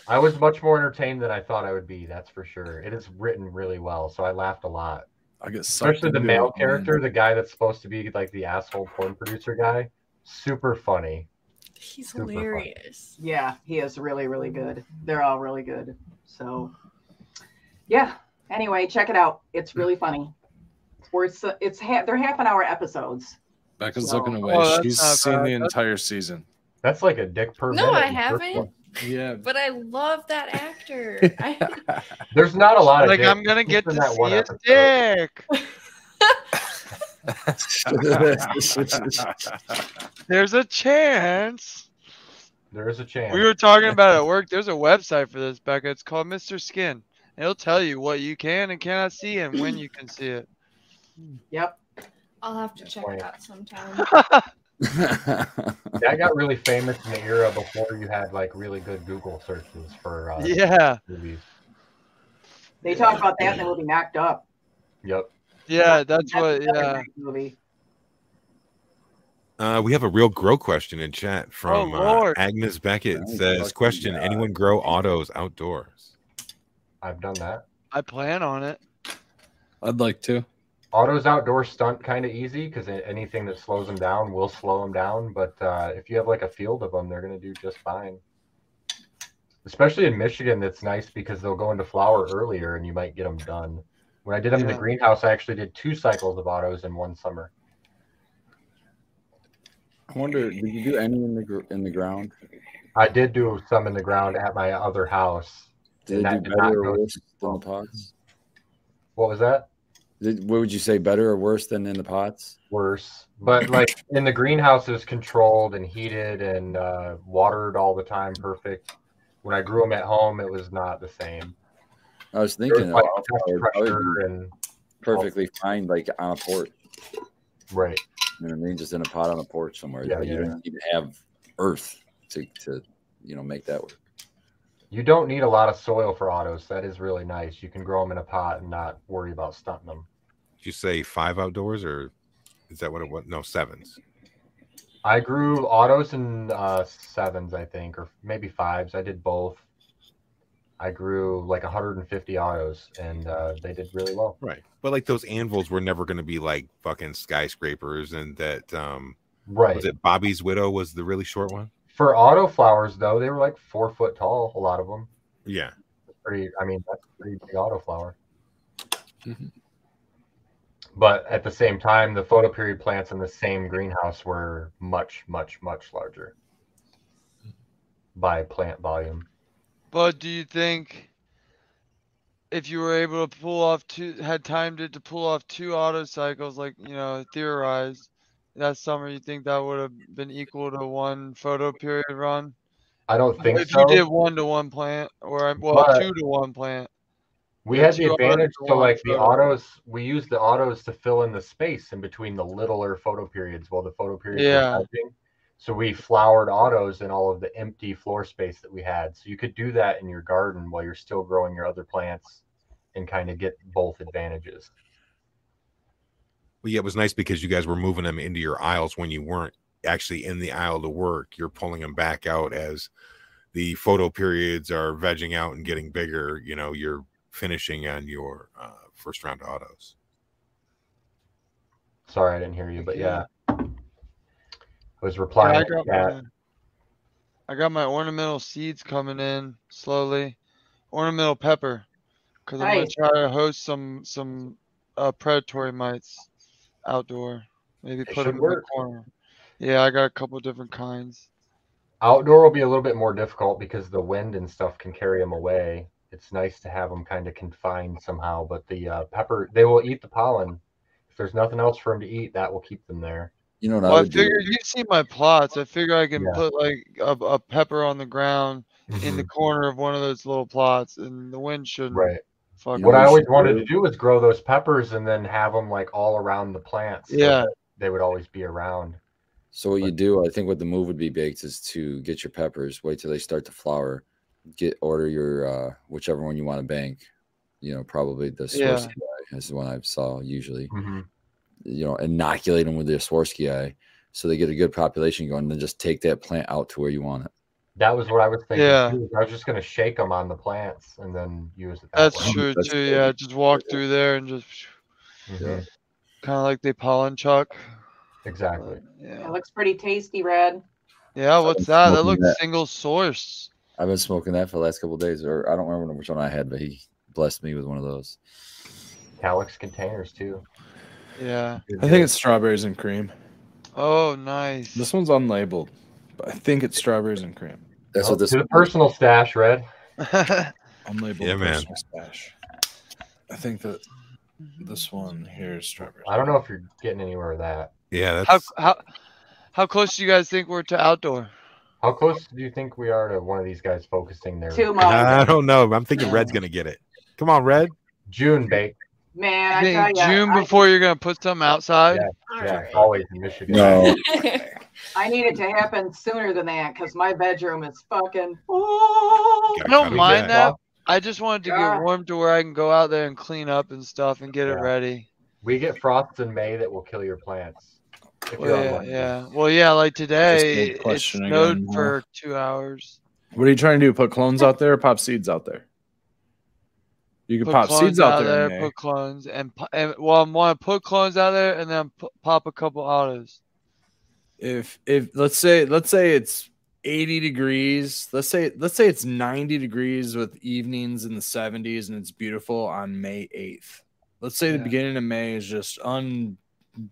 B: I was much more entertained than I thought I would be. That's for sure. It is written really well, so I laughed a lot.
F: I get sucked
B: Especially the
F: into
B: male
F: it, Mm. man.
B: character, the guy that's supposed to be like the asshole porn producer guy. Super funny.
H: He's
B: Super funny.
H: hilarious.
D: Yeah, he is really, really good. They're all really good. So, yeah. Anyway, check it out. It's really funny. It's worth. It's ha- they're half an hour episodes.
F: Becca's
D: Oh,
F: looking away.
G: that's
F: She's
G: not
F: seen
G: bad.
F: the
G: That's-
F: entire season.
B: That's like a dick per
H: No,
B: minute
H: I
B: in the first
H: haven't.
B: one.
F: Yeah.
H: But I love that actor. I,
B: There's not a lot of
G: Like
B: dick
G: I'm gonna
B: just
G: get
B: in
G: to
B: that one
G: see his
B: episode.
G: dick. There's a chance.
B: There is a chance.
G: We were talking about it at work. There's a website for this, Becca. It's called Mr. Skin. It'll tell you what you can and cannot see and when you can see it.
D: Yep.
H: I'll have to check it out sometime.
B: that got really famous in the era before you had like really good Google searches for uh,
G: Yeah.
B: movies.
D: They talk about that in the movie Knocked Up.
B: Yep.
G: Yeah, that's what
D: another
G: yeah.
D: great Movie.
A: Uh, we have a real grow question in chat from uh,
G: Lord.
A: Agnes Beckett. It
E: Oh,
A: says,
E: fucking
A: "Question:
E: God.
A: Anyone grow autos outdoors?"
B: I've done that.
G: I plan on it.
F: I'd like to.
B: Auto's outdoor stunt kind of easy because anything that slows them down will slow them down. But uh, if you have like a field of them, they're going to do just fine. Especially in Michigan, that's nice because they'll go into flower earlier and you might get them done. When I did them in
G: Yeah.
B: the greenhouse, I actually did two cycles of autos in one summer.
E: I wonder, did you do any in the gr- in the ground?
B: I did do some in the ground at my other house.
E: Did
B: Not-
E: it do
B: did not
E: better
B: go
E: or worse than the pots?
B: What was that?
E: Did, what would you say, better or worse than in the pots?
B: worse. But like in the greenhouse, it was controlled and heated and uh, watered all the time, perfect. When I grew them at home, it was not the same.
E: I was
B: There was,
E: thinking
B: like,
E: oh,
B: test
E: I would probably
B: pressure
E: be
B: and
E: perfectly fine, like on a porch.
B: right.
E: You know what I mean? Just in a pot on a porch somewhere.
B: Yeah,
E: Yeah, You
B: yeah.
E: don't even have earth to, to you know make that work.
B: You don't need a lot of soil for autos. That is really nice. You can grow them in a pot and not worry about stunting them.
A: Did you say five outdoors, or is that what it was? No, sevens.
B: I grew autos in uh, sevens, I think, or maybe fives. I did both. I grew like 150 autos, and uh, they did really well.
A: Right, but like those anvils were never going to be like fucking skyscrapers, and that um,
B: Right.
A: was it Bobby's widow was the really short one.
B: For auto flowers, though, they were like four foot tall. A lot of them.
A: Yeah,
G: Mm-hmm.
B: pretty. I mean, that's a pretty big auto flower.
F: Mhm.
B: But at the same time, the photoperiod plants in the same greenhouse were much, much, much larger
G: Mm-hmm.
B: by plant volume.
G: But do you think if you were able to pull off two, had time to, to pull off two auto cycles, like, you know, theorized that summer, you think that would have been equal to one photo period run?
B: I don't think
G: if
B: so.
G: you did one to one plant or, well,
B: But-
G: two to one plant,
B: We
G: Yeah,
B: had the
G: two autos
B: advantage
G: to
B: to
G: one
B: like the
G: photo.
B: autos. We used the autos to fill in the space in between the littler photo periods while the photo periods
G: Yeah.
B: were touching. So we flowered autos in all of the empty floor space that we had. So you could do that in your garden while you're still growing your other plants and kind of get both advantages.
A: Well, yeah, it was nice because you guys were moving them into your aisles when you weren't actually in the aisle to work. You're pulling them back out as the photo periods are vegging out and getting bigger. You know, you're finishing on your uh, first round autos.
B: Sorry, I didn't hear you, but
G: Okay.
B: yeah. I was
G: Yeah,
B: replying
G: I
B: to
G: got
B: that.
G: my- I got my ornamental seeds coming in slowly. Ornamental pepper, because I'm
D: Nice.
G: gonna try to host some some uh, predatory mites outdoor. Maybe
B: It
G: put
B: should
G: them in the
B: work.
G: corner. Yeah, I got a couple different kinds.
B: Outdoor will be a little bit more difficult because the wind and stuff can carry them away. It's nice to have them kind of confined somehow, but the uh, pepper, they will eat the pollen. If there's nothing else for them to eat, that will keep them there.
E: You know what
G: Well,
E: I
G: I
E: would do?
G: figured you see my plots. I figure I can
B: Yeah. Mm-hmm.
G: put like a, a pepper on the ground in
E: Mm-hmm.
G: the corner of one of those little plots, and the wind shouldn't
B: Right.
G: fuck.
E: You
B: What
E: know
G: with
B: I
E: what
G: it.
E: you
B: always
E: should
B: wanted
E: do?
B: to do was grow those peppers and then have them like all around the plants. so
G: Yeah.
B: that They would always be around.
E: So what you do, I think, what the move would be, baked, is to get your peppers, wait till they start to flower, get order your uh, whichever one you want to bank. You know, probably the
G: Yeah.
E: Swarovski eye is the one I saw usually.
B: Mhm.
E: You know, inoculate them with the Swarovski eye, so they get a good population going. Then just take that plant out to where you want it.
B: That was what I was thinking.
G: Yeah.
B: too, is I was just going to shake them on the plants and then use it. That
G: That's
B: way.
G: true
E: That's
G: too.
E: good.
G: Yeah, just walk through there and just
B: Mhm.
G: kind of like they pollen chuck.
B: Exactly.
G: But, yeah.
D: It looks pretty tasty, Red.
G: Yeah, what's that? That
E: smoking
G: looks
E: that.
G: single source.
E: I've been smoking that for the last couple of days, or I don't remember which one I had, but he blessed me with one of those.
B: Calyx containers too.
G: Yeah.
F: I think it's strawberries and cream.
G: Oh, nice.
F: This one's unlabeled, but I think it's strawberries and cream.
E: That's
B: Oh,
E: what this
B: to the personal stash, Red.
F: Unlabeled
A: Yeah, man.
F: personal stash. I think that this one here is strawberries.
B: I don't know if you're getting anywhere with that.
A: Yeah,
G: how,
A: that's
G: how how close do you guys think we're to outdoor?
B: How close do you think we are to one of these guys focusing their
D: Too much.
A: I don't know. I'm thinking Red's gonna get it. Come on, Red.
B: June bake?
D: Man,
G: You
D: I tell
G: think
D: ya,
G: June
D: I-
G: before you're gonna put something outside?
B: Yeah.
H: All
B: Yeah,
H: right.
B: always in Michigan.
E: No,
D: I need it to happen sooner than that because my bedroom is fucking. Oh,
A: Yeah,
G: I don't
A: gotta
G: mind
A: do
G: that. I just wanted to
D: Yeah.
G: get warm to where I can go out there and clean up and stuff and get it
B: Yeah.
G: ready.
B: We get frosts in May that will kill your plants. If you're
G: Well, yeah,
B: unlucky.
G: yeah. Well, yeah. Like today, it
F: question
G: snowed
F: again, huh?
G: for two hours.
F: What are you trying to do? Put clones out there or pop seeds out there? You can
G: put
F: pop
G: clones
F: seeds out there. in May.
G: put clones, and, pu- and well, I want to put clones out there and then p- pop a couple autos.
F: if if let's say let's say it's 80 degrees let's say let's say it's 90 degrees with evenings in the 70s and it's beautiful on may 8th let's say the
G: Yeah.
F: beginning of may is just un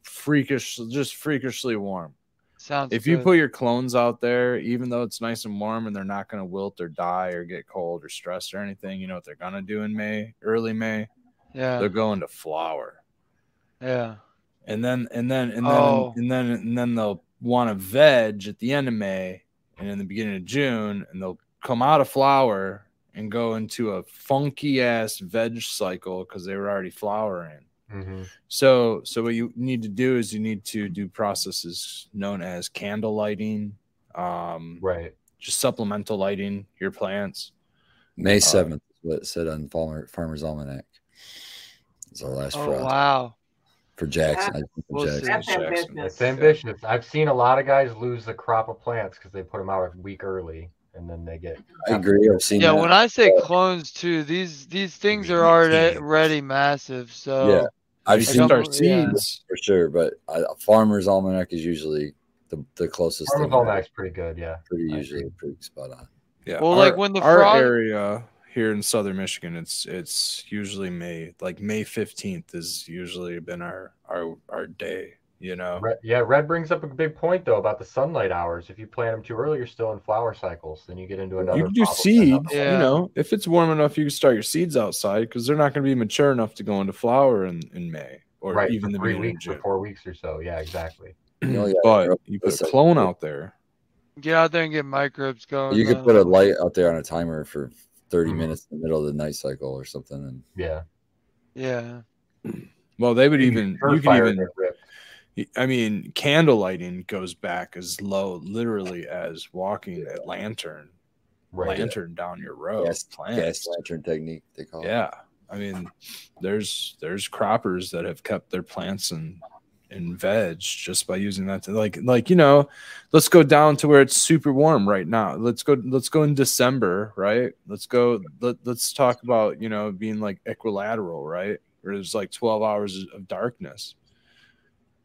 F: freakish just freakishly warm
G: Sounds.
F: if you
G: good.
F: put your clones out there even though it's nice and warm and they're not going to wilt or die or get cold or stressed or anything you know what they're going to do in may early may
G: yeah,
F: they're going to flower
G: yeah,
F: and then and then and then
G: Oh.
F: and then and then they'll want to veg at the end of May and in the beginning of June, and they'll come out of flower and go into a funky ass veg cycle because they were already flowering.
B: Mhm.
F: So so what you need to do is you need to do processes known as candle lighting, um,
B: Right.
F: just supplemental lighting your plants.
E: May seventh, is what it said on Farmer, Farmer's Almanac. It's our last
G: Oh
E: frost
G: wow.
E: for Jackson. I think of
G: We'll
E: Jackson.
G: see.
D: that's
F: Jackson.
D: ambitious.
B: It's ambitious. I've seen a lot of guys lose a crop of plants because they put them out a week early and then they get.
E: I agree. I've seen
G: Yeah,
E: that.
G: when I say clones too, these these things are already,
A: Meaty.
G: already massive. So
E: Yeah. I've
F: You
E: seen
F: can
G: don't-
F: start
G: yeah.
F: seeds.
E: for sure, but I, Farmer's Almanac is usually the, the closest
B: Farmer's
E: thing.
B: Almanac's pretty good, yeah.
E: Pretty
B: I
E: usually pretty spot on.
F: Yeah.
G: Well, like when the
F: our
G: frog-
F: area here in southern Michigan, it's it's usually May like May fifteenth is usually been our our our day. You know,
B: Red, yeah, Red brings up a big point though about the sunlight hours. If you plant them too early, you're still in flower cycles. Then you get into another.
F: you can do
B: problem.
F: seeds.
G: Yeah.
F: You know, if it's warm enough, you can start your seeds outside because they're not going to be mature enough to go into flower in, in May or
B: right,
F: even
B: for
F: the
B: three
F: beginning
B: weeks
F: of
B: or
F: June.
B: four weeks or so. Yeah, exactly.
E: You only got
F: But you put a
E: Listen.
F: clone out there.
G: Get out there and get microbes
F: Oh,
G: going.
E: You could
G: though.
E: put a light out there on a timer for 30
F: Mm-hmm.
B: Mhm.
E: minutes in the middle of the night cycle or something. And
B: Yeah,
G: Yeah.
F: Well, they would even
B: Her
F: you could
B: fire
F: even
B: got ripped.
F: I mean, candle lighting goes back as low, literally, as walking a lantern,
B: right.
F: lantern down your road.
E: Gas- gas
F: plants.
E: lantern technique, they call it.
F: Yeah, I mean, there's there's croppers that have kept their plants and and veg just by using that. To, like like you know, let's go down to where it's super warm right now. Let's go let's go in December, right? Let's go let, let's talk about you know being like equilateral, right? Where there's like 12 hours of darkness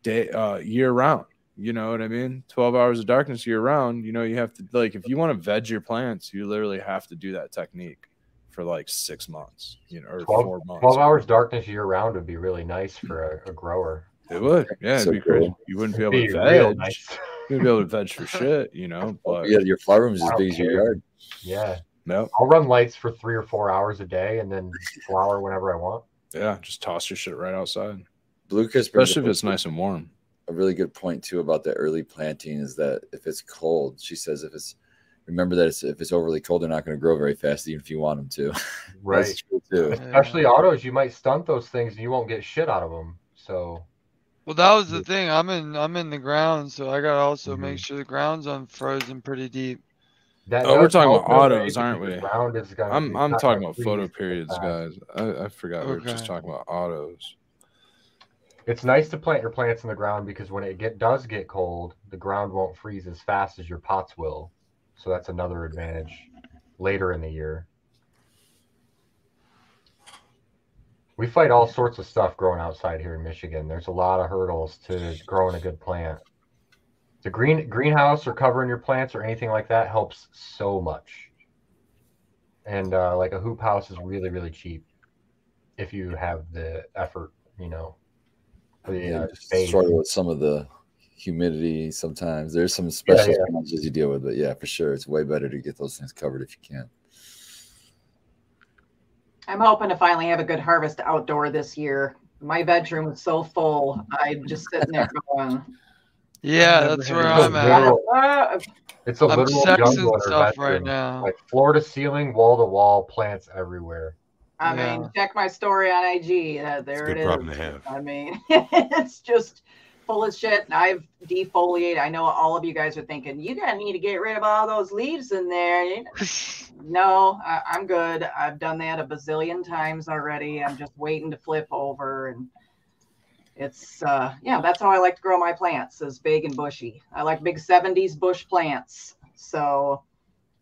F: day uh year round. You know what I mean? 12 hours of darkness year round. You know, you have to like if you want to veg your plants, you literally have to do that technique for like six months, you know, or
B: 12
F: four months.
B: Twelve hours darkness year round would be really nice for a, a grower.
F: It would, yeah, it'd
E: So
F: be crazy.
E: cool.
F: You wouldn't be able
B: Be
F: to
B: real
F: veg.
B: nice. Oh,
F: You'd be able to veg for shit, you know. But
E: You got- your flower room is as
B: I don't
E: big as your
B: care.
E: yard.
B: Yeah,
F: no,
B: I'll run lights for three or four hours a day, and then flower whenever I want.
F: yeah, just toss your shit right outside,
E: Blue crisp brings
F: especially
E: up
F: if it's nice and warm.
E: a really good point too about the early planting is that if it's cold, she says if it's remember that it's, if it's overly cold, they're not going to grow very fast, even if you want them to.
B: Right.
E: That's true too.
B: Especially autos, you might stunt those things, and you won't get shit out of them. So
G: Well, that was the thing. I'm in. I'm in the ground, so I gotta also
F: Mm-hmm.
G: make sure the ground's unfrozen pretty deep.
B: that.
F: Oh, we're
B: does
F: talking
B: help,
F: about
B: though,
F: autos,
B: because
F: aren't we?
B: the Ground is gonna.
F: I'm
B: it's
F: I'm
B: not
F: talking
B: gonna
F: about photo
B: freeze.
F: periods, guys. I, I
B: Oh,
F: forgot we were just
G: Okay.
F: talking about autos.
B: It's nice to plant your plants in the ground because when it get does get cold, the ground won't freeze as fast as your pots will. So that's another advantage later in the year. We fight all sorts of stuff growing outside here in Michigan. There's a lot of hurdles to growing a good plant. The green greenhouse or covering your plants or anything like that helps so much. And uh, like a hoop house is really really cheap if you have the effort, you know. for the,
E: Yeah,
B: uh,
E: you just
B: space.
E: struggle with some of the humidity sometimes. There's some special
B: yeah.
E: challenges you deal with, but yeah, for sure, it's way better to get those things covered if you can.
D: I'm hoping to finally have a good harvest outdoor this year. My bedroom is so full. I'm just sitting there going,
G: Yeah,
F: Never
G: that's
F: had
G: where
F: it.
G: I'm at.
B: Literal-
D: "Ah,
B: It's a
G: I'm
B: literal jungle
G: sexing
B: in our
G: stuff right
B: bedroom.
G: now.
B: Like floor to ceiling, wall to wall, plants everywhere.
D: I mean, check my story on IG. Uh,
A: It's a
D: there
A: good
D: it is.
A: problem to have.
D: I mean, it's just full of shit. And I've defoliated. I know all of you guys are thinking, you gotta need to get rid of all those leaves in there. You know, No, I, I'm good. I've done that a bazillion times already. I'm just waiting to flip over and it's uh yeah, that's how I like to grow my plants is big and bushy. I like big 70s bush plants. So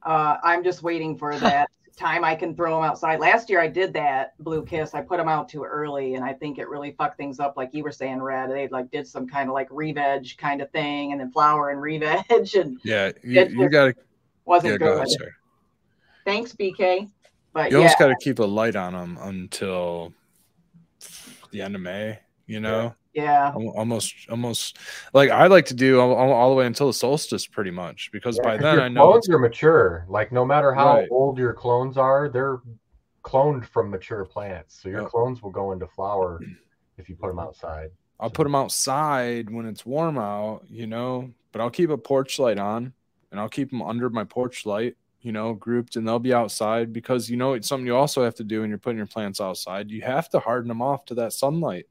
D: uh I'm just waiting for that time I can throw them outside. Last year I did that blue kiss. I put them out too early and I think it really fucked things up like you were saying red. They like did some kind of like re-veg kind of thing and then flower and re-veg and
F: Yeah, you,
D: That's
F: you
D: just-
F: gotta
D: wasn't
F: yeah, go
D: good.
F: ahead, sir.
D: Thanks BK. But
F: You
D: yeah.
F: almost gotta keep a light on them until the end of May. You know,
D: Yeah.
F: Al- almost almost like I like to do all, all- all the way until the solstice, pretty much, because
B: Yeah,
F: by
B: 'cause
F: then
B: your
F: I know
B: clones
F: it's,
B: are mature. Like no matter how
F: Right.
B: old your clones are, they're cloned from mature plants. So your
F: Yeah.
B: clones will go into flower if you put them outside.
F: I'll put them outside when it's warm out, you know. But I'll keep a porch light on, and I'll keep them under my porch light, you know, grouped, and they'll be outside because you know it's something you also have to do when you're putting your plants outside. You have to harden them off to that sunlight.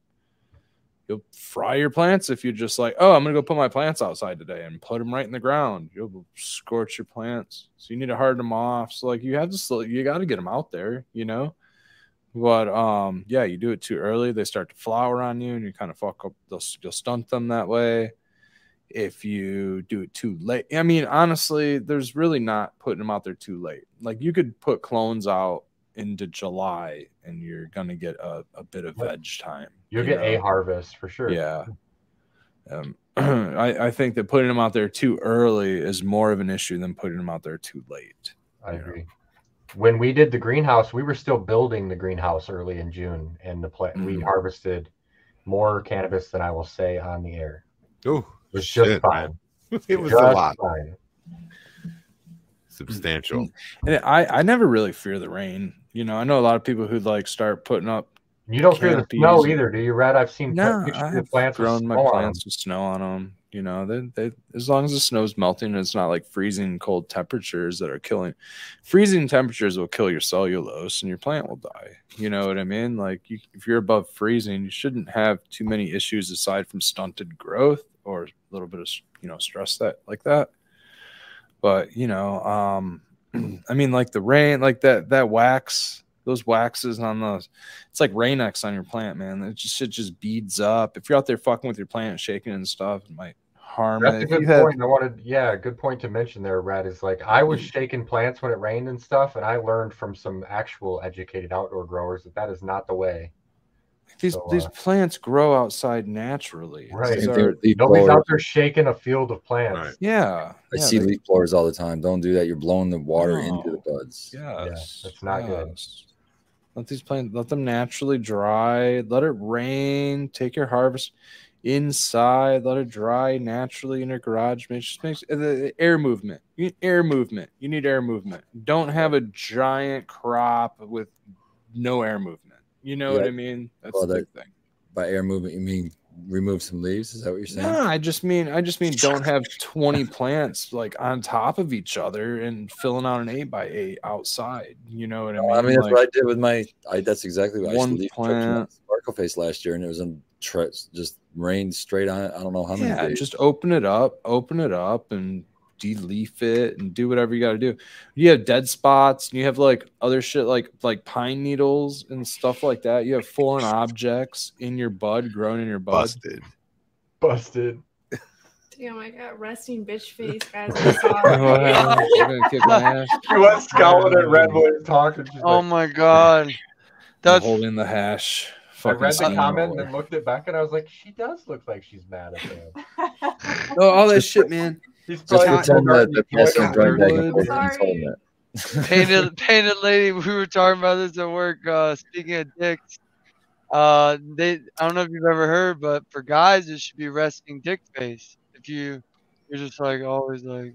F: You'll fry your plants if you're just like, oh, I'm gonna go put my plants outside today and put them right in the ground. You'll scorch your plants, so you need to harden them off. So like, you have to, slow, you got to get them out there, you know. But um, yeah, you do it too early, they start to flower on you, and you kind of fuck up. They'll, you'll stunt them that way. If you do it too late, I mean, honestly, there's really not putting them out there too late. Like you could put clones out into July, and you're gonna get a, a bit of veg time.
B: You'll
F: you
B: get a
F: know?
B: harvest for sure.
F: Yeah. Um, I, I think that putting them out there too early is more of an issue than putting them out there too late.
B: I
F: Yeah.
B: agree. when we did the greenhouse, we were still building the greenhouse early in June, and the plant we
F: Mhm.
B: harvested more cannabis than I will say on the air.
A: Oh,
B: It was just
A: shit,
B: fine.
A: man. It was a
B: Just
A: lot.
B: fine.
A: Substantial.
F: And I, I never really fear the rain. You know, I know a lot of people who like start putting up.
B: You don't fear the
F: Canopies.
B: snow either, do you, Red? I've seen
F: No,
B: pictures
F: I
B: of
F: have
B: plants with
F: grown my
B: snow on
F: plants with snow on them. You know, they, they as long as the snow's melting and it's not like freezing cold temperatures that are killing. Freezing temperatures will kill your cellulose and your plant will die. You know what I mean? Like you, if you're above freezing, you shouldn't have too many issues aside from stunted growth or a little bit of you know stress that like that. But you know, um, I mean, like the rain, like that that wax, those waxes on those it's like Rain-X on your plant, man. It just it just beads up. If you're out there fucking with your plant, shaking it and stuff, it might harm
B: That's
F: it.
B: a
F: If
B: good
F: you have-
B: point. I wanted, yeah, a good point to mention there, Red, is like I was
E: Mm.
B: shaking plants when it rained and stuff, and I learned from some actual educated outdoor growers that that is not the way.
F: these
B: So, uh,
F: these plants grow outside naturally.
B: Right.
F: These
E: Same
F: are-
E: thing with leaf
B: Nobody's
E: blowers.
B: out there shaking a field of plants.
A: Right.
F: yeah.
E: I
F: yeah,
E: see
F: they-
E: leaf blowers all the time. Don't do that. You're blowing the water into the
F: No.
E: buds.
F: Yes.
B: that's not good.
F: yes. Let these plants let them naturally dry. Let it rain. Take your harvest inside. Let it dry naturally in your garage. It just makes the, the air movement. You need air movement. You need air movement. Don't have a giant crop with no air movement. You know what
E: Yeah.
F: I mean? That's
E: Well,
F: the big thing.
E: By air movement, you mean remove some leaves? Is that what you're saying?
F: No, I just mean I just mean don't have twenty plants like on top of each other and filling out an eight by eight outside. You know what I mean?
E: I mean, that's
F: Like-
E: what I did with my. I, that's exactly what I
F: One
E: used to leaf tripped my
F: plant.
E: sparkle face last year, and it was in tre- just rained straight on it. I don't know how many.
F: yeah,
E: days.
F: just open it up, open it up, and deleaf it, and do whatever you got to do. You have dead spots, and you have like other shit, like like pine needles and stuff like that. You have foreign objects in your bud, growing in your bud.
A: Busted.
B: Busted.
H: Damn, I got resting bitch face, guys.
F: Wow,
H: I'm
F: you're gonna kick my ass.
B: She was
F: scowling at Red
B: when he's talking.
G: Oh my god,
F: I'm
G: that's
F: holding the hash.
B: I
F: Fucking
B: read the
F: steamroller.
B: comment and then looked it back, and I was like, she does look like she's mad at him.
F: No, Oh, all that shit, man.
B: He's
E: Just
B: probably
E: pretend that
B: forgotten
E: the
B: he told
E: pastor's
B: her
E: going back
F: wood.
E: and forth and
H: Sorry.
E: told him that.
G: painted painted lady. We were talking about this at work. Uh, speaking of dicks, uh, they I don't know if you've ever heard, but for guys it should be resting dick face. If you you're just like always like,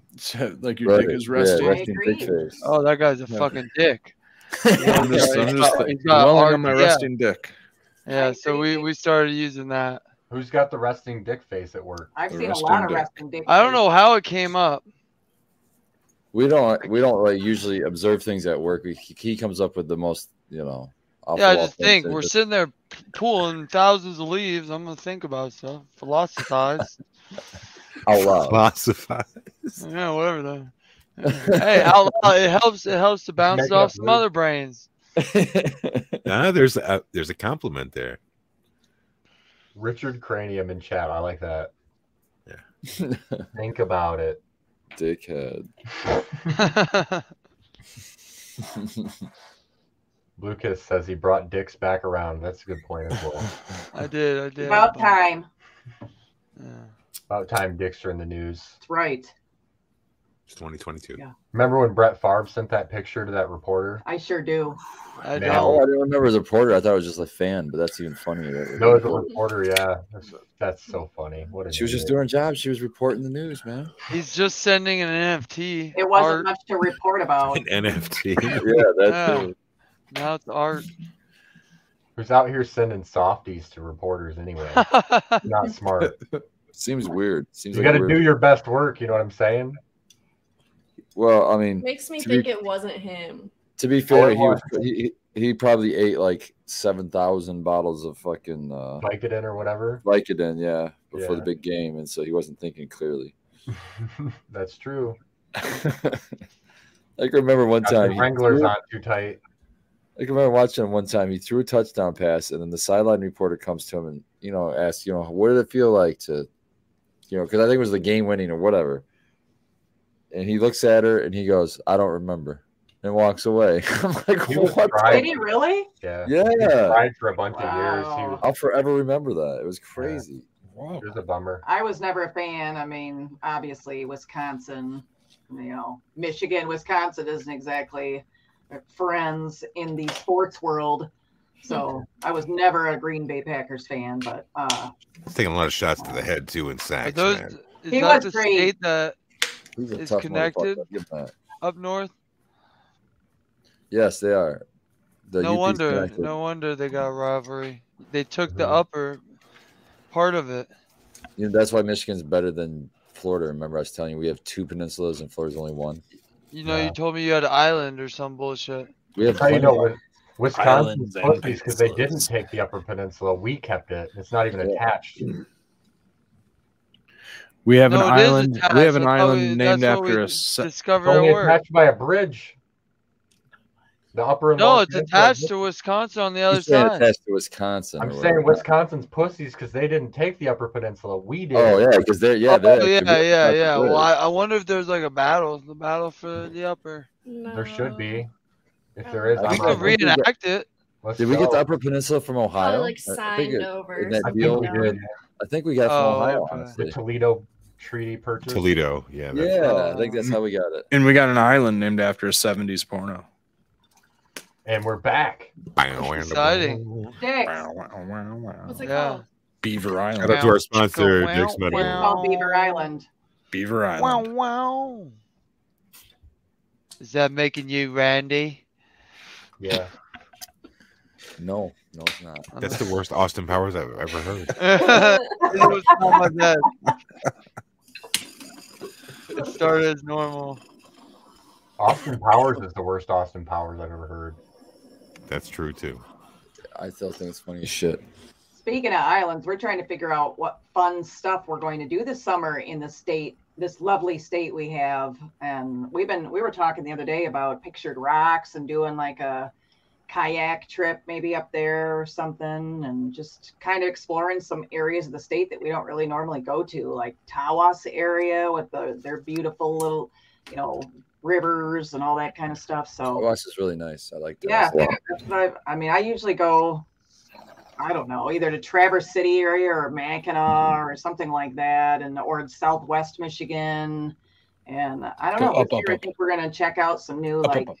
F: like your dick
E: Right,
F: is
E: yeah,
F: resting.
D: right.
E: resting
D: I
E: dick
D: agree.
E: face.
G: oh that guy's a
F: Yeah.
G: fucking dick.
F: I'm just, I'm just like, dwelling on my
G: Yeah.
F: resting dick.
G: Yeah, so we we started using that.
B: Who's got the resting dick face at work?
D: I've
F: The
D: seen a
F: resting
D: lot of
F: dick.
D: resting dick.
G: I don't
D: face.
G: know how it came up.
E: We don't. We don't like usually observe things at work. We, he, he comes up with the most, you know. off
G: Yeah, I
E: the wall
G: just
E: things
G: think
E: that
G: we're
E: just-
G: sitting there p- pulling thousands of leaves. I'm gonna think about stuff, philosophize.
E: out loud.
A: Philosophize.
G: yeah, whatever. The, yeah. Hey, out loud, it helps. It helps to bounce
B: Make
G: it
B: it
G: off
B: up,
G: some
B: Lou.
G: other brains.
A: Nah, there's a there's a compliment there.
B: Richard Cranium in chat. I like that.
A: Yeah.
B: Think about it.
E: Dickhead.
B: Lucas says he brought dicks back around. That's a good point as well.
G: I did. I did.
D: About time.
G: Yeah.
B: About time dicks are in the news.
D: That's right.
A: It's 2022.
D: Yeah.
B: Remember when Brett Favre sent that picture to that reporter?
D: I sure do.
G: I
B: Man.
G: know.
E: Oh, I didn't remember as a reporter. I thought it was just a fan, but that's even funnier.
B: No, it's a reporter. Yeah, that's, that's so funny. What
E: She was just doing her job. She was reporting the news, man.
G: He's just sending an NFT.
D: It wasn't
G: art.
D: much to report about.
A: An NFT.
E: Yeah,
G: Yeah.
E: that's it.
G: Now it's art.
B: Who's out here sending softies to reporters anyway? Not smart.
E: seems weird. Seems
B: You
E: like
B: got
E: a
B: to
E: weird-
B: do your best work. You know what I'm saying?
E: Well, I mean,
H: Makes me
E: To be-
H: think it wasn't him.
E: to be fair, he
B: was.
E: was he, he he probably ate like seven thousand bottles of fucking uh,
B: Like it in or whatever.
E: Vicodin, yeah, before the
B: Yeah.
E: big game, and so he wasn't thinking clearly.
B: that's true.
E: I can remember one
B: Got
E: time.
B: the
E: he
B: Wranglers
E: threw-
B: on too tight.
E: I can remember watching him one time. He threw a touchdown pass, and then the sideline reporter comes to him and you know asks, you know, what did it feel like to, you know, because I think it was the game winning or whatever. And he looks at her and he goes, "I don't remember," and walks away. I'm like,
B: He was
E: what?
D: Did
B: tried.
D: he really?
B: Yeah. He
E: Yeah,
B: tried for a bunch of years. He
D: Wow.
B: was,
E: I'll forever remember that. It was crazy.
F: Wow.
B: it was a bummer.
D: I was never a fan. I mean, obviously Wisconsin, you know, Michigan, Wisconsin isn't exactly friends in the sports world. So I was never a Green Bay Packers fan, but uh,
A: He's taking a lot of shots to the head too in
G: Are
A: sacks.
G: those,
A: man.
G: is
D: He
G: that
D: was
G: the
D: great.
G: state that
E: He's a
G: It's
E: tough motherfucker,
G: connected.
E: I'll give that.
G: up north?
E: Yes, they are. The
G: no
E: UP's
G: wonder.
E: connected.
G: No wonder they got rivalry. They took the
E: Mhm.
G: upper part of it.
E: You know, that's why Michigan's better than Florida. Remember, I was telling you we have two peninsulas and Florida's only one.
G: You know,
E: Yeah.
G: you told me you had an island or some bullshit.
E: We have
B: How you
E: plenty-
B: know Wis- Wisconsin
F: Islands and
B: because they didn't
F: peninsulas.
B: take the Upper Peninsula. We kept it. It's not even
E: Yeah.
B: attached.
F: We have an
G: No, it is
F: island.
G: attached.
F: We have an
G: That's how we-
F: island named
G: that's what
F: after
G: we
F: a. se-
B: It's
G: Discovered at
B: only
G: work.
B: attached by a bridge. The upper and
G: No,
B: lower
G: it's
B: peninsula.
G: attached to Wisconsin on the other
E: he's saying
G: side.
E: attached to Wisconsin. or
B: I'm
E: whatever.
B: saying Wisconsin's pussies because they didn't take the Upper Peninsula. We did.
E: Oh yeah, because they're yeah,
G: Oh,
E: they're,
G: yeah, yeah, yeah,
E: that's good.
G: Well, I, I wonder if there's like a battle, the battle for the upper.
B: There should be. If there
H: We
B: is,
E: I
G: We
B: I'm
E: think
G: could
B: wrong.
E: we re- got-
G: reenact it.
B: Let's
E: Did we get the
B: go.
E: Upper Peninsula from Ohio?
H: Probably
E: I
H: like
E: think,
H: signed
E: it-
H: over.
E: that
B: I think
E: deal?
B: we
H: something.
B: did.
E: I think we got it from
G: Oh,
E: Ohio.
G: okay.
B: The
E: Honestly,
B: Toledo Treaty Purchase.
A: Toledo. Yeah. that's-
E: yeah, I think that's how we got it.
F: And we got an island named after a '70s porno.
B: And we're back.
A: Bow, and-
G: Exciting.
D: Dicks.
F: Wow, wow, wow, wow.
H: What's it
G: Yeah.
H: called?
F: Beaver
A: Shout
F: Island.
A: out to our sponsor,
G: Wow,
A: Dick's Medical.
D: It's called Beaver Island.
F: Beaver
G: Wow,
F: Island.
G: wow. Is that making you Randy?
B: Yeah.
E: No, no, it's not.
A: That's the worst Austin Powers I've ever heard.
G: it was on my bed. It started as normal.
B: Austin Powers is the worst Austin Powers I've ever heard.
A: That's true too.
E: I still think it's funny as shit.
D: Speaking of islands, we're trying to figure out what fun stuff we're going to do this summer in the state, this lovely state we have. And we've been, we were talking the other day about pictured rocks and doing like a kayak trip maybe up there or something and just kind of exploring some areas of the state that we don't really normally go to, like Tawas area with the, their beautiful little, you know, rivers and all that kind of stuff. So
E: Watch is really nice. I like that.
D: yeah, that's what I've, I mean, I usually go, I don't know, either to Traverse City area or Mackinac or something like that, and or in Southwest Michigan. And I don't
F: Go
D: know. this
F: up, up,
D: year I
F: up.
D: think we're gonna check out some new
F: Up, up,
D: like
F: up.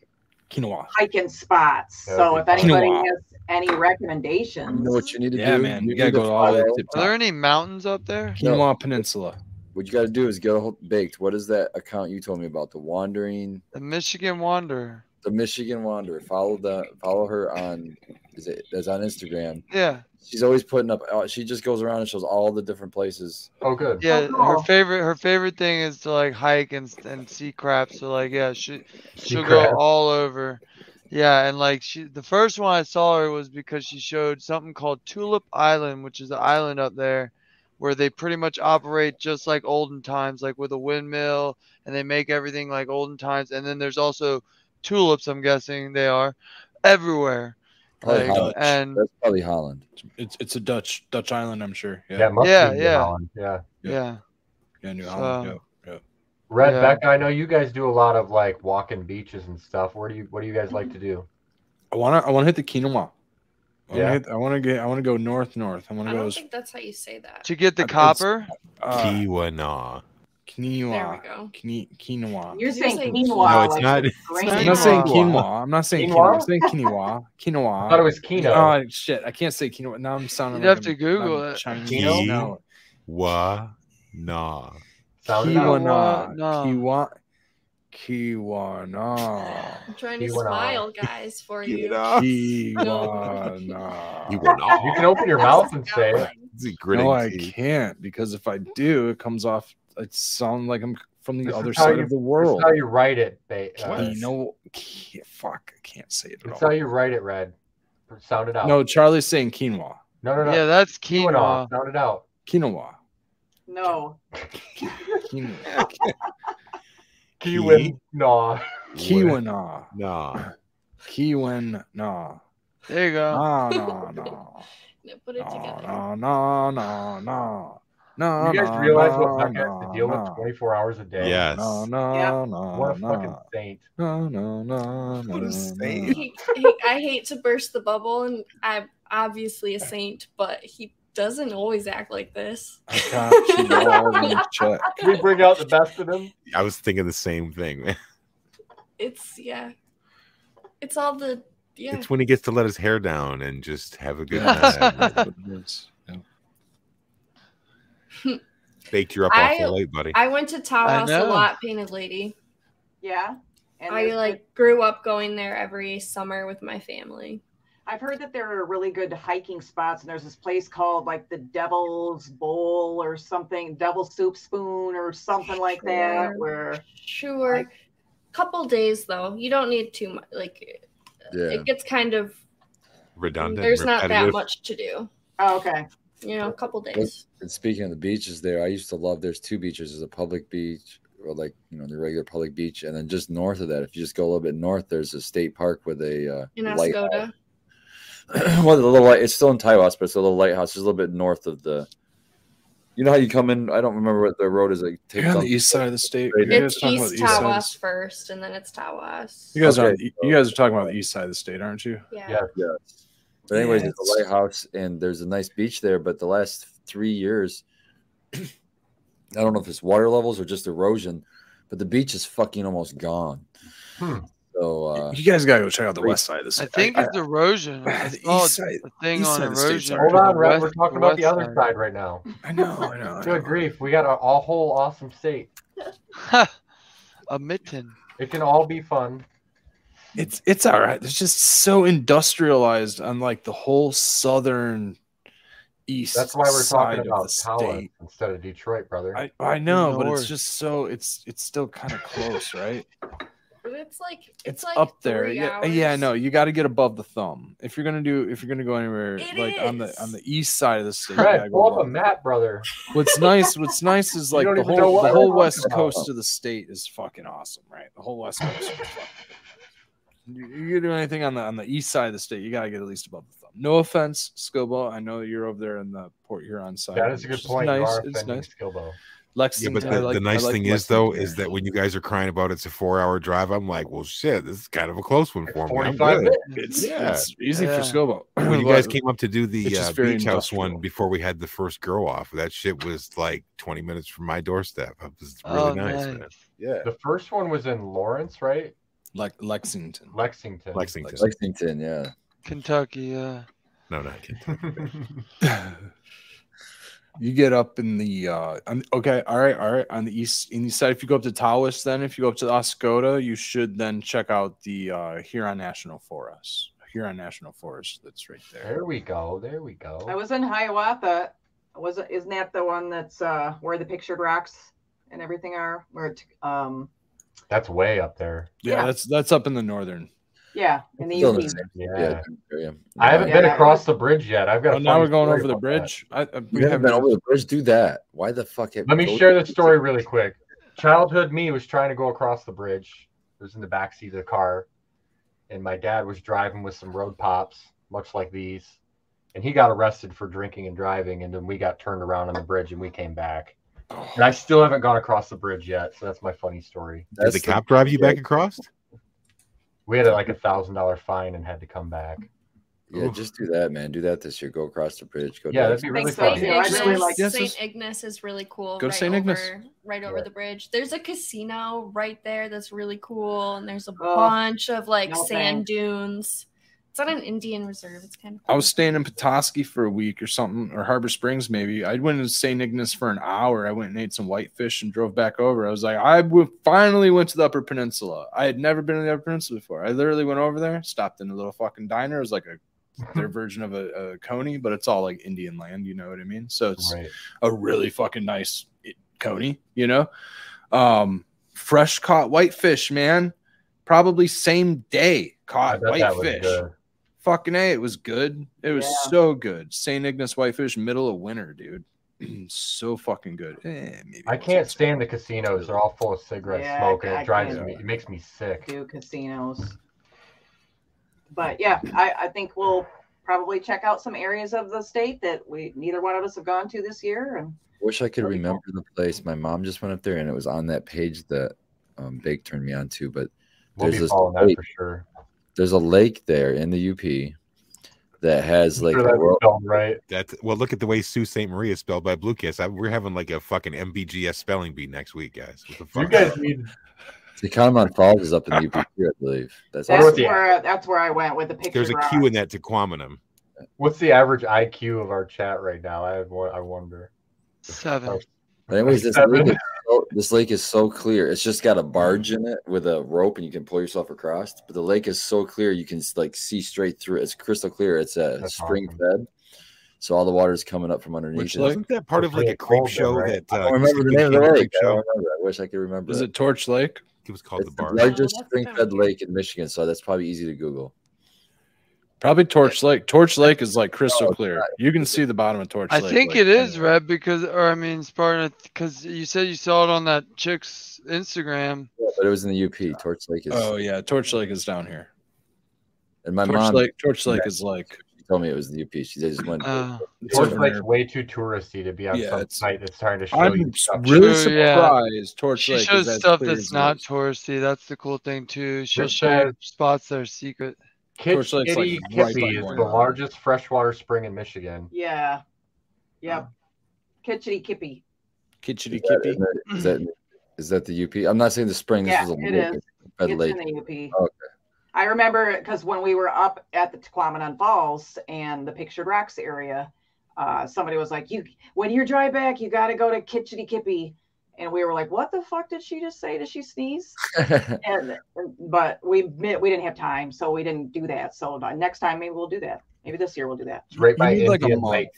F: Quinoa.
D: hiking spots.
B: That
D: so
B: would
D: if
B: be fun.
D: anybody
F: Quinoa.
D: has any recommendations,
E: You know what you need to
F: Yeah,
E: do?
F: man. You
E: need
F: gotta
E: to
F: go to all the way
E: follow-
F: to tip
G: Are there
F: top.
G: any mountains up there?
E: No.
F: Quinoa Peninsula.
E: What you got to do is get a hold- baked. What is that account you told me about? The wandering,
G: The Michigan Wanderer.
E: the Michigan Wanderer. Follow the follow her on. Is it? That's on Instagram.
G: Yeah,
E: She's always putting up. uh, She just goes around and shows all the different places.
B: Oh, good.
G: yeah. Her
D: cool.
G: favorite, her favorite thing is to like hike and and see crap. So like, yeah, she she'll
B: crap.
G: go all over. Yeah, and like she, the first one I saw her was because she showed something called Tulip Island, which is an island up there, where they pretty much operate just like olden times, like with a windmill, and they make everything like olden times. And then there's also tulips. I'm guessing they are everywhere.
E: Probably
G: Like,
E: Holland.
G: and
E: That's probably Holland.
F: It's it's a Dutch Dutch island, I'm sure. Yeah,
B: Yeah, it must
G: Yeah,
B: be New
G: yeah.
B: Holland. yeah.
F: Yeah.
G: yeah.
F: Yeah, New Holland.
G: So-
F: yeah, yeah.
B: Red
G: Yeah.
B: Becca, I know you guys do a lot of like walking beaches and stuff. Where do you what do you guys like to do?
F: I wanna I wanna hit the quinoa. I wanna,
B: Yeah.
F: hit, I wanna get I wanna go north north. I wanna
H: I
F: go
H: don't
F: as
H: think that's how you say that.
G: To get the
F: It's-
G: copper,
F: uh,
A: Kiwana.
H: There we
F: quinoa.
H: go.
F: Qui- Quinoa.
D: you're
H: You're
D: saying
H: saying
D: quinoa.
A: No, it's
D: like
A: not-
D: it's
H: not-
D: green.
F: I'm not saying
B: Quinoa.
F: quinoa. I'm not saying
B: Quinoa?
F: quinoa. I'm saying quinoa. Quinoa.
B: I thought it was Kino.
F: Oh shit! I can't say quinoa. Now I'm sounding.
G: You'd have
F: like
G: to
F: I'm-
G: Google
F: I'm
G: it.
F: Chinese.
A: Quinoa?
F: No.
A: Wa na.
B: Sounded out.
F: Kiwana.
G: No.
F: Kiwa. Kiwana.
H: I'm trying to
B: You went on.
H: smile, guys, for you.
F: Kiwana.
B: You
A: Kiwana.
B: can open your mouth and say it.
A: It's a gritting
F: No, I
A: teeth.
F: can't because if I do, it comes off. It sounds like I'm from the
B: This is
F: other
B: how
F: side
B: you-
F: of the
B: That's
F: world.
B: how you write it, ba- uh,
F: You know, can't- fuck, I can't say it at
B: That's
F: all.
B: how you write it, Red. Sound it out.
F: No, Charlie's saying quinoa.
B: no, no, no.
G: yeah, that's
B: quinoa.
G: quinoa.
B: Sound it out.
F: Quinoa.
D: No,
F: Quinoa.
A: Ki-
B: Quinoa.
F: Kiwana.
A: Nah.
F: Kiwan. Nah.
G: There you go.
B: Oh.
F: Nah, nah, nah.
H: No, Put it
F: Nah,
H: together.
F: nah, nah, nah, nah.
B: You
F: Nah,
B: guys
F: nah,
B: realize what
F: nah,
B: Becca has to
F: nah,
B: deal with
F: nah.
B: 24 hours a day?
A: Yes.
F: Nah,
D: Yeah.
F: nah, nah,
B: What a
F: nah.
B: fucking saint.
F: Nah, nah, nah,
A: What a
F: nah,
A: saint.
F: nah.
H: He, he, I hate to burst the bubble, and I'm obviously a saint, but he doesn't always act like this.
F: I got you all in the chat.
B: Can we bring out the best of them?
A: I was thinking the same thing. man.
H: It's yeah. It's all the yeah.
A: It's when he gets to let his hair down and just have a good
G: Yeah.
A: time. Baked you up
H: I-
A: off the late, buddy.
H: I went to Town
G: I
H: House a
G: know.
H: lot, painted lady.
D: Yeah. And
H: I
D: there's-
H: like grew up going there every summer with my family.
D: I've heard that there are really good hiking spots, and there's this place called like the Devil's Bowl or something, Devil Soup Spoon or something like that,
H: Sure.
D: where
H: Sure.
D: Like-
H: Couple days though. You don't need too much like
E: Yeah.
H: it gets kind of
A: Redundant.
H: there's not that
A: repetitive.
H: much to do.
D: oh, okay,
H: You know, a couple days.
E: And speaking of the beaches there, I used to love there's two beaches. There's a public beach or like, you know, the regular public beach. And then just north of that, if you just go a little bit north, there's a state park with a uh,
H: In
E: light.
H: Oscoda.
E: well, the little light, it's still in Taiwas, but it's a little lighthouse. It's a little bit north of the, you know how you come in? I don't remember what the road is like. takes
F: You're on
E: off-
F: the east side of the state.
E: It's
F: You guys talking
H: It's
F: about the east side
H: East
F: of the
H: Tawas
F: s-
H: first and then it's Tawas.
F: you guys are
E: Okay.
F: you guys are talking about the east side of the state, aren't you?
H: Yeah.
B: Yeah.
E: Yes. But anyways,
F: Yeah,
E: there's a lighthouse and there's a nice beach there. But the last three years, I don't know if it's water levels or just erosion, but the beach is fucking almost gone.
B: Hmm.
E: So uh,
F: you guys gotta go check out the west side of the
G: I
F: state.
G: think it's erosion. I
F: the
G: saw
F: east side.
G: a thing
F: east
G: on
F: side of the state's
G: erosion.
F: alright.
B: Hold on, Red.
G: West-
B: We're talking about
G: west
B: the other side right now.
F: I know, I know. I know.
B: Good grief. We got a, a whole awesome state.
G: a mitten.
B: It can all be fun.
F: It's it's all right. It's just so industrialized on like the whole southern east.
B: That's why we're
F: side
B: talking
F: of
B: about
F: the
B: Tower
F: state.
B: instead of Detroit, brother.
F: I, I know, but
G: North.
F: it's just so it's it's still kind of close, right?
H: But it's like it's,
F: It's
H: like
F: up there.
H: three
F: Yeah, yeah.
H: hours.
F: No, you got to get above the thumb if you're gonna do if you're gonna go anywhere
H: It
F: like on the on
H: is.
F: the east side of the state. you gotta
B: Red,
F: go
B: pull up
F: above.
B: a map, brother.
F: What's nice, what's nice is
B: You
F: like
B: don't
F: the
B: even know
F: whole
B: what
F: the
B: we're
F: whole
B: talking
F: west
B: about.
F: coast of the state is fucking awesome, right? The whole west coast. Is fucking- you, you do anything on the on the east side of the state, you gotta get at least above the thumb. No offense, Scobo. I know you're over there in the Port Huron side.
B: That is a
F: which
B: good point. You
F: Nice,
B: are
F: it's
B: offending
F: nice.
B: Skilbo.
A: Yeah,
F: Lexington.
A: but
F: I
A: the,
F: like-
A: the
F: I
A: nice
F: like
A: thing is though
F: Lexington.
A: is that when you guys are crying about it's a four-hour drive, I'm like, well, shit, this is kind of a close one
B: It's
A: for me. I'm
B: 45
A: good.
B: minutes.
F: it's,
A: Yeah.
F: it's easy
G: Yeah.
F: for Scobo.
A: When you
F: But-
A: guys came up to do the
F: It's
A: uh,
F: just very
A: beach house
F: industrial.
A: one before we had the first girl off, that shit was like 20 minutes from my doorstep. It was really
G: oh,
A: nice,
G: nice.
A: man. Yeah,
B: The first one was in Lawrence, right?
F: like Lexington.
B: Lexington.
A: Lexington.
E: Lexington, yeah.
G: Kentucky, yeah.
A: no, not Kentucky.
F: you get up in the uh on, okay all right all right on the east in the side if you go up to tawas then if you go up to oscoda you should then check out the uh huron national forest huron national forest that's right there
B: There we go. There we go.
D: I was in Hiawatha. Was isn't that the one that's uh, where the pictured rocks and everything are? Where it, um,
B: That's way up there.
F: yeah,
D: Yeah.
F: that's that's up in the northern
D: yeah, in the
E: Still in
D: UP.
E: the
B: Yeah.
E: Yeah. area.
B: I haven't
D: Yeah.
B: been across the bridge yet. I've got.
F: oh
B: a
F: now
B: funny
F: we're going
B: story
F: over the
B: about that.
F: bridge I, I,
E: We haven't been over the bridge. Do that. Why the fuck? have-
B: Let me share the story really quick. Childhood me was trying to go across the bridge. It was in the backseat of the car, and my dad was driving with some road pops, much like these. And he got arrested for drinking and driving, and then we got turned around on the bridge and we came back. And I still haven't gone across the bridge yet, so that's my funny story.
A: Did the cop drive you back across?
B: We had like a thousand dollar fine and had to come back.
E: Yeah, just do that, man. Do that this year. Go across the bridge. Go.
B: Yeah,
E: down-
B: that'd be really
H: Like
B: fun.
H: St.
D: Yeah, I
H: Ignace,
D: just really like-
F: Yes,
H: St.
F: yes.
H: Ignace is really cool.
F: Go to
H: right
F: St. Ignace.
H: Over, right over
B: Yeah.
H: the bridge. There's a casino right there that's really cool, and there's a
D: Oh,
H: bunch of like
D: no
H: sand dunes. It's on an Indian reserve. It's kind of.
F: I
H: cool.
F: was staying in Petoskey for a week or something, or Harbor Springs maybe. I went to St. Ignace for an hour. I went and ate some whitefish and drove back over. I was like, I w- finally went to the Upper Peninsula. I had never been to the Upper Peninsula before. I literally went over there, stopped in a little fucking diner. It was like a their version of a, a coney, but it's all like Indian land. You know what I mean? So it's
B: Right.
F: a really fucking nice it- coney. You know, um, fresh caught whitefish, man. Probably same day
B: I
F: caught
B: bet that was
F: whitefish.
B: good.
F: Fucking A, it was good. It was
D: Yeah.
F: so good. St. Ignace Whitefish, middle of winter, dude. so fucking good. Eh, maybe
B: I
F: it
B: can't
F: wasn't.
B: stand the casinos. They're all full of cigarette
D: Yeah,
B: smoke, and
D: I
B: it drives
D: can't.
B: me. It makes me sick.
D: do casinos. But yeah, I, I think we'll probably check out some areas of the state that we neither one of us have gone to this year. And
E: Wish I could
D: Really cool.
E: remember the place. My mom just went up there, and it was on that page that um, Bake turned me on to. But
B: We'll
E: There's
B: be
E: this
B: following that
E: lake.
B: for sure.
E: there's a lake there in the UP that has like
B: sure
E: a
B: that was
E: world,
B: filmed, right?
A: That's well. Look at the way Sault Ste. Marie is spelled by Blue Kiss. I, we're having like a fucking MBGS spelling bee next week, guys. What the
B: You
A: fuck?
B: guys need
E: The Catamount Falls is up in the UP, I believe. That's
D: That's
B: What's the-
D: where that's where I went with the picture.
A: There's a
D: rock.
A: Q in that Tequaminum.
B: What's the average IQ of our chat right now? I wo- I wonder.
G: Seven.
E: Anyways, this
B: Seven.
E: lake, is so, this lake is so clear. It's just got a barge in it with a rope, and you can pull yourself across. But the lake is so clear, you can like see straight through. it. It's crystal clear. It's a
B: That's
E: spring
B: awesome.
E: fed, so all the water is coming up from underneath.
A: Which
E: it.
A: wasn't that part of like a
B: It's
A: creep
B: called that,
A: show
B: right?
E: I
A: that uh,
E: don't remember the
A: Stephen
E: name of the
A: King creep
E: lake. I don't
A: show?
E: remember. I wish I could remember.
F: Is
E: it.
F: it Torch Lake?
A: It was called
E: It's
A: the
E: the
A: bar.
E: largest
I: Oh, that's
E: spring
I: down
E: fed
I: here.
E: lake in Michigan, so that's probably easy to Google.
F: Probably Torch Lake. Torch Lake is like crystal
E: No, it's
F: clear.
E: not.
F: You can see the bottom of Torch
G: I
F: Lake.
G: think
F: like,
G: it is
F: anywhere.
G: red because, or I mean, Spartan, because you said you saw it on that chick's Instagram.
E: Yeah, but it was in the UP. Torch Lake is,
F: Oh yeah, Torch Lake is down here.
E: and my
F: Torch
E: mom
F: Lake. Torch Lake is like
E: told me it was in the UP. She they just went.
G: Uh,
F: it's
B: Torch
F: over
B: Lake's
F: near-
B: way too touristy to be on
F: Yeah,
B: some
F: it's-
B: site that's trying to show you
F: I'm
B: stuff.
F: really
G: Sure, yeah.
F: surprised. Torch
G: she
F: Lake is
G: shows
F: as
G: stuff
F: clear as
G: that's
F: it
G: not
F: is.
G: touristy. That's the cool thing too. She'll
B: This
G: show you
B: says-
G: spots that are secret.
B: Kitch
F: Torch Lake's,
B: Kitty
F: like, right by
B: Kippy is
F: Moynihan.
B: the largest freshwater spring in Michigan.
D: Yeah. Yep. Kitchity kippy.
F: Kitchity
E: Is that,
F: Kitty.
E: is, that, is that- is that the UP? I'm not saying the spring. This
D: Yeah,
E: was a
D: it
E: lake,
D: is.
E: fed
D: It's
E: lake.
D: in the UP.
E: Okay.
D: I remember because when we were up at the Tequamanon Falls and the Pictured Rocks area, uh, somebody was like, "You, when you're dry back, you got to go to Kitchity Kippy," and we were like, "What the fuck did she just say? Did she sneeze?" And but we admit we didn't have time, so we didn't do that. So uh, next time, maybe we'll do that. Maybe this year we'll do that.
B: It's right
F: You
B: by
F: need, like, a
B: Indian
F: month.
B: Lake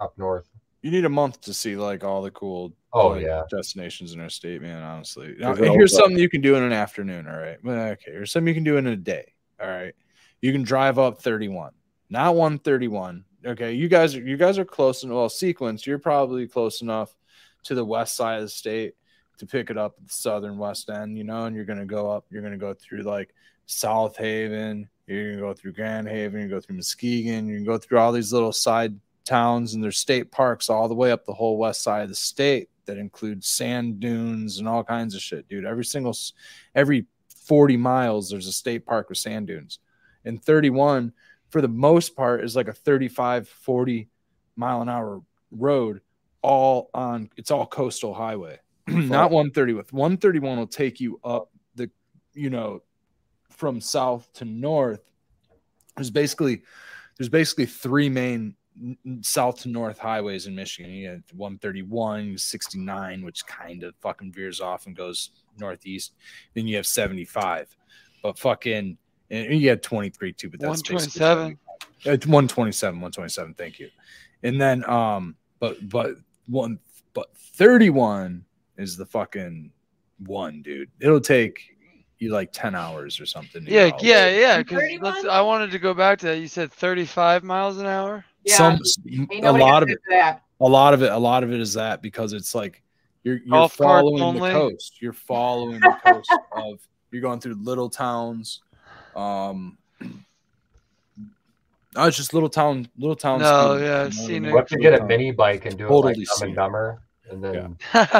B: up north.
F: You need a month to see like all the cool
B: Oh,
F: like,
B: yeah.
F: destinations in our state, man. Honestly,
E: There's
F: Now,
E: an
F: here's
E: old-
F: something you can do in an afternoon. All right, well, okay. Here's something you can do in a day. All right, you can drive up 31, not 131. Okay, you guys are you guys are close and well sequence. You're probably close enough to the west side of the state to pick it up at the southern west end, you know, and you're gonna go up. You're gonna go through like South Haven. You're gonna go through Grand Haven. You go through Muskegon. You can go through all these little side towns and their state parks all the way up the whole west side of the state that includes sand dunes and all kinds of shit, dude. Every single, s- every 40 miles, there's a state park with sand dunes. And 31, for the most part, is like a 35, 40 mile an hour road, all on, it's all coastal highway, not 130. With 131 will take you up the, you know, from south to north. There's basically, there's basically three main n- n- south to north highways in Michigan. You got 131, you have 69, which kind of fucking veers off and goes northeast. Then you have 75, but fucking, and you had 23 too, but that's basically Uh,
G: 127.
F: it's 127, 127. Thank you. And then, um, but but one, but 31 is the fucking one, dude. It'll take you like 10 hours or something. to get
G: Yeah,
F: all the
G: yeah,
F: way.
G: yeah. 'cause
D: 31?
G: let's- I wanted to go back to that. You said 35 miles an hour.
D: Yeah.
F: Some
D: Ain't
F: a
D: nobody gonna
F: lot of
D: do
F: it,
D: That.
F: a lot of it, a lot of it is that because it's like you're you're
G: Golf carts
F: following the
G: only?
F: coast. You're following the coast of you're going through little towns. Um, no, it's just little town, little town.
G: No,
F: speed,
G: yeah,
F: you know what I mean?
G: scenic.
B: We'll have to get a mini bike and do it
F: Totally
B: like Dumb
F: scenic.
B: and Dumber, and then
F: Yeah.
B: then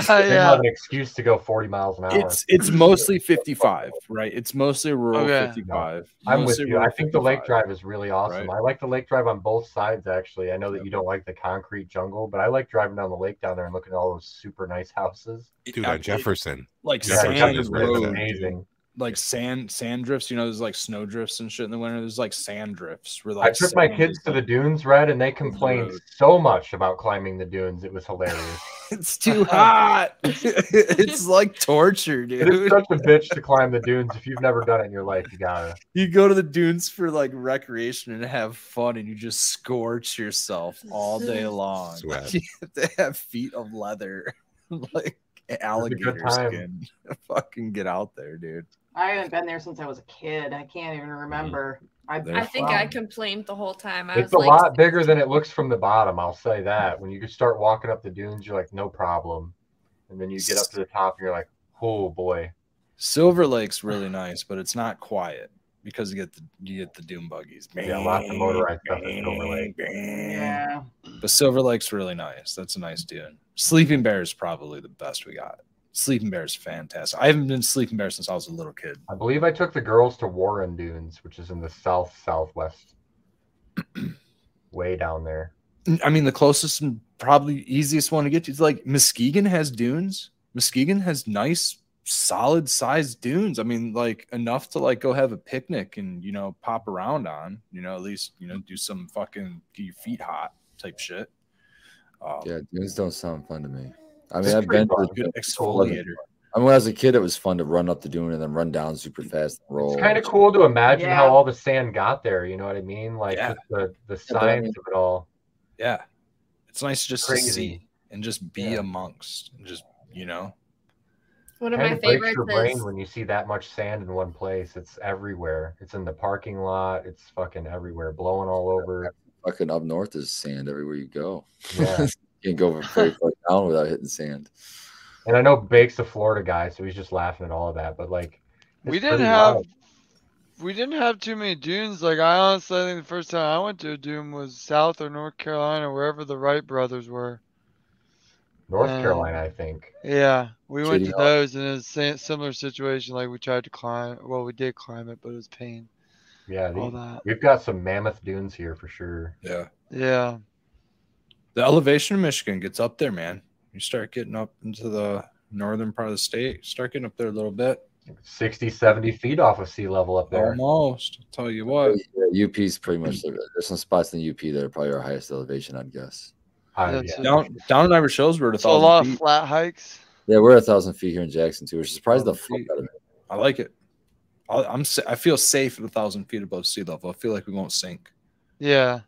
B: we'll
G: yeah.
B: have an excuse to go 40 miles an hour.
F: It's it's mostly 55, right? It's mostly rural
G: Okay.
F: 55.
B: I'm with
F: Mostly
B: you. I
F: rural
B: think the lake
F: 55.
B: drive is really awesome.
F: Right.
B: I like the lake drive on both sides, actually. I know that you don't like the concrete jungle, but I like driving down the lake down there and looking at all those super nice houses.
A: Dude,
F: I-
A: on Jefferson.
F: like
A: Yeah,
B: Jefferson
A: Jefferson
F: sand
A: is right
F: road,
A: there.
B: amazing.
F: like sand sand drifts. You know, there's like snow drifts and shit in the winter. There's like sand drifts. Where like
B: I took my
F: sand
B: kids
F: is,
B: to
F: like,
B: the dunes, Red, and they complained
F: road.
B: so much about climbing the dunes. It was hilarious.
F: It's too hot. it's like torture,
B: it is
F: dude.
B: such a bitch to climb the dunes. If you've never done it in your life, you gotta.
F: You go to the dunes for like recreation and have fun, and you just scorch yourself all day long.
A: Sweat.
F: You have to have feet of leather, like alligator
B: time.
F: skin. Fucking get out there, dude.
D: I haven't been there since I was a kid. I can't even remember. I,
F: There.
H: I think I
D: Wow.
H: complained the whole time. I
B: It's a
H: was like,
B: lot bigger than it looks from the bottom. I'll say that. When you start walking up the dunes, you're like, no problem. And then you get up to the top, and you're like, oh boy.
F: Silver Lake's really nice, but it's not quiet because you get the you get the doom buggies.
B: Yeah, lots of motorized stuff at Silver Lake.
D: Yeah.
F: But Silver Lake's really nice. That's a nice dune. Sleeping Bear is probably the best we got. Sleeping Bear is fantastic. I haven't been to Sleeping Bear since I was a little kid.
B: I believe I took the girls to Warren Dunes, which is in the south southwest, way down there.
F: I mean, the closest and probably easiest one to get to is like Muskegon has dunes. Muskegon has nice solid sized dunes. I mean, like enough to like go have a picnic and you know pop around on. You know, at least you know do some fucking get your feet hot type shit. Um,
E: Yeah, dunes don't sound fun to me. I mean,
F: It's
E: I've been to
F: good
E: the-
F: exfoliator.
E: I mean, when I was a kid, it was fun to run up the dune and then run down super fast and roll.
B: It's kind of cool to imagine how
D: Yeah.
B: all the sand got there. You know what I mean? Like
F: Yeah.
B: just the the
E: but I
B: science
E: mean-
B: of it all.
F: Yeah, it's nice just
B: Crazy.
F: to see and just be
B: Yeah.
F: amongst and just you know.
H: One of
B: Kind
H: my
B: of breaks
H: favorites
B: your
H: is
B: brain when you see that much sand in one place. It's everywhere. It's in the parking lot. It's fucking everywhere, blowing all over.
E: fucking up north is sand everywhere you go.
B: Yeah.
E: You can't go very far down without hitting sand.
B: and I know Bake's a Florida guy, so he's just laughing at all of that. But like,
G: we
B: it's
G: didn't
B: pretty
G: have
B: wild.
G: we didn't have too many dunes. Like I honestly think the first time I went to a dune was South or North Carolina, wherever the Wright brothers were.
B: North
G: uh,
B: Carolina, I think.
G: Yeah, we went
E: Kitty
G: to
E: Hawk.
G: those and it's a similar situation. Like we tried to climb. Well, we did climb it, but it was pain.
B: Yeah,
G: All
B: the-
G: that.
B: we've got some mammoth dunes here for sure.
F: Yeah,
G: Yeah.
F: the elevation in Michigan gets up there, man. You start getting up into the northern part of the state. Start getting up there a little bit.
B: 60, 70 feet off of sea level up there.
F: Almost. I'll tell you what.
E: Yeah, UP's pretty much there's some spots in UP that are probably our highest elevation, I'd guess.
B: High-
G: That's
B: yeah.
G: it.
F: Down down in Irish Hills, we're at a
G: So a
F: thousand
G: lot
F: feet.
G: of flat hikes.
E: Yeah, we're a thousand feet here in Jackson too. We're surprised the fuck
F: Thousand feet.
E: out of it.
F: I like it. I, I'm sa- I feel safe at a thousand feet above sea level. I feel like we won't sink.
G: Yeah.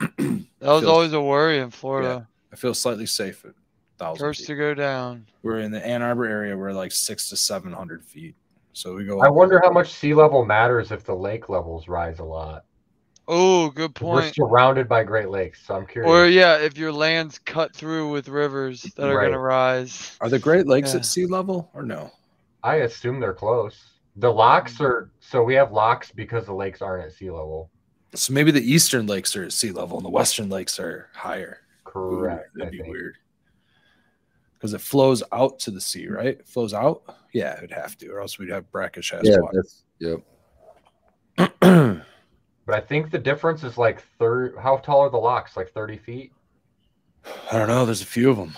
G: That was
F: Feels-
G: always a worry in Florida.
F: I feel slightly safe at thousand.
G: First
F: Feet.
G: to go down.
F: We're in the Ann Arbor area. We're like six to seven hundred feet. So we go.
B: I
F: up
B: wonder
F: there.
B: how much sea level matters if the lake levels rise a lot.
G: Oh, good
B: 'Cause We're
G: point.
B: surrounded by Great Lakes, so I'm curious.
G: Or yeah, if your land's cut through with rivers that are
B: Right.
G: gonna rise.
F: Are the Great Lakes
G: Yeah.
F: at sea level or no?
B: I assume they're close. The locks
F: Mm.
B: are so we have locks because the lakes aren't at sea level.
F: So maybe the eastern lakes are at sea level and the western lakes are higher. Ooh,
B: Correct. I
F: That'd be
B: think.
F: weird. Because it flows out to the sea, right? It flows out. Yeah, it would have to, or else we'd have brackish ass
E: Yeah,
F: water.
E: that's yep.
B: But I think the difference is like third. How tall are the locks? Like thirty feet.
F: I don't know. There's a few of them.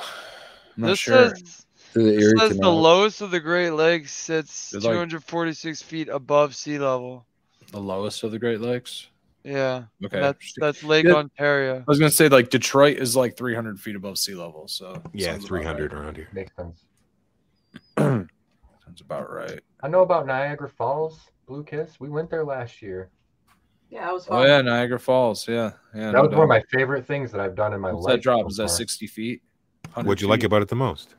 F: I'm not
G: this
F: sure.
G: says,
E: Through the
G: this
E: Erie
G: says the
E: Canal.
G: lowest of the Great Lakes sits
F: It's like-
G: 246 feet above sea level.
F: the lowest of the Great Lakes.
G: Yeah,
F: Okay.
G: that's that's Lake
F: Yeah.
G: Ontario.
F: I was gonna say like Detroit is like 300 feet above sea level, so
A: Yeah,
F: sounds about
A: three hundred around here.
B: Makes sense.
F: right. sounds about right.
B: I know about Niagara Falls, Blue Kiss. We went there last year.
D: Yeah, it was
F: Oh
D: fun.
F: yeah, Niagara Falls. Yeah, yeah.
B: That was one of my favorite things that I've done in my
F: What's
B: life.
F: that drop?
B: so
F: Is that
B: far.
F: 60 feet? 100
A: What'd you like
F: feet?
A: about it the most?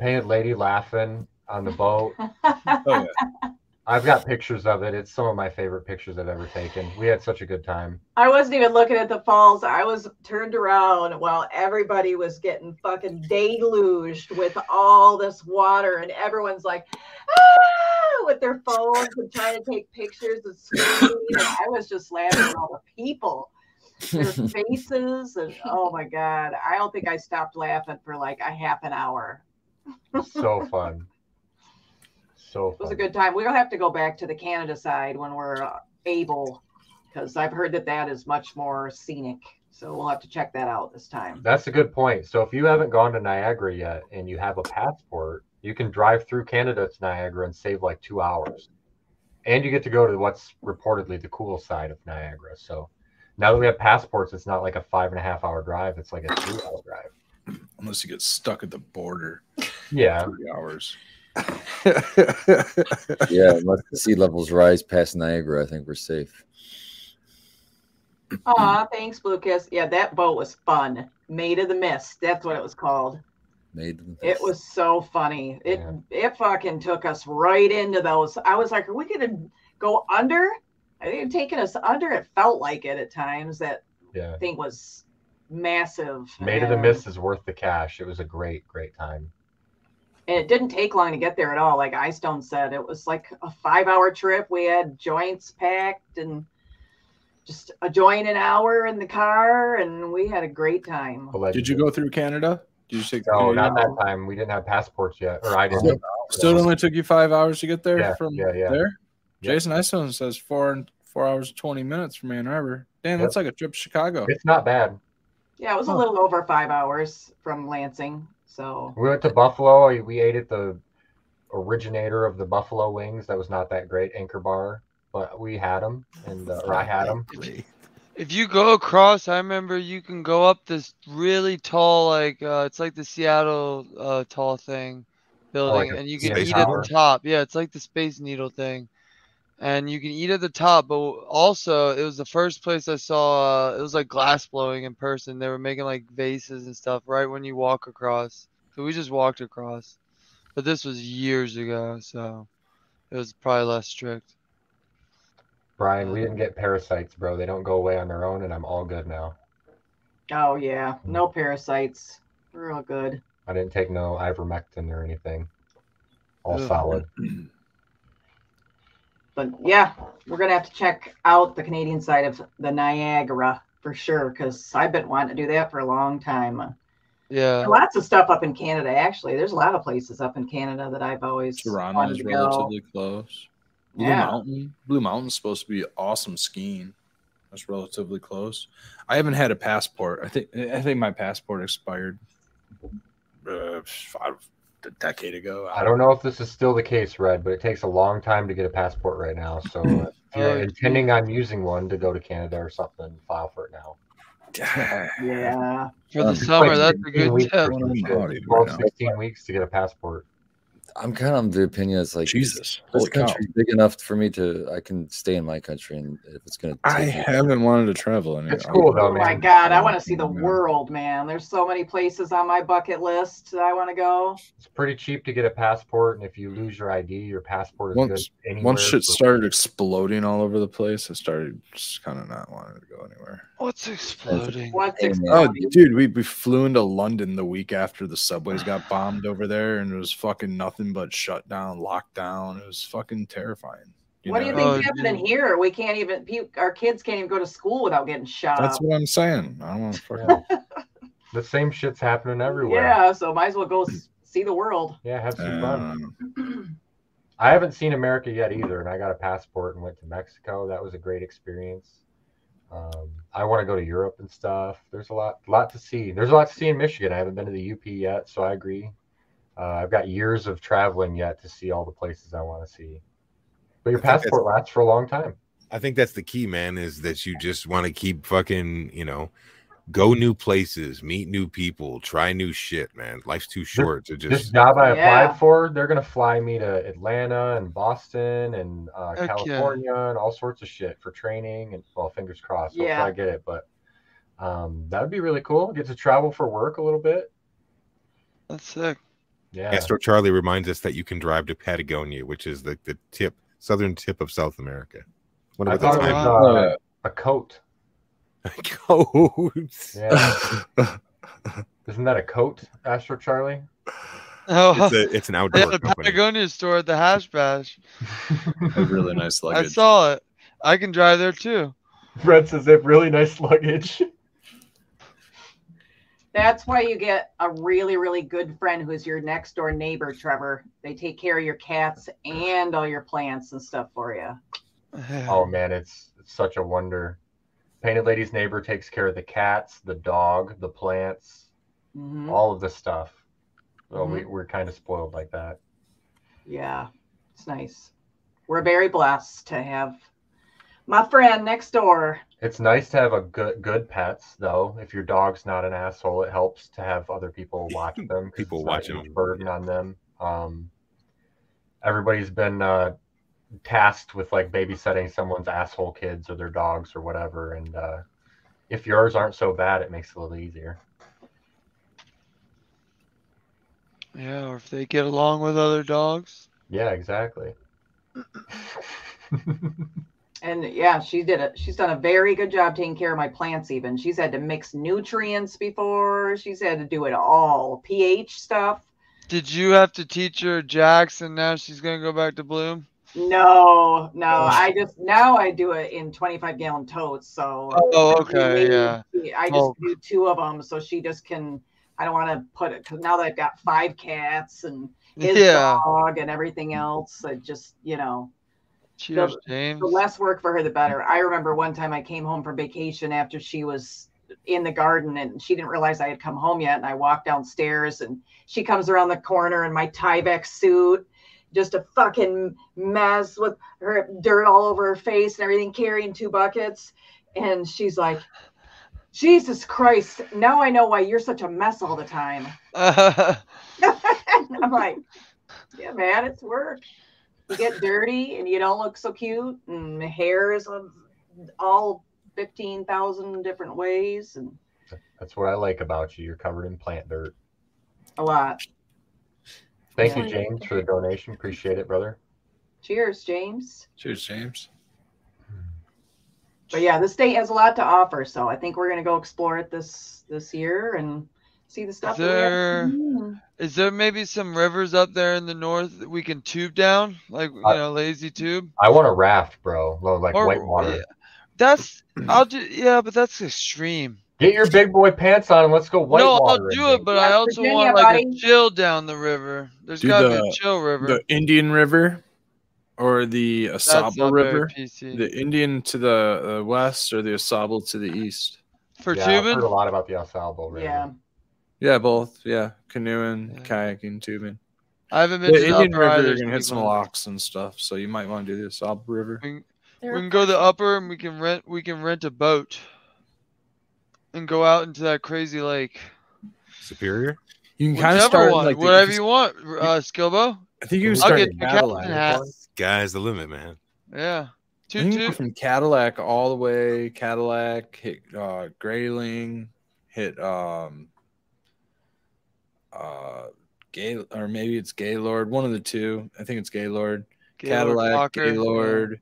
B: Painted lady laughing on the boat.
F: Oh, yeah.
B: I've got pictures of it. It's some of my favorite pictures I've ever taken. We had such a good time.
D: I wasn't even looking at the falls. I was turned around while everybody was getting fucking deluged with all this water, and everyone's like, ah, with their phones and trying to take pictures and screaming. And I was just laughing at all the people, their faces, and oh my god, I don't think I stopped laughing for like a half an hour.
B: It was so fun. So
D: It was a
B: fun.
D: good time. We'll have to go back to the Canada side when we're uh, able, because I've heard that that is much more scenic. So we'll have to check that out this time.
B: That's a good point. So if you haven't gone to Niagara yet and you have a passport, you can drive through Canada to Niagara and save like two hours. And you get to go to what's reportedly the cool side of Niagara. So now that we have passports, it's not like a five and a half hour drive. It's like a three hour drive.
F: Unless you get stuck at the border
B: Yeah.
F: for three hours.
E: yeah, unless the sea levels rise past Niagara, I think we're safe.
D: Aw, thanks, Lucas. Yeah, that boat was fun. Made of the Mist. That's what it was called.
E: Made in the-
D: It was so funny. It
B: Yeah.
D: it fucking took us right into those. I was like, are we gonna go under? I think it taken us under. It felt like it at times. That
B: Yeah.
D: thing was massive.
B: Made of the
D: and-
B: Mist is worth the cash. It was a great, great time.
D: And it didn't take long to get there at all. Like Icestone said, it was like a five hour trip. We had joints packed and just a joint an hour in the car, and we had a great time.
B: Oh.
F: Did you go through Canada? Did you take
B: No,
F: you
B: not
F: didn't-
B: that time. We didn't have passports yet. Or I didn't.
F: Still only took you five hours to get there
B: Yeah,
F: from
B: yeah, yeah.
F: there.
B: Yeah.
F: Jason Isom says four and four hours and twenty minutes from Ann Arbor. Damn, that's like a trip to Chicago.
B: It's not bad.
D: Yeah, it was a
F: Huh.
D: little over five hours from Lansing. So
B: We went to Buffalo. We ate at the originator of the buffalo wings. That was not that great anchor bar, but we had them, and uh, or I had them.
G: If you go across, I remember you can go up this really tall, like uh, it's like the Seattle uh, tall thing building,
B: Oh, like a
G: and you can
B: Space
G: eat at
B: Tower?
G: the top. Yeah, it's like the Space Needle thing, and you can eat at the top. But also, it was the first place I saw. Uh, it was like glass blowing in person. They were making like vases and stuff right when you walk across. So we just walked across, but this was years ago, so it was probably less strict.
B: Brian, we didn't get parasites, bro. They don't go away on their own, and I'm all good now.
D: Oh yeah, no parasites. We're all good.
B: I didn't take no ivermectin or anything. All
G: Ugh.
B: solid.
D: But yeah, we're gonna have to check out the Canadian side of the Niagara for sure, because I've been wanting to do that for a long time.
G: Yeah.
D: Lots of stuff up in Canada, actually. There's a lot of places up in Canada that I've always
F: Toronto
D: wanted
F: is
D: to go.
F: relatively close. Blue
D: Yeah.
F: Mountain. Blue Mountain's supposed to be awesome skiing. That's relatively close. I haven't had a passport. I think I think my passport expired uh, five, a decade ago.
B: I don't know if this is still the case, Red, but it takes a long time to get a passport right now. So uh, if you're
G: Oh,
B: intending on using one to go to Canada or something, file for it now.
D: Yeah,
G: For
E: Um,
G: the
E: it's
G: summer,
B: Like
G: that's a
B: 16
G: good
B: weeks or
G: tip.
B: something.
F: Oh, dude, right
B: 12,
F: now.
B: 16 weeks to get a passport.
E: I'm kind of of the opinion it's like
F: Jesus,
E: This
F: holy cow!
E: country's big enough for me to I can stay in my country, and if it's gonna,
F: I
E: take me-
F: haven't wanted to travel. In it.
B: It's cool though,
D: Oh my
B: man.
D: God, I want to see the
F: Yeah.
D: world, man. There's so many places on my bucket list that I want to go.
B: It's pretty cheap to get a passport, and if you lose your ID, your passport is
F: Once-
B: good anywhere.
F: Once shit
B: for-
F: started exploding all over the place, I started just kind of not wanting to go anywhere.
G: What's exploding?
D: What's
E: Hey, man.
F: Oh,
D: exploding?
F: dude, we, we flew into London the week after the subways got bombed over there, and it was fucking nothing but shut down, lockdown. It was fucking terrifying.
D: What do you
F: know?
G: Oh,
D: think's happening
G: dude.
D: here? We can't even pe- our kids can't even go to school without getting shot
F: That's
D: up.
F: what I'm saying. I don't want to fucking.
B: Yeah. the same shit's happening everywhere.
D: Yeah, so might as well go s- see the world.
B: Yeah, have some
F: Uh,
B: fun. I haven't seen America yet either, and I got a passport and went to Mexico. That was a great experience. Um, I want to go to Europe and stuff. There's a lot, lot to see. There's a lot to see in Michigan. I haven't been to the UP yet, so I agree. Uh, I've got years of traveling yet to see all the places I want to see. But your
A: I think that's-
B: passport lasts for a long time.
A: I think that's the key, man, is that you just want to keep fucking, you know, go new places, meet new people, try new shit, man. Life's too short to
B: This
A: just
B: job I
D: Yeah.
B: applied for, they're gonna fly me to Atlanta and Boston and uh,
G: Heck yeah.
B: California and all sorts of shit for training. And well, fingers crossed, hopefully
D: Yeah.
B: I get it. But um, that would be really cool. Get to travel for work a little bit.
G: That's sick.
B: Yeah,
A: Astro Charlie reminds us that you can drive to Patagonia, which is the, the tip, southern tip of South America. Wonder
B: I
A: what the
B: thought it
A: time
B: was uh,
F: Yeah.
B: a coat.
A: goes.
B: Yeah, isn't that a coat, Astro Charlie?
G: Oh,
A: It's, a, it's an
G: they
A: outdoor
G: had a
A: company.
G: Patagonia store at the Hash Bash.
F: a really nice
G: I
F: luggage.
G: saw it. I can drive there too.
B: Brett says they have really nice luggage.
D: That's why you get a really, really good friend who is your next door neighbor, Trevor. They take care of your cats and all your plants and stuff for you.
B: Oh man, it's, it's such a wonder. Painted Lady's neighbor takes care of the cats, the dog, the plants.
A: Mm-hmm.
D: Mhm.
B: all of the stuff. So we, we're kind of spoiled like that.
D: Yeah, it's nice. We're very blessed to have my friend next door.
B: It's nice to have a good good pets though. If your dog's not an asshole, it helps to have other people watch them. 'cause
A: People
B: it's not
A: watch
B: a huge
A: them,
B: burden on them. Um, everybody's been uh, tasked with like babysitting someone's asshole kids or their dogs or whatever, and uh, if yours aren't so bad, it makes it a little easier.
G: Yeah, or if they get along with other dogs.
B: Yeah, exactly.
D: And yeah, she did it. She's done a very good job taking care of my plants, even. She's had to mix nutrients before, she's had to do it all pH stuff.
G: Did you have to teach her Jackson? Now she's gonna go back to Bloom.
D: No, no,
G: Oh.
D: I just now I do it in 25 gallon totes. So,
G: Oh, okay, yeah.
D: I just
G: Oh.
D: do two of them so she just can. I don't want to put it because now that I've got five cats and his
G: Yeah.
D: dog and everything else, I just, you know,
G: Cheers, James.
D: the less work for her, the better. I remember one time I came home from vacation after she was in the garden and she didn't realize I had come home yet. And I walked downstairs and she comes around the corner in my Tyvek suit, just a fucking mess with her dirt all over her face and everything, carrying two buckets. And she's like, Jesus Christ, now I know why you're such a mess all the time. And I'm like, yeah, man, it's work. You get dirty and you don't look so cute, and the hair is of all 15,000 different ways and
B: That's what I like about you. You're covered in plant dirt.
D: a lot.
B: Thank you,
H: Yeah.
B: James, for the donation. Appreciate it, brother.
D: Cheers, James.
C: Cheers, James.
D: But yeah, the state has a lot to offer, so I think we're gonna go explore it this this year and see the stuff. that we Mm-hmm. haven't seen.
G: Is there maybe some rivers up there in the north that we can tube down, like you
B: Uh,
G: know, lazy tube?
B: I want a raft, bro. Lo- Like
G: Or-
B: white water.
G: yeah. That's I'll do. Yeah, but that's extreme.
B: Get your big boy pants on and let's go white
G: no, I'll
B: water.
G: do it, but I
D: West
G: also
D: Virginia,
G: want like
D: buddy.
G: a chill down the river. There's
C: Do
G: gotta be
C: the-
G: a chill river.
C: The Indian River or the
G: that's
C: Asaba
G: not very
C: River?
G: PC.
C: The Indian to the uh, west or the Asaba to the east?
G: For
B: yeah, I've heard a
G: tubing,
B: lot about the Osalbo River.
D: Yeah.
C: Yeah, both. Yeah, canoeing,
G: Yeah.
C: kayaking, tubing.
G: I haven't been
C: The
G: to the
C: Indian
G: upper
C: River,
G: either.
C: you're
G: so
C: gonna
G: we
C: hit some
G: can-
C: locks and stuff, so you might want to do the Asaba River.
G: We can,
H: There
G: we
H: are
G: can go to the upper and we can rent we can rent a boat and go out into that crazy lake.
A: Superior.
C: You can kind of
G: Whichever
C: start
G: one,
C: like the-
G: whatever you want, uh, Skilbo.
C: I think you can
B: I'll
C: start
G: get
C: in
G: the captain
C: Cadillac.
G: hat.
A: Sky's the limit, man.
G: Yeah,
C: You
G: toot
C: can go
G: toot.
C: from Cadillac all the way Cadillac hit uh, Grayling, hit um uh Gay or maybe it's Gaylord, one of the two. I think it's Gaylord,
G: Gaylord
C: Cadillac,
G: Walker, yeah,
C: Gaylord,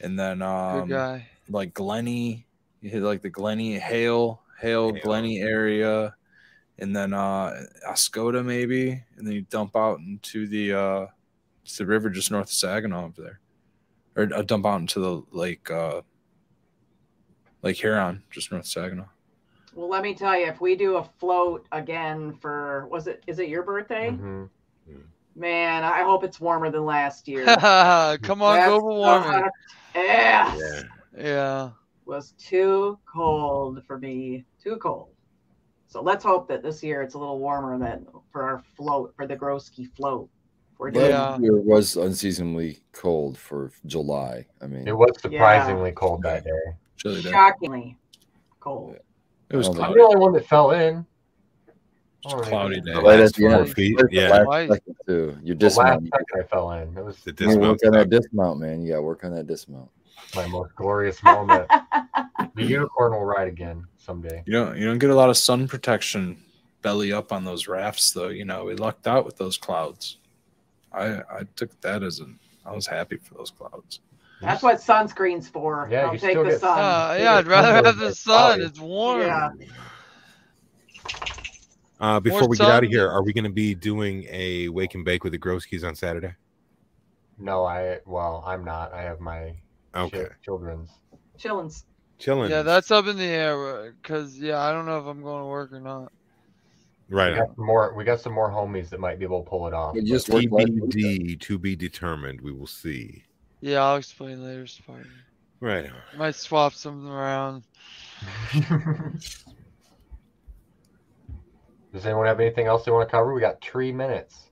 C: and then
G: Good
C: um
G: guy.
C: like Glenny, you hit like the Glenny Hale, Hale,
A: Hale.
C: Glenny area, and then uh Oscoda maybe, and then you dump out into the uh it's the river just north of Saginaw up there. Or uh, dump out into the lake uh Lake Huron, just north of Saginaw.
D: Well, let me tell you, if we do a float again for was it is it your birthday?
B: Mhm.
D: Man, I hope it's warmer than last year.
G: Come on,
D: Last
G: global warming.
D: summer, Yes.
A: Yeah.
G: Yeah.
D: was too cold for me. Too cold. So let's hope that this year it's a little warmer than for our float for the Groski float. We're doing
G: Yeah.
E: Last year was unseasonably cold for July. I mean,
B: It was surprisingly cold that day.
C: Chilly day.
D: shockingly cold.
C: It was
E: I don't
B: I'm
C: cloudy.
B: the
C: It
B: only one that fell in.
C: was a cloudy day.
E: Right at the
A: Four
E: end.
A: feet.
E: Right at the
A: Yeah.
E: last
G: Why-
E: second, too. You're
B: The last
E: dismounting.
B: second I fell in. It was
A: The
E: You gotta
A: dismount.
E: work on that dismount, man. You got to work on that dismount.
B: my most glorious moment. the unicorn will ride again someday.
C: You don't you don't get a lot of sun protection belly up on those rafts though, you know. We lucked out with those clouds. I I took that as an I was happy for those clouds.
D: That's what sunscreen's for.
B: Yeah,
D: I'll
B: you
D: take
B: still
D: the
B: get
D: sun.
G: Uh,
B: Dude,
G: yeah, I'd
B: it's
G: rather
B: winter,
G: have the
B: it's
G: sun.
B: cloudy.
G: It's warm.
D: Yeah.
A: Uh, before we get
G: sun.
A: out of here, are we going to be doing a wake and bake with the Groskis on Saturday?
B: No, I well, I'm not. I have my
A: Okay,
B: chi- children's.
D: Chillins.
A: chilling.
G: Yeah, that's up in the air. uh, Cause yeah, I don't know if I'm going to work or not.
B: We
A: right.
B: got some more. We got some more homies that might be able to pull it off.
E: You just work last week.
A: TBD to be determined. We will see.
G: Yeah, I'll explain later, Spartan.
A: Right. on.
G: Might swap something around.
B: Does anyone have anything else they want to cover? We got three minutes.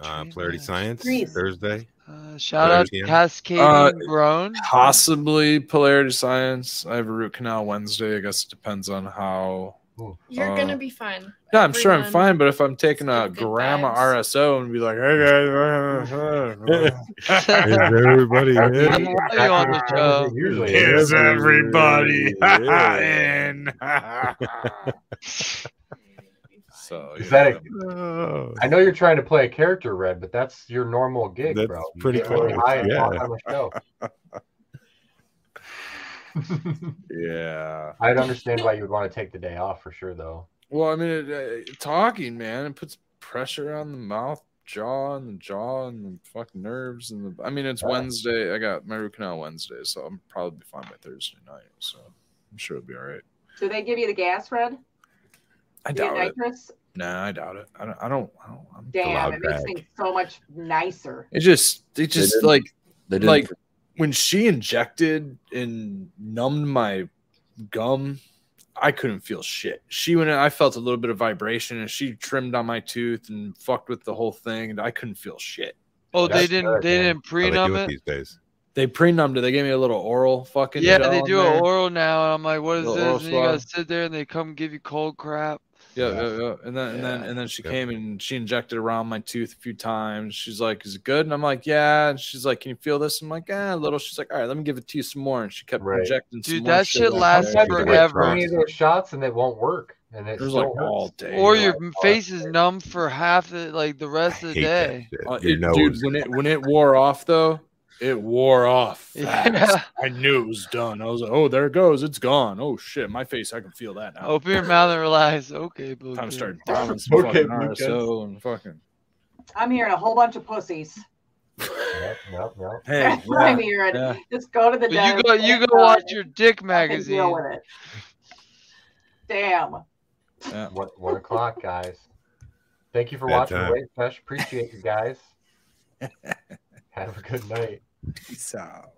A: Uh,
G: Tree
A: Polarity
G: Max.
A: Science
D: Trees.
A: Thursday.
G: Uh, shout out
A: Thursday.
G: to Cascading
C: Uh,
G: Grown.
C: Possibly polarity science. I have a root canal Wednesday. I guess it depends on how.
H: You're
C: Uh,
H: gonna be fine.
C: Yeah, I'm sure I'm
H: Everyone-
C: fine, but if I'm taking a
H: Still good
C: grandma
H: vibes.
C: RSO and be like, hey guys,
A: Is everybody in?
G: you on the show?
B: Usually, it is.
C: is everybody
A: Yeah.
C: in? so
B: Is
C: yeah,
B: that a-
A: Oh,
B: I know you're trying to play a character, Red, but that's your normal gig,
A: That's
B: bro. You
A: pretty
B: get really
A: close,
B: high and
A: yeah.
B: talk on the show.
C: yeah.
B: I'd understand why you would want to take the day off for sure, though.
C: Well, I mean, it, uh, talking, man, it puts pressure on the mouth, jaw, and the jaw, and the fucking nerves. And the, I mean, it's
B: Yeah.
C: Wednesday. I got my root canal Wednesday, so I'm probably be fine by Thursday night. So I'm sure it'll be all right.
D: Do they give you the gas, Red?
C: I
D: Do you
C: doubt
D: get
C: it.
D: nitrous?
C: Nah, I doubt it. I don't. I don't. I don't I'm,
D: Damn, it makes
A: Loudback.
D: things so much nicer.
C: it just, it just
E: didn't-
C: like
E: They didn't
C: Like- when she injected and numbed my gum, I couldn't feel shit. She went in, I felt a little bit of vibration and she trimmed on my tooth and fucked with the whole thing and I couldn't feel shit.
G: Oh, they
B: That's
G: didn't.
B: good,
G: they
B: man.
G: didn't
A: How they do
G: prenum
A: it
G: it.
A: these days.
F: They prenumbed it. They gave me a little oral fucking.
G: Yeah,
F: gel
G: they
F: in
G: do
F: there.
G: it oral now, and I'm like, what is
F: The
G: this?
F: oral
G: And you gotta
F: swab.
G: sit there, and they come give you cold crap.
F: Yeah,
A: Yeah.
F: yeah, yeah. And then and then
J: Yeah.
F: and then she
A: Yep.
F: came and she injected around my tooth a few times. She's like, "Is it good?" And I'm like, "Yeah." And she's like, "Can you feel this?" I'm like, "Ah, a little." She's like, "All right, let me give it to you some more." And she kept
B: Right.
F: injecting. some
G: Dude,
F: more
G: that shit
F: down
G: lasts
F: there.
B: Sometimes you get
G: forever.
B: Twenty of those shots and it won't work, and
F: It
B: it's
F: was
B: still
F: like all
B: hurts.
F: day.
G: Or
B: Yeah.
G: your face is numb for half the like the rest of the day.
A: That shit.
F: Uh,
A: Your
F: it- dude,
A: nose.
F: when it when it wore off though, it wore off.
G: Yeah.
F: fast. I knew it was done. I was like, "Oh, there it goes. It's gone." Oh shit, my face. I can feel that now.
G: Open your mouth and realize, okay, blue.
F: Time to
G: dude.
F: start bombing some
B: Okay,
F: fucking
B: Lucas.
F: RSO and fucking.
D: I'm hearing a whole bunch of pussies.
B: Yep, yep, yep.
F: Hey,
D: That's what
F: yeah.
D: I'm hearing.
F: yeah.
D: Just go to the
G: But you
D: dentist,
G: go, you
D: get
G: go
D: it
G: watch
D: done,
G: your dick
D: and
G: magazine.
D: Deal with it. Damn.
B: One, one o'clock, guys. Thank you for
A: Bedtime.
B: watching. Wave Pesh. Appreciate you guys. Have a good night.
C: Peace out.